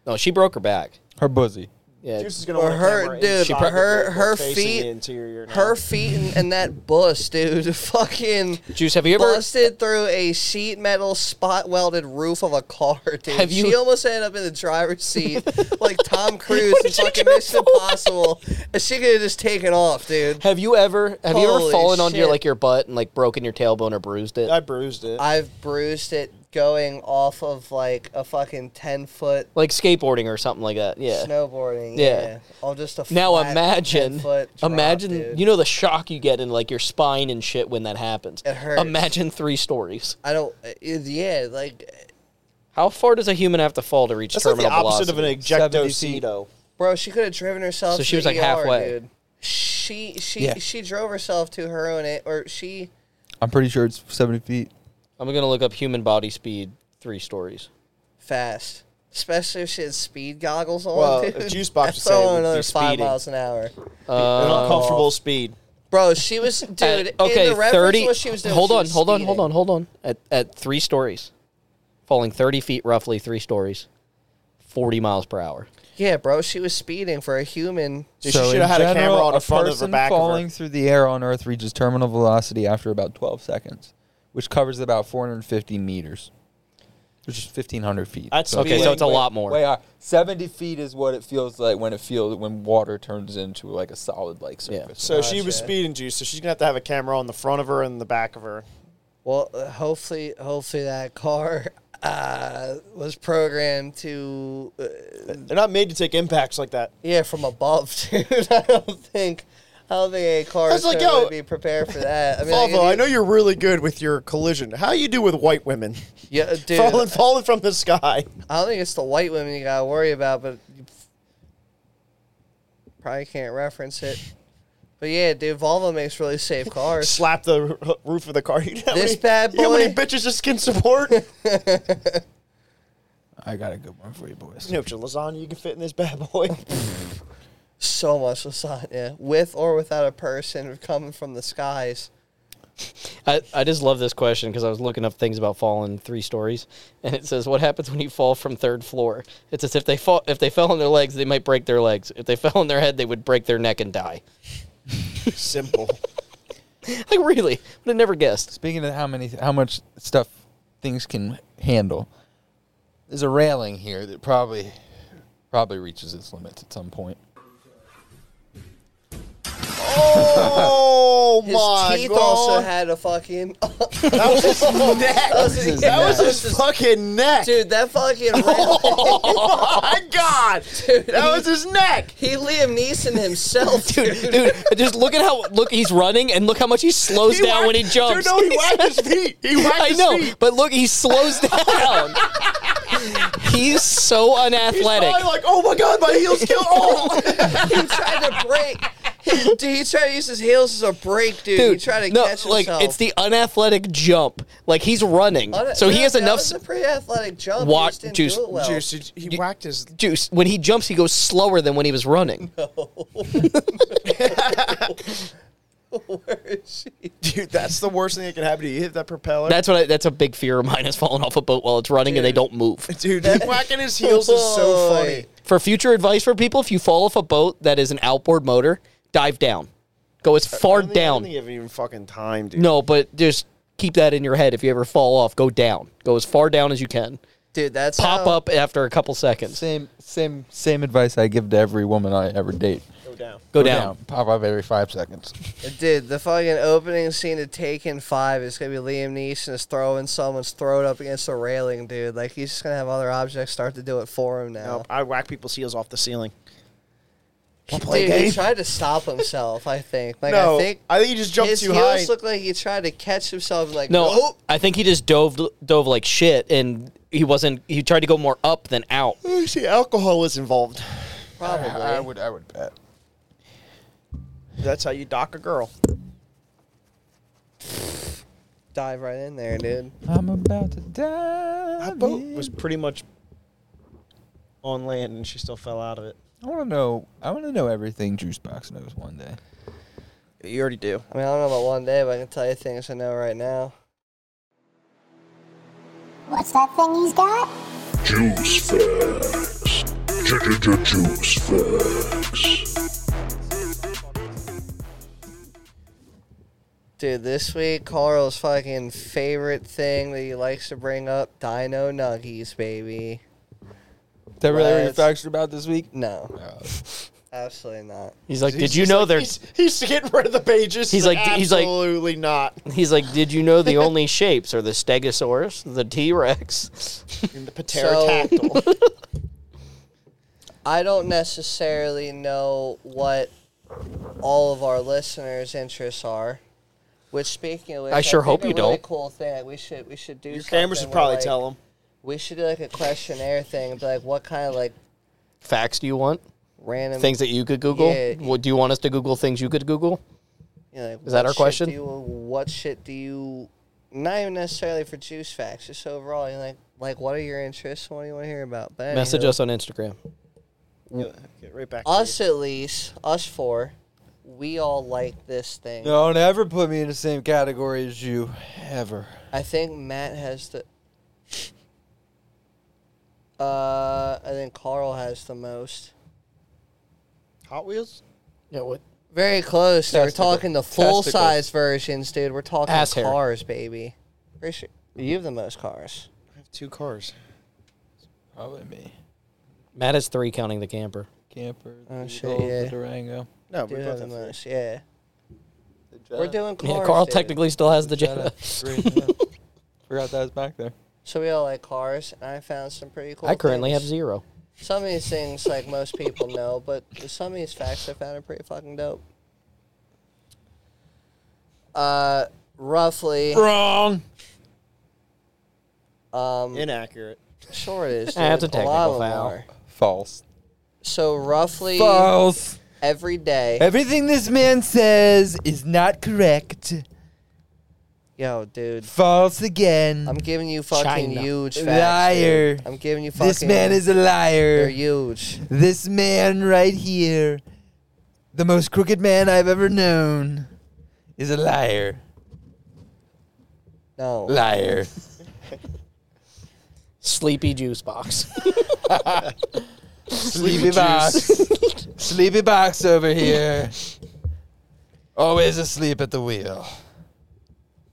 S4: no, she broke her back.
S6: Her bosom.
S4: Yeah.
S5: Juice is gonna
S3: Or
S5: want a
S3: her,
S5: camera
S3: dude,
S5: inside the
S3: her,
S5: vehicle
S3: her
S5: facing the
S3: feet,
S5: interior now.
S3: her feet, and, and that bus, dude, fucking
S4: Juice, have you ever
S3: busted through a sheet metal spot welded roof of a car, dude.
S4: Have you-
S3: she almost ended up in the driver's seat, like Tom Cruise in fucking Mission Impossible, and she could have just taken off, dude.
S4: have you ever have you ever
S3: Holy
S4: fallen on your
S3: shit.
S4: like your butt and like broken your tailbone or bruised it?
S5: I bruised it.
S3: I've bruised it going off of like a fucking ten foot
S4: like skateboarding or something like that. Yeah.
S3: snowboarding.
S4: Yeah.
S3: Yeah. I'll just a
S4: Now
S3: flat
S4: imagine,
S3: 10-foot drop,
S4: imagine
S3: dude.
S4: you know the shock you get in like your spine and shit when that happens.
S3: It hurts.
S4: Imagine three stories.
S3: I don't. uh, Yeah, like,
S4: How far does a human have to fall to reach
S5: That's like
S4: terminal
S5: the opposite
S4: velocity?
S5: of an
S6: 70 feet.
S5: ejectocito.
S3: bro, she could have driven herself.
S4: So she
S3: to
S4: was,
S3: the
S4: like,
S3: ER,
S4: halfway.
S3: Dude. She she
S6: Yeah.
S3: she drove herself to her own a- or she.
S6: I'm pretty sure it's 70 feet.
S4: I'm gonna look up human body speed three stories.
S3: fast. Especially if she had speed goggles on.
S5: Well,
S3: dude.
S5: if Juice Box
S3: That's
S5: was saying
S3: going
S5: that
S3: another
S5: he's
S3: five
S5: speeding.
S3: miles an hour.
S6: Oh.
S5: An
S4: Uh,
S5: uncomfortable speed.
S3: Bro, she was dude.
S4: at- Uh, okay,
S3: in the reference
S4: thirty.
S3: What she was doing,
S4: hold
S3: she
S4: on,
S3: was
S4: hold on, hold
S3: speeding.
S4: on, hold on. At at three stories, falling thirty feet, roughly three stories, forty miles per hour.
S3: Yeah, bro, she was speeding for a human.
S5: Dude, she should have had a camera on the front of her
S6: person
S5: back
S6: falling
S5: of
S6: through the air on Earth reaches terminal velocity after about 12 seconds, which covers about 450 meters, which is 1,500 feet.
S5: That's
S4: Okay,
S5: Way-
S4: so it's a
S5: way-
S4: lot more.
S6: Way high. 70 feet is what it feels like when it feels when water turns into like a solid like
S4: Yeah.
S5: her.
S6: surface.
S5: So she was speeding juice, so she's gonna have to have a camera on the front of her and the back of her.
S3: Well, uh, hopefully, hopefully that car uh, was programmed to uh,
S5: They're not made to take impacts like that.
S3: yeah from above, dude. I don't think. I don't think a car
S5: That's
S3: is
S5: like,
S3: gonna
S5: yo,
S3: really be prepared for that. I mean, like,
S5: Volvo,
S3: if
S5: I know you're really good with your collision. How you do with white women?
S3: you- yeah, dude.
S5: falling, falling from the sky.
S3: I don't think it's the white women you gotta worry about, but you f- probably can't reference it. But yeah, dude, Volvo makes really safe cars.
S5: Slap the r- roof of the car. You know how
S3: This
S5: many-
S3: bad
S5: You know how many
S3: boy.
S5: bitches this can support? you
S6: I got a good one for you, boys.
S5: know, how much lasagna you can fit in this bad boy.
S3: So much lasagna, with or without a person coming from the skies.
S4: I, I just love this question because I was looking up things about falling three stories, and it says what happens when you fall from third floor. It's as if they fall if they fell on their legs, they might break their legs. If they fell on their head, they would break their neck and die.
S5: Simple.
S4: Like really, would have never guessed.
S6: Speaking of how many, how much stuff things can handle, there's a railing here that probably, probably reaches its limits at some point.
S5: Oh
S3: His
S5: my
S3: teeth
S5: god!
S3: also had a fucking
S5: that was his neck. That was his,
S6: neck.
S5: fucking neck.
S3: dude. That fucking rail-
S5: Oh my god! that was his neck.
S3: he Liam Neeson himself, dude.
S4: Dude, just look at how look he's running and look how much he slows down
S5: whacked-
S4: when he jumps.
S5: Dude, no, he whacked his feet. He whacked
S4: I
S5: his
S4: know,
S5: feet.
S4: but look, he slows down. he's so
S5: He's
S4: unathletic.
S5: probably like, oh my god, my heels kill. Oh,
S3: He tried to break. He, dude, he tried to use his heels as a brake, dude.
S4: Dude,
S3: he tried to
S4: no,
S3: catch
S4: like
S3: himself.
S4: it's the unathletic jump. Like he's running, so he has
S3: that
S4: enough
S3: was
S4: s-
S3: a pretty athletic jump.
S4: Wa-
S3: He just didn't
S4: juice-
S3: do it well.
S5: Juice, he whacked his.
S4: juice. When he jumps, he goes slower than when he was running.
S3: Where is she?
S5: Dude, that's the worst thing that can happen to you. You hit that propeller.
S4: That's what. I, that's a big fear of mine is falling off a boat while it's running and they don't move.
S5: Dude, that whacking his heels is so funny.
S3: Oh, Boy.
S4: For future advice for people, if you fall off a boat that is an outboard motor, dive down. Go as far
S5: I don't think- I don't think
S4: down.
S5: you have even fucking time, dude.
S4: No, but just keep that in your head. If you ever fall off, go down. Go as far down as you can.
S3: Dude, that's
S4: Pop
S3: how-
S4: up after a couple seconds.
S6: Same, same, same advice I give to every woman I ever date.
S5: Go down.
S4: Go down.
S6: Pop up every five seconds.
S3: Dude, the fucking opening scene to Taken Five is gonna be Liam Neeson is throwing someone's throat up against a railing, dude. Like he's just gonna have other objects start to do it for him now.
S5: I whack people's heels off the ceiling.
S3: dude, he tried to stop himself. I think. Like
S5: no,
S3: I think
S5: you just jumped
S3: his
S5: too
S3: heels
S5: high.
S3: look like he tried to catch himself. Like
S4: No,
S3: nope.
S4: I think he just dove dove like shit, and he wasn't. He tried to go more up than out.
S5: You see, alcohol was involved.
S3: probably.
S6: I would, I would bet.
S5: That's how you dock a girl.
S3: dive right in there, dude.
S6: I'm about to die.
S5: That boat was pretty much on land, and she still fell out of it.
S6: I want to know. I want to know everything Juicebox knows one day.
S5: You already do.
S3: I mean, I don't know about one day, but I can tell you things I know right now.
S8: What's that thing he's got?
S1: Juice Fest. Juice facts.
S3: Dude, this week Carl's fucking favorite thing that he likes to bring up: Dino Nuggies, baby.
S6: Is that really what you're
S3: Let's-
S6: factored about this week?
S3: No, absolutely not.
S4: He's like, did
S5: He's
S4: you
S5: just
S4: know
S5: like,
S4: they're?
S5: He's, he's getting rid of the pages.
S4: He's like- he's like-
S5: absolutely not.
S4: He's like, did you know the only shapes are the Stegosaurus, the T Rex?
S5: And the pterodactyl.
S3: I don't necessarily know what all of our listeners' interests are. Which, speaking of which,
S4: I sure
S3: think
S4: hope
S3: a
S4: you
S3: really
S4: don't.
S3: Cool thing. Like, we should we should do.
S5: Your camera should
S3: something
S5: probably
S3: where, like,
S5: tell him.
S3: We should do like a questionnaire thing. And be like, what kind of like
S4: Facts do you want?
S3: random
S4: Things that you could Google?
S3: Yeah.
S4: What do you want us to Google things you could Google?
S3: You know, like,
S4: Is that
S3: what
S4: our
S3: shit
S4: question?
S3: do you- what shit do you? Not even necessarily for juice facts, just overall. You're like, like, what are your interests? What do you want to hear about? But
S4: Message
S3: anywho,
S4: us on Instagram.
S5: Get right back. to
S3: us at least, us four, we all like this thing.
S6: Don't ever put me in the same category as you, ever.
S3: I think Matt has the. Uh, I think Carl has the most.
S5: you. Hot Wheels.
S4: Yeah, what?
S3: Very close. We're
S6: Testicle.
S3: talking the full size versions, dude. We're talking
S4: Ass hair.
S3: cars, baby. Pretty sure- You have the most cars.
S5: I have two cars.
S6: Probably me.
S4: Matt has three counting the camper.
S6: Camper,
S3: Oh,
S6: the
S3: shit,
S6: Beetle, the
S3: yeah.
S6: Durango.
S5: No,
S3: You
S5: we
S3: have
S5: both
S3: the
S5: have
S3: most, yeah.
S6: The
S3: We're
S6: Jetta.
S3: doing cars.
S4: yeah, Carl
S3: dude.
S4: technically still has the
S6: Jetta.
S4: Jetta.
S6: Great, yeah. Forgot that was back there.
S3: So we all like cars, and I found some pretty cool.
S4: I currently have
S3: things.
S4: zero.
S3: Some of these things, like most people know, but some of these facts I found are pretty fucking dope. Uh, roughly,
S5: Wrong.
S3: um,
S5: Inaccurate.
S3: sure it is. Dude.
S4: Eh, it's a
S3: lot
S4: technical
S3: of them
S4: foul.
S3: are.
S6: False.
S3: So roughly
S6: False.
S3: every day.
S6: Everything this man says is not correct.
S3: Yo, dude,
S6: False again.
S3: I'm giving you fucking
S4: China.
S3: huge facts.
S6: Liar.
S3: dude. I'm giving you fucking.
S6: This man is a
S3: They're
S6: liar.
S3: huge.
S6: This man right here, the most crooked man I've ever known, is a liar.
S3: No.
S6: Liar.
S4: Sleepy juice box.
S6: Sleepy box. Sleepy box over here. Always asleep at the wheel.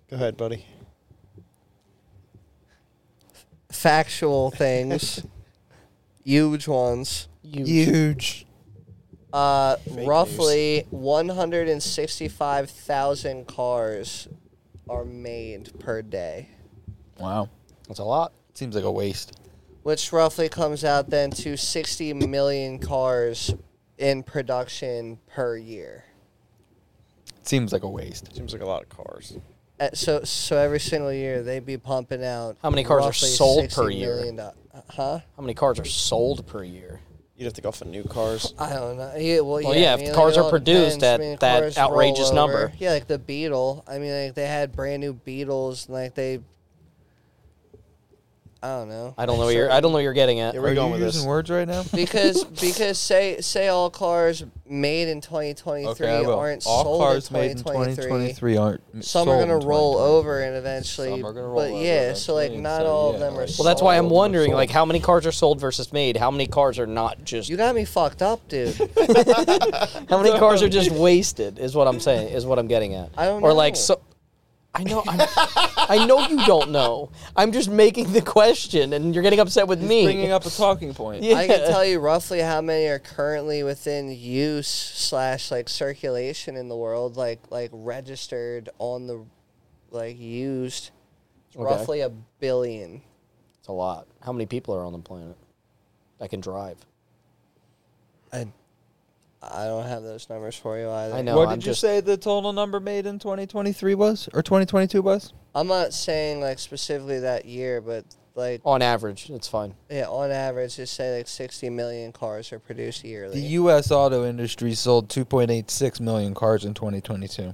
S5: Go ahead, buddy.
S3: Factual things, huge ones.
S6: Huge.
S3: Uh, roughly 165,000 cars are made per day,
S6: Wow.
S4: That's a lot.
S6: Seems like a waste.
S3: which roughly comes out then to 60 million cars in production per year.
S6: Seems like a waste.
S5: Seems like a lot of cars.
S3: Uh, so, so every single year they'd be pumping out.
S4: How many cars are
S3: roughly
S4: sold per
S3: 60
S4: year?
S3: million do- uh, huh?
S4: How many cars are sold per year?
S5: You'd have to go for new cars.
S3: I don't know. Yeah, well,
S4: Well,
S3: yeah,
S4: yeah,
S3: I
S4: if
S3: mean,
S4: the
S3: like,
S4: cars
S3: it
S4: are
S3: all
S4: produced
S3: depends.
S4: at
S3: I mean,
S4: that
S3: cars roll
S4: outrageous
S3: over.
S4: number.
S3: Yeah, like the Beetle. I mean, like they had brand new Beetles, and like they. I don't know.
S4: I don't know what you're. I don't know what you're getting at.
S5: Yeah, we're going with
S6: using
S5: this.
S6: words right now?
S3: because because say say all cars made in 2023 aren't sold in 2023.
S6: aren't
S3: Some are gonna roll over and eventually,
S6: Some are gonna roll
S3: but
S6: over
S3: yeah, so like
S6: eventually, and
S3: not
S6: so,
S3: all of
S6: yeah,
S3: them are.
S6: like-
S4: Well, that's why I'm
S3: sold.
S4: wondering,
S6: sold.
S4: like, how many cars are sold versus made? How many cars are not just?
S3: You got me fucked up, dude.
S4: How many cars are just wasted? Is what I'm saying. Is what I'm getting at.
S3: I don't
S4: Or like
S3: know.
S4: so. I know. I'm, I know you don't know. I'm just making the question, and you're getting upset with me.
S6: Bringing up a talking point.
S4: yeah.
S3: I can tell you roughly how many are currently within use slash like circulation in the world, like like registered on the, like used, It's
S4: Okay.
S3: roughly a billion.
S4: It's a lot. How many people are on the planet that can drive?
S3: I, I don't have those numbers for you either.
S4: I know.
S6: what
S4: I'm
S6: did you
S4: just-
S6: say the total number made in 2023 was? Or 2022 was?
S3: I'm not saying like specifically that year, but like
S4: On average, it's fine.
S3: yeah, on average, just say like 60 million cars are produced yearly.
S6: The U.S. auto industry sold 2.86 million cars in 2022.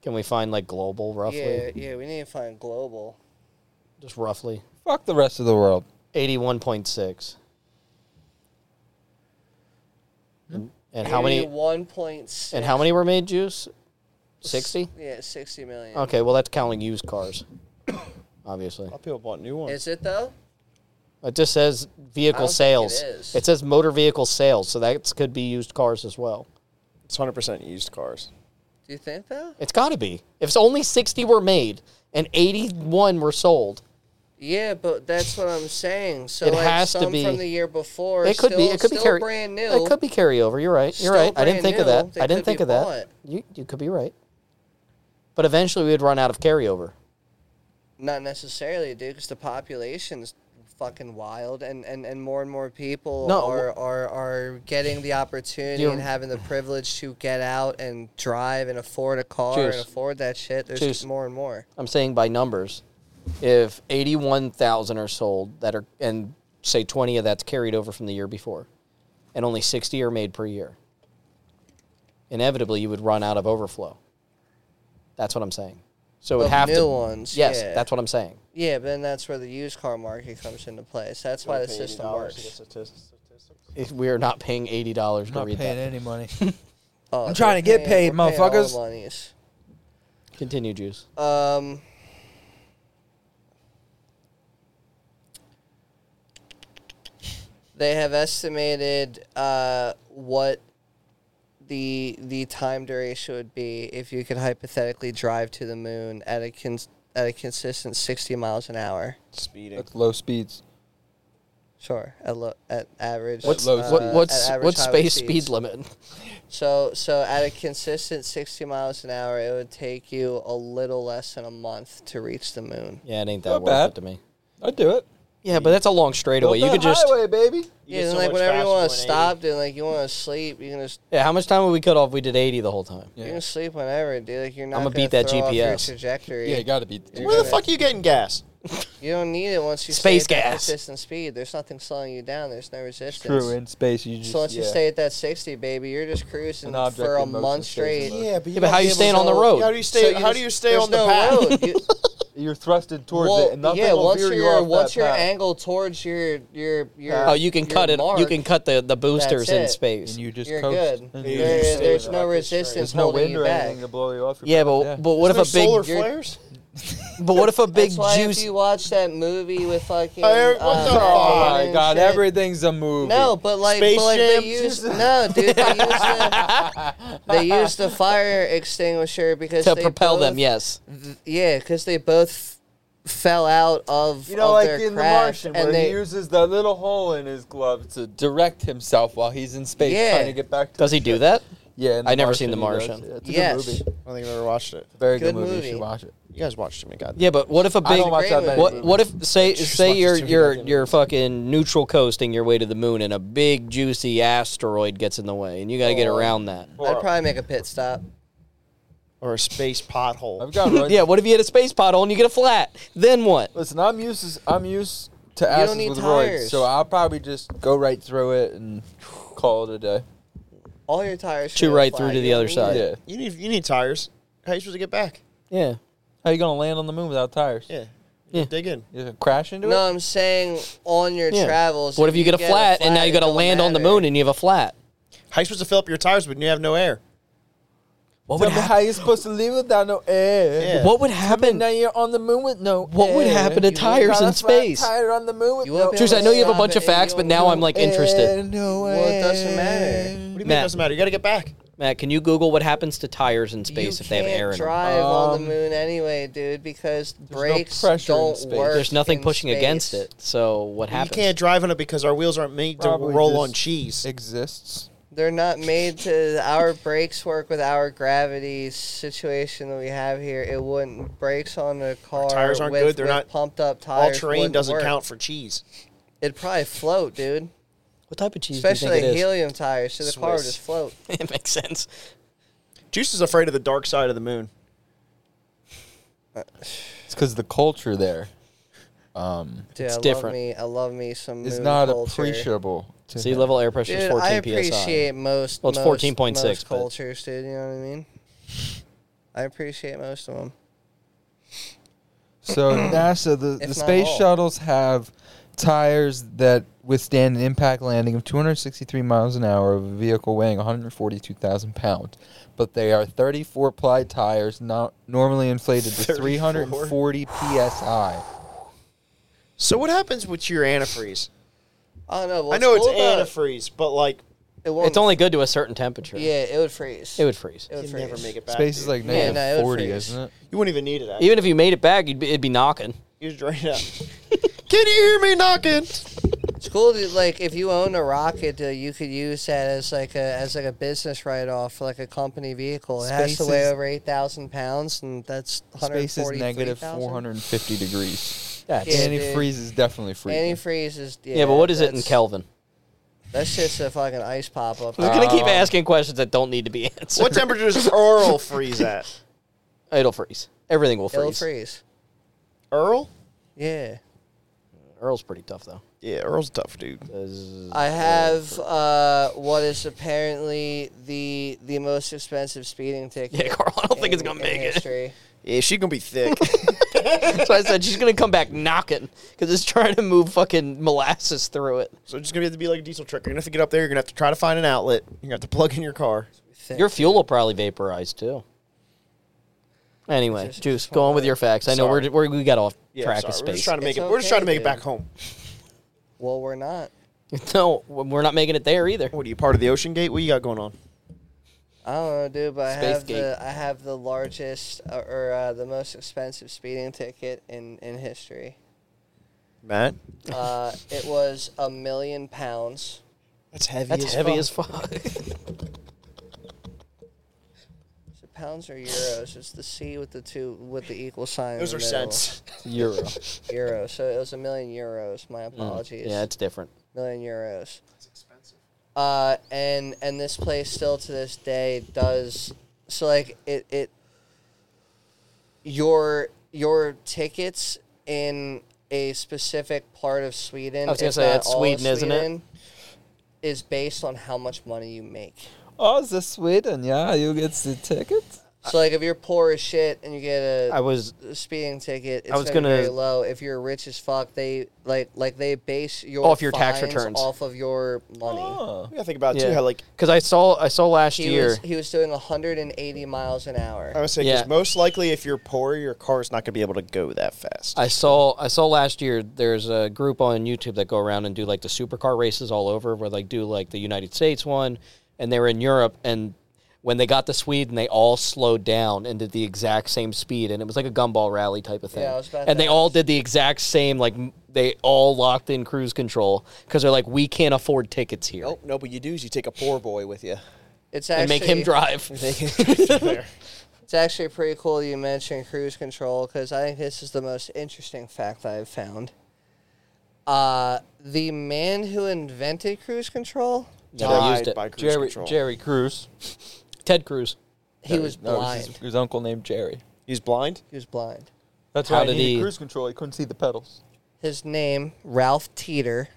S4: Can we find like global roughly?
S3: yeah, yeah, we need to find global.
S4: Just roughly.
S6: Fuck the rest of the world.
S4: Eighty-one point six.
S3: Hmm?
S4: And how many?
S3: One point six.
S4: And how many were made, Juice? 60?
S3: Yeah, 60 million.
S4: Okay, well, that's counting used cars, obviously.
S5: A lot of people bought new ones.
S3: Is it though?
S4: It just says
S3: I don't
S4: vehicle
S3: think it
S4: sales.
S3: is.
S4: It says motor vehicle sales, so that could be used cars as well.
S5: It's 100% used cars.
S3: Do you think though?
S4: It's got to be. If only 60 were made and 81 were sold,
S3: Yeah, but that's what I'm saying. So
S4: It
S3: like
S4: has to
S3: some
S4: be-
S3: from the year before.
S4: it could
S3: still,
S4: be. It could be
S3: still
S4: carry.
S3: brand new.
S4: It could be carryover. You're right. You're
S3: Still
S4: right. I
S3: brand
S4: didn't think of
S3: new.
S4: that.
S3: They
S4: I didn't
S3: could be
S4: think of
S3: bought.
S4: that. You you could be right. But eventually, we would run out of carryover.
S3: Not necessarily, dude, because the population's fucking wild, and, and, and more and more people
S4: No,
S3: are, are are getting the opportunity
S4: You're-
S3: and having the privilege to get out and drive and afford a car and
S4: Juice.
S3: afford that shit. There's
S4: Juice.
S3: more and more.
S4: I'm saying by numbers, if 81,000 are sold that are, and say 20 of that's carried over from the year before, and only 60 are made per year, inevitably you would run out of overflow. That's what I'm saying. So it would
S3: Of
S4: have to
S3: new ones,
S4: Yes,
S3: yeah.
S4: that's what I'm saying.
S3: Yeah, but then that's where the used car market comes into place. that's why the system works.
S4: If we are not paying eighty dollars to
S6: not
S4: read
S6: paying
S4: that.
S6: any money.
S3: Oh,
S6: I'm trying to get
S3: we're
S6: paid,
S3: we're paying all the
S6: motherfuckers.
S3: monies.
S4: Continue, Juice.
S3: Um. They have estimated uh, what the the time duration would be if you could hypothetically drive to the moon at a cons- at a consistent sixty miles an hour.
S5: Speeding.
S6: That's low speeds.
S3: Sure, at lo- at average. uh,
S4: What's
S6: low
S4: what,
S6: speed.
S4: what's
S3: at average
S4: what's
S3: highway
S4: space
S3: speeds.
S4: speed limit?
S3: So so at a consistent sixty miles an hour, it would take you a little less than a month to reach the moon.
S4: Yeah, it ain't that
S6: Not
S4: worth
S6: bad.
S4: it to me.
S6: I'd do it.
S4: Yeah, but that's a long straightaway. You
S6: Built
S4: could
S6: that
S4: just
S6: highway, baby.
S5: get
S3: Yeah, then
S5: so
S3: like
S5: much
S3: whenever you
S5: faster
S3: want to
S5: when 80.
S3: stop, then like you want to sleep, you can just
S4: yeah. How much time would we cut off? if We did eighty the whole time.
S3: you can sleep whenever, dude. Like you're not.
S4: I'ma
S3: gonna
S4: beat that
S3: throw off your
S4: GPS.
S3: trajectory.
S6: Yeah, you gotta be.
S5: Where the fuck are you getting gas?
S3: you don't need it once you
S4: Space
S3: stay at that
S4: gas.
S3: consistent speed. There's nothing slowing you down. There's no resistance.
S6: True in space. You just
S3: So once you
S6: yeah.
S3: stay at that 60 bays, you're just cruising
S6: An object
S3: for a
S6: in motion
S3: month
S6: stays in
S3: straight.
S6: motion.
S5: but,
S4: Yeah, but how you staying on the
S3: so-
S4: road?
S5: How do you
S3: So
S5: stay? how
S3: just-
S5: do you stay
S3: there's
S5: on the
S3: no
S5: path?
S3: road. You-
S6: you're thrusted towards
S3: well,
S6: it, and nothing
S3: yeah,
S6: will
S3: once
S6: veer
S3: your
S6: you off
S3: once
S6: that
S3: your
S6: path.
S3: angle towards your your your
S4: Oh, you can
S3: your
S4: cut it. You
S3: mark,
S4: can cut the, the boosters in
S3: it.
S4: space.
S6: and you just
S3: you're
S6: coast.
S3: good.
S6: And
S5: Yeah,
S6: you
S5: you
S3: There-
S6: just
S5: stay
S6: stay
S3: there's
S6: there.
S3: no
S5: There's
S3: resistance
S6: There's no
S3: holding
S6: wind
S3: you
S6: or
S3: back.
S6: anything to blow you off. your
S4: yeah, but
S6: path. Yeah.
S4: but what if
S5: There's
S4: a big
S5: solar
S3: you're-
S5: flares?
S4: but what if a big
S3: That's why
S4: juice?
S3: if you watch that movie with fucking.
S5: Eric, what
S3: uh,
S5: the fuck?
S6: Oh
S3: Batman
S6: my
S3: and
S6: god,
S3: shit.
S6: everything's a movie.
S3: No, but like,
S5: Space
S3: but like
S5: Jam?
S3: they use no, dude. They use the, they use the fire extinguisher because
S4: to
S3: they
S4: propel
S3: both,
S4: them. Yes.
S3: yeah, because they both f- fell out of
S6: You know,
S3: of
S6: like
S3: their
S6: in The
S3: craft,
S6: Martian, where
S3: and they
S6: he uses the little hole in his glove to direct himself while he's in space
S3: Yeah.
S6: trying to get back. to
S4: Does he do that?
S6: Yeah, in
S4: I never seen The
S6: he does.
S4: Martian.
S6: Yeah, It's a
S3: yes,
S6: good movie.
S5: I don't think I've ever watched it.
S6: Very good,
S3: Good
S6: movie. You
S3: movie.
S6: should watch it.
S5: You guys watched it, me god.
S4: Yeah, but what if a
S6: I
S4: big
S6: don't watch that
S3: great
S6: many.
S4: What
S6: movies.
S4: what if say
S5: Just
S4: say
S5: watch
S4: you're
S5: the two
S4: you're
S5: goddamn
S4: you're fucking neutral coasting your way to the moon and a big juicy asteroid gets in the way and you got to get around that.
S3: I'd probably make a pit stop.
S5: Or a space pothole.
S6: I've got run-
S4: Yeah, what if you hit a space pothole and you get a flat? Then what?
S6: Listen, I'm used. To, I'm used to
S3: don't
S6: asses
S3: need
S6: with roids,
S3: tires.
S6: so I'll probably just go right through it and call it a day.
S3: All your tires
S4: Chew
S3: should
S4: right
S3: fly.
S4: through to
S3: You
S4: the
S3: don't
S4: other
S3: need-
S4: side.
S6: Yeah.
S5: You need you need tires. How are you supposed to get back?
S4: Yeah.
S6: How you gonna land on the moon without tires?
S5: Yeah.
S4: Yeah.
S5: Dig in.
S6: You gonna crash into
S3: No,
S6: it?
S3: I'm saying on your
S4: Yeah.
S3: travels.
S4: What if you get a flat and now you
S3: it
S4: got to
S3: don't
S4: land on the
S3: matter.
S4: moon and you have a flat?
S5: How you supposed to fill up your tires when you have no air?
S4: What
S6: Tell
S4: would
S6: me how
S4: happen?
S6: you supposed to live without no air.
S5: Yeah.
S4: What would
S6: And
S4: happen?
S6: now you're on the moon with no.
S4: What would
S6: air.
S4: happen to
S6: You
S4: tires
S6: got a
S4: in
S6: flat
S4: space?
S6: Tire on the moon with
S3: You
S6: no.
S3: won't be
S4: Juice,
S3: able
S4: I know you have a
S3: stop
S4: bunch
S3: it
S4: of
S3: and you
S4: facts, but
S3: won't
S4: now I'm like
S6: Air,
S4: interested.
S6: no
S3: Well, it doesn't matter.
S6: air.
S5: What do you mean
S4: Matt.
S5: it doesn't matter? You got to get back.
S4: Matt, can you Google what happens to tires in space
S3: you
S4: if they have
S3: can't
S4: air in them?
S3: drive on
S6: Um,
S3: the moon anyway, dude, because
S6: no
S3: brakes
S6: pressure in
S3: don't
S6: space.
S3: work.
S4: There's nothing
S3: in
S4: pushing against
S3: space.
S4: it. So what
S5: You
S4: happens?
S5: can't drive on it because our wheels aren't made to
S6: Probably
S5: roll
S6: just-
S5: on cheese.
S6: Exists.
S3: They're not made to. Our brakes work with our gravity situation that we have here. It wouldn't. Brakes on a car.
S5: tires aren't
S3: with-
S5: good. They're
S3: with
S5: not-
S3: pumped up tires.
S5: All terrain
S3: wouldn't
S5: doesn't
S3: work.
S5: count for cheese.
S3: It'd probably float, dude.
S4: What type of cheese
S3: Especially
S4: do you think it is?
S3: helium tires, so the car would
S5: Swiss.
S3: just float.
S4: it makes sense.
S5: Juice is afraid of the dark side of the moon.
S6: It's because the culture there
S3: Dude, I Love
S4: different.
S3: me, I love me some.
S6: is
S3: moon
S6: not
S3: culture.
S6: appreciable. To
S4: Sea
S6: him.
S4: level air pressure is
S3: Dude,
S4: 14
S3: I
S4: psi.
S3: appreciate most.
S4: Well, it's
S3: most-
S4: 14.6,
S3: most
S4: but-
S3: cultures, dude. You know what I mean? I appreciate most of them.
S6: So NASA, the,
S3: If
S6: the
S3: not
S6: space
S3: all.
S6: shuttles have tires that withstand an impact landing of 263 miles an hour of a vehicle weighing 142,000 pounds, but they are 34 ply tires, not normally inflated to 340 psi.
S5: So what happens with your antifreeze?
S3: I don't know.
S5: I
S3: what's
S5: know it's
S3: cool about-
S5: antifreeze, but like
S3: It won't,
S4: It's only good to a certain temperature.
S3: Yeah, it would freeze.
S4: It would freeze.
S3: It would
S5: you
S3: freeze.
S5: never make it back.
S6: Space
S5: dude.
S6: is like
S3: Yeah,
S6: negative
S3: no, it would
S6: 40,
S3: freeze.
S6: isn't it?
S5: you wouldn't even need it. Actually.
S4: Even if you made it back, you'd be, it'd be knocking.
S5: You just drain it out. Can you hear me knocking?
S3: It's cool. To, like if you own a rocket, uh, you could use that as like a as like a business write off for like a company vehicle. It has to
S6: Space
S3: weigh
S6: is-
S3: over eight thousand pounds, and that's
S6: Space is
S3: 143,000.
S6: negative 450 degrees.
S4: That's,
S3: Yeah,
S4: yeah,
S3: dude.
S6: Antifreeze is definitely freezing.
S3: Antifreeze is yeah.
S4: but what is it in
S3: that's-
S4: Kelvin?
S3: That's just a fucking ice pop up.
S4: I'm gonna keep asking questions that don't need to be answered.
S5: What temperature does Earl freeze at?
S4: It'll freeze. Everything will
S3: It'll
S4: freeze.
S3: freeze.
S5: Earl?
S3: Yeah.
S4: Earl's pretty tough though.
S5: Yeah, Earl's a tough, dude.
S3: I have uh, what is apparently the the most expensive speeding ticket.
S4: Yeah, Carl, I don't think it's gonna
S3: in- in
S4: make it.
S3: history.
S5: Yeah, she gonna be thick.
S4: So I said she's gonna come back knocking because it's trying to move fucking molasses through it.
S5: so it's just gonna have to be like a diesel truck. You're gonna have to get up there. You're gonna have to try to find an outlet. You're gonna have to plug in your car.
S4: Your fuel will probably vaporize too. Anyway,
S3: Just-
S4: Juice,
S3: just
S4: go on
S3: wanna-
S4: with your facts. I know
S5: Sorry.
S4: we're, we're we got off
S5: Yeah,
S4: track
S5: sorry.
S4: of
S5: We're just
S4: space.
S5: trying to make
S3: It's
S5: it. We're just trying to
S3: okay,
S5: make it back
S3: dude.
S5: home.
S3: Well, we're not.
S4: no, we're not making it there either.
S5: What are you part of the ocean gate? What you got going on?
S3: I don't know, dude, but I
S4: Space
S3: have
S4: gate.
S3: the I have the largest uh, or uh, the most expensive speeding ticket in in history.
S5: Matt,
S3: Uh, it was a million pounds.
S5: that's heavy.
S4: That's
S5: as
S4: heavy
S5: fuck.
S4: as fuck.
S3: Is it pounds or euros? It's the C with the two with the equal sign. in
S5: Those
S3: the
S5: are
S3: middle.
S5: cents.
S4: Euro.
S3: Euro. So it was a million euros. My apologies.
S4: Hmm. Yeah, it's different.
S3: million euros. That's expensive. Uh, and and this place still to this day does so like it it your your tickets in a specific part of Sweden.
S4: I was gonna
S3: if
S4: say,
S3: not
S4: it's
S3: all of
S4: Sweden, isn't it?
S3: it? Is based on how much money you make.
S6: Oh, the Sweden, yeah, you get the ticket.
S3: So like if you're poor as shit and you get a
S4: I was
S3: speeding ticket, it's
S4: was
S3: gonna, be
S4: gonna-
S3: very low. If you're rich as fuck, they like like they base your
S4: Off your tax
S3: fines
S4: returns.
S3: off of your money.
S5: We gotta think about it, too.
S4: Yeah.
S5: How like
S4: because I saw I saw last
S3: He
S4: year.
S3: was, he was doing 180 miles an
S6: Oh,
S5: I
S3: hour.
S5: would say, because
S4: Yeah.
S5: most likely, if you're poor, your car's not gonna be able to go that fast.
S4: I saw I saw last year there's a group on YouTube that go around and do like the supercar races all over where they do like the United States one and they were in Europe and when they got to Sweden they all slowed down and did the exact same speed and it was like a gumball rally type of thing.
S3: Yeah, I was about
S4: and
S3: to
S4: they all did the exact same like m- they all locked in cruise control cuz they're like we can't afford tickets here.
S3: Oh,
S5: Nope, no, but you do is you take a poor boy with you.
S3: It's
S4: And
S3: actually
S4: make him drive.
S3: It's actually pretty cool you mentioned cruise control because I think this is the most interesting fact I've found. Uh, the man who invented cruise control,
S4: Never used it.
S5: by cruise
S6: Jerry,
S5: control.
S6: Jerry Cruz.
S4: Ted Cruz.
S3: he was
S6: No, it was
S3: blind.
S6: his, his uncle named Jerry.
S5: He's blind.
S3: He was blind.
S6: That's
S4: How
S6: why
S4: did
S6: he needed
S4: he-
S6: cruise control. He couldn't see the pedals.
S3: His name Ralph Teeter.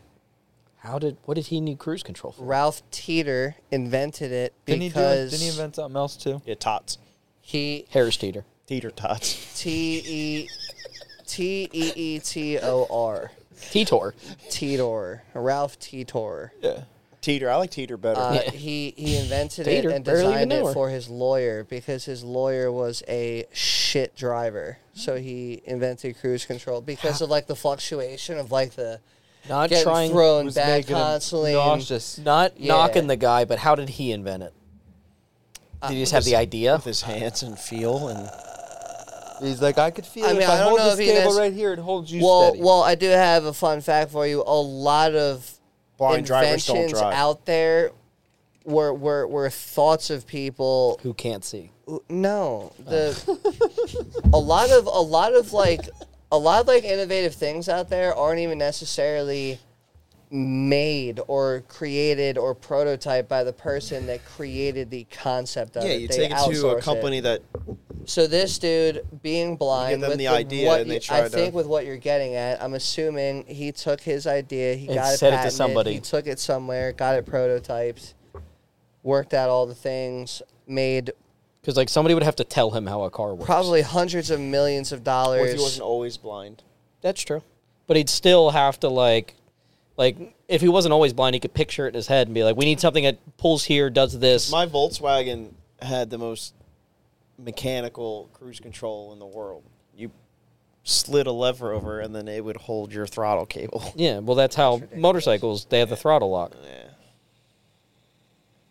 S4: How did what did he need cruise control for?
S3: Ralph Teeter invented it
S6: Didn't he do? it-
S3: because
S6: Didn't he invent something else too?
S5: Yeah, tots.
S3: he
S4: Harris Teeter.
S5: Teeter tots.
S3: T E T E E T O R
S4: Teetor.
S3: Teeter Ralph Teeter.
S6: Yeah.
S5: Teeter. I like teeter better.
S3: Uh,
S4: Yeah.
S3: he he invented
S4: Tater,
S3: it and
S4: barely even
S3: designed
S4: know
S3: it
S4: her.
S3: for his lawyer because his lawyer was a shit driver. So he invented cruise control because of like the fluctuation of like the
S4: Not
S3: getting
S4: trying
S3: thrown
S6: was
S3: back
S6: making him
S3: constantly. and-
S6: Nauseous.
S4: Not
S3: Yeah.
S4: knocking the guy, but how did he invent it?
S3: Uh,
S4: Did he just have the idea?
S5: with his hands and feel and
S6: He's like, I could feel
S3: I
S6: it.
S3: mean,
S6: if
S3: I
S6: I,
S3: don't
S6: hold
S3: know
S6: this
S3: if he
S6: cable
S3: does-
S6: right here, it holds you
S3: Well,
S6: steady.
S3: well, I do have a fun fact for you. A lot of
S5: blind drivers don't
S3: inventions
S5: drive.
S3: out there were were were thoughts of people
S4: Who can't see?
S3: No, the a lot of a lot of like a lot of like innovative things out there aren't even necessarily made or created or prototyped by the person that created the concept of
S5: Yeah,
S3: it.
S5: you
S3: They
S5: take it to
S3: outsource
S5: a company that
S3: So this dude being blind,
S5: them
S3: with
S5: the idea
S3: what
S5: and they
S3: you-
S5: try
S3: I
S5: to-
S3: think with what you're getting at, I'm assuming he took his idea, he
S4: And
S3: got it
S4: said it to
S3: patented,
S4: somebody.
S3: he took it somewhere, got it prototyped, worked out all the things, made
S4: Because like somebody would have to tell him how a car works.
S3: probably hundreds of millions of
S5: what if he
S3: dollars.
S5: wasn't always blind.
S4: that's true. But he'd still have to like, like if he wasn't always blind, he could picture it in his head and be like, "We need something that pulls here, does this."
S5: My Volkswagen had the most mechanical cruise control in the world. You slid a lever over and then it would hold your throttle cable.
S4: Yeah, well, that's how motorcycles they have the throttle lock.
S5: Yeah.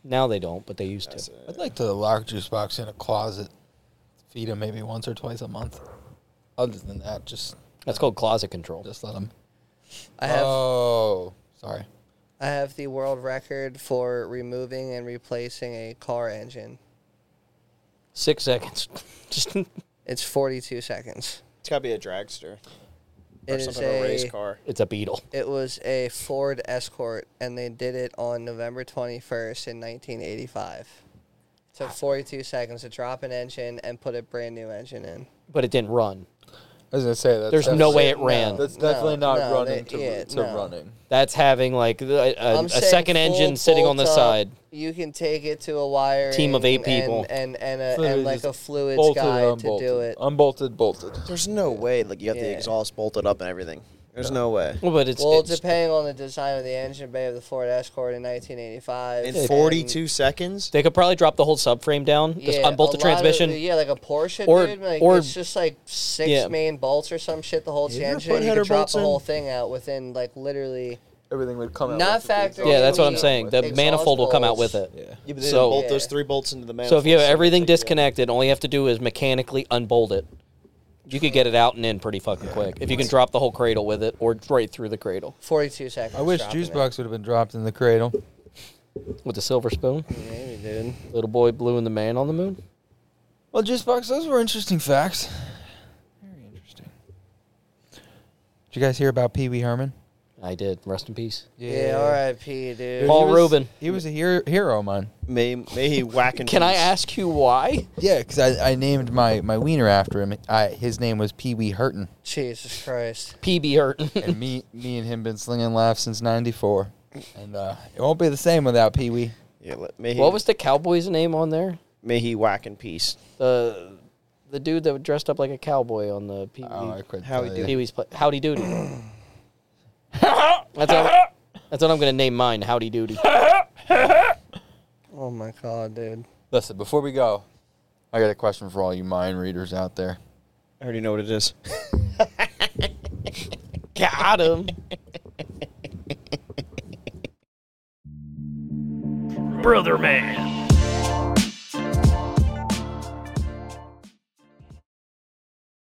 S4: Now they don't, but they used to.
S9: I'd like to lock juice box in a closet, feed him maybe once or twice a month. Other than that, just
S4: That's called closet control.
S9: just let him.
S3: I have
S9: oh, sorry.
S3: I have the world record for removing and replacing a car engine.
S4: Six seconds. Just
S3: It's 42 seconds.
S5: It's gotta be a dragster or
S3: It is
S5: something a,
S3: a
S5: race car.
S4: it's a beetle.
S3: It was a Ford Escort, and they did it on November 21st in 1985. It took 42 seconds to drop an engine and put a brand new engine in.
S4: But it didn't run.
S9: I was gonna say that.
S4: There's no way it ran.
S9: That's
S3: No,
S9: definitely not
S3: no,
S9: running
S3: they-
S9: to,
S3: yeah,
S9: to
S3: no.
S9: running.
S4: That's having like the- a, a, a second engine sitting on the side.
S3: You can take it to a wire
S4: Team of eight people.
S3: and and, and, a,
S9: Literally
S3: and like
S9: just
S3: a fluids
S9: Bolted
S3: guy
S9: and
S3: to
S9: unbolted.
S3: do it.
S9: Unbolted, bolted.
S5: There's no way like you got the
S3: Yeah.
S5: exhaust bolted up and everything. There's no way.
S4: Well, but it's,
S3: Well,
S4: it's
S3: depending on the design of the engine bay of the Ford Escort in 1985.
S5: In
S3: and-
S5: 42 seconds?
S4: they could probably drop the whole subframe down, just
S3: Yeah,
S4: unbolt
S3: a
S4: the
S3: lot of-
S4: transmission.
S3: yeah, like a Porsche,
S4: Or-
S3: dude. Like,
S4: or-
S3: it's just like six
S4: yeah.
S3: main bolts or some shit. The whole
S5: you ever
S3: engine,
S5: put
S3: and you
S5: header
S3: could drop
S5: bolts
S3: the
S5: in?
S3: whole thing out within like literally.
S9: Everything would come out.
S3: Not
S9: with the
S3: factored
S9: exhaust.
S4: yeah, that's what I'm
S3: Yeah.
S4: saying. The
S3: Exhaust
S4: manifold will come out
S3: holes.
S4: with it.
S9: Yeah.
S5: Yeah, but they
S4: So-
S5: didn't bolt those
S3: Yeah.
S5: three bolts into the
S4: So
S5: manifold.
S4: if you have
S5: it's
S4: everything
S5: like, yeah.
S4: disconnected, all you have to do is mechanically unbolt it. You could get it out and in pretty fucking quick if you can drop the whole cradle with it, or right through the cradle
S3: 42 seconds.
S9: I wish
S3: dropping
S9: juice
S3: it.
S9: box would have been dropped in the cradle.
S4: with the silver spoon.
S3: Maybe, dude.
S4: Little boy blue and the man on the moon.
S9: Well, juice box, those were interesting facts. Very interesting. Did you guys hear about Pee Wee Herman?
S4: I did. Rest in peace.
S3: Yeah, R.I.P. Dude.
S4: Paul
S9: He was-
S4: Rubin.
S9: He was a hero, hero of mine.
S5: May, may he whack and
S4: Can I
S5: loose.
S4: ask you why?
S9: Yeah, because I, I named my, my wiener after him. I, his name was Pee Wee Hurton.
S3: Jesus Christ.
S4: PB hurting.
S9: And me me and him been slinging laughs since 94. And uh, it won't be the same without Pee Wee.
S5: Yeah, let- may he,
S4: what was the cowboy's name on there?
S5: May he whack in peace.
S4: The the dude that dressed up like a cowboy on the PB.
S9: Oh, I couldn't
S5: How
S9: tell
S5: he
S9: you.
S4: Pee Wee's play. Howdy Doody. that's, what, that's what I'm going to name mine, Howdy Doody.
S3: Oh my God, dude.
S9: Listen, before we go, I got a question for all you mind readers out there.
S5: I already know what it is.
S4: Got him.
S1: Brother Man.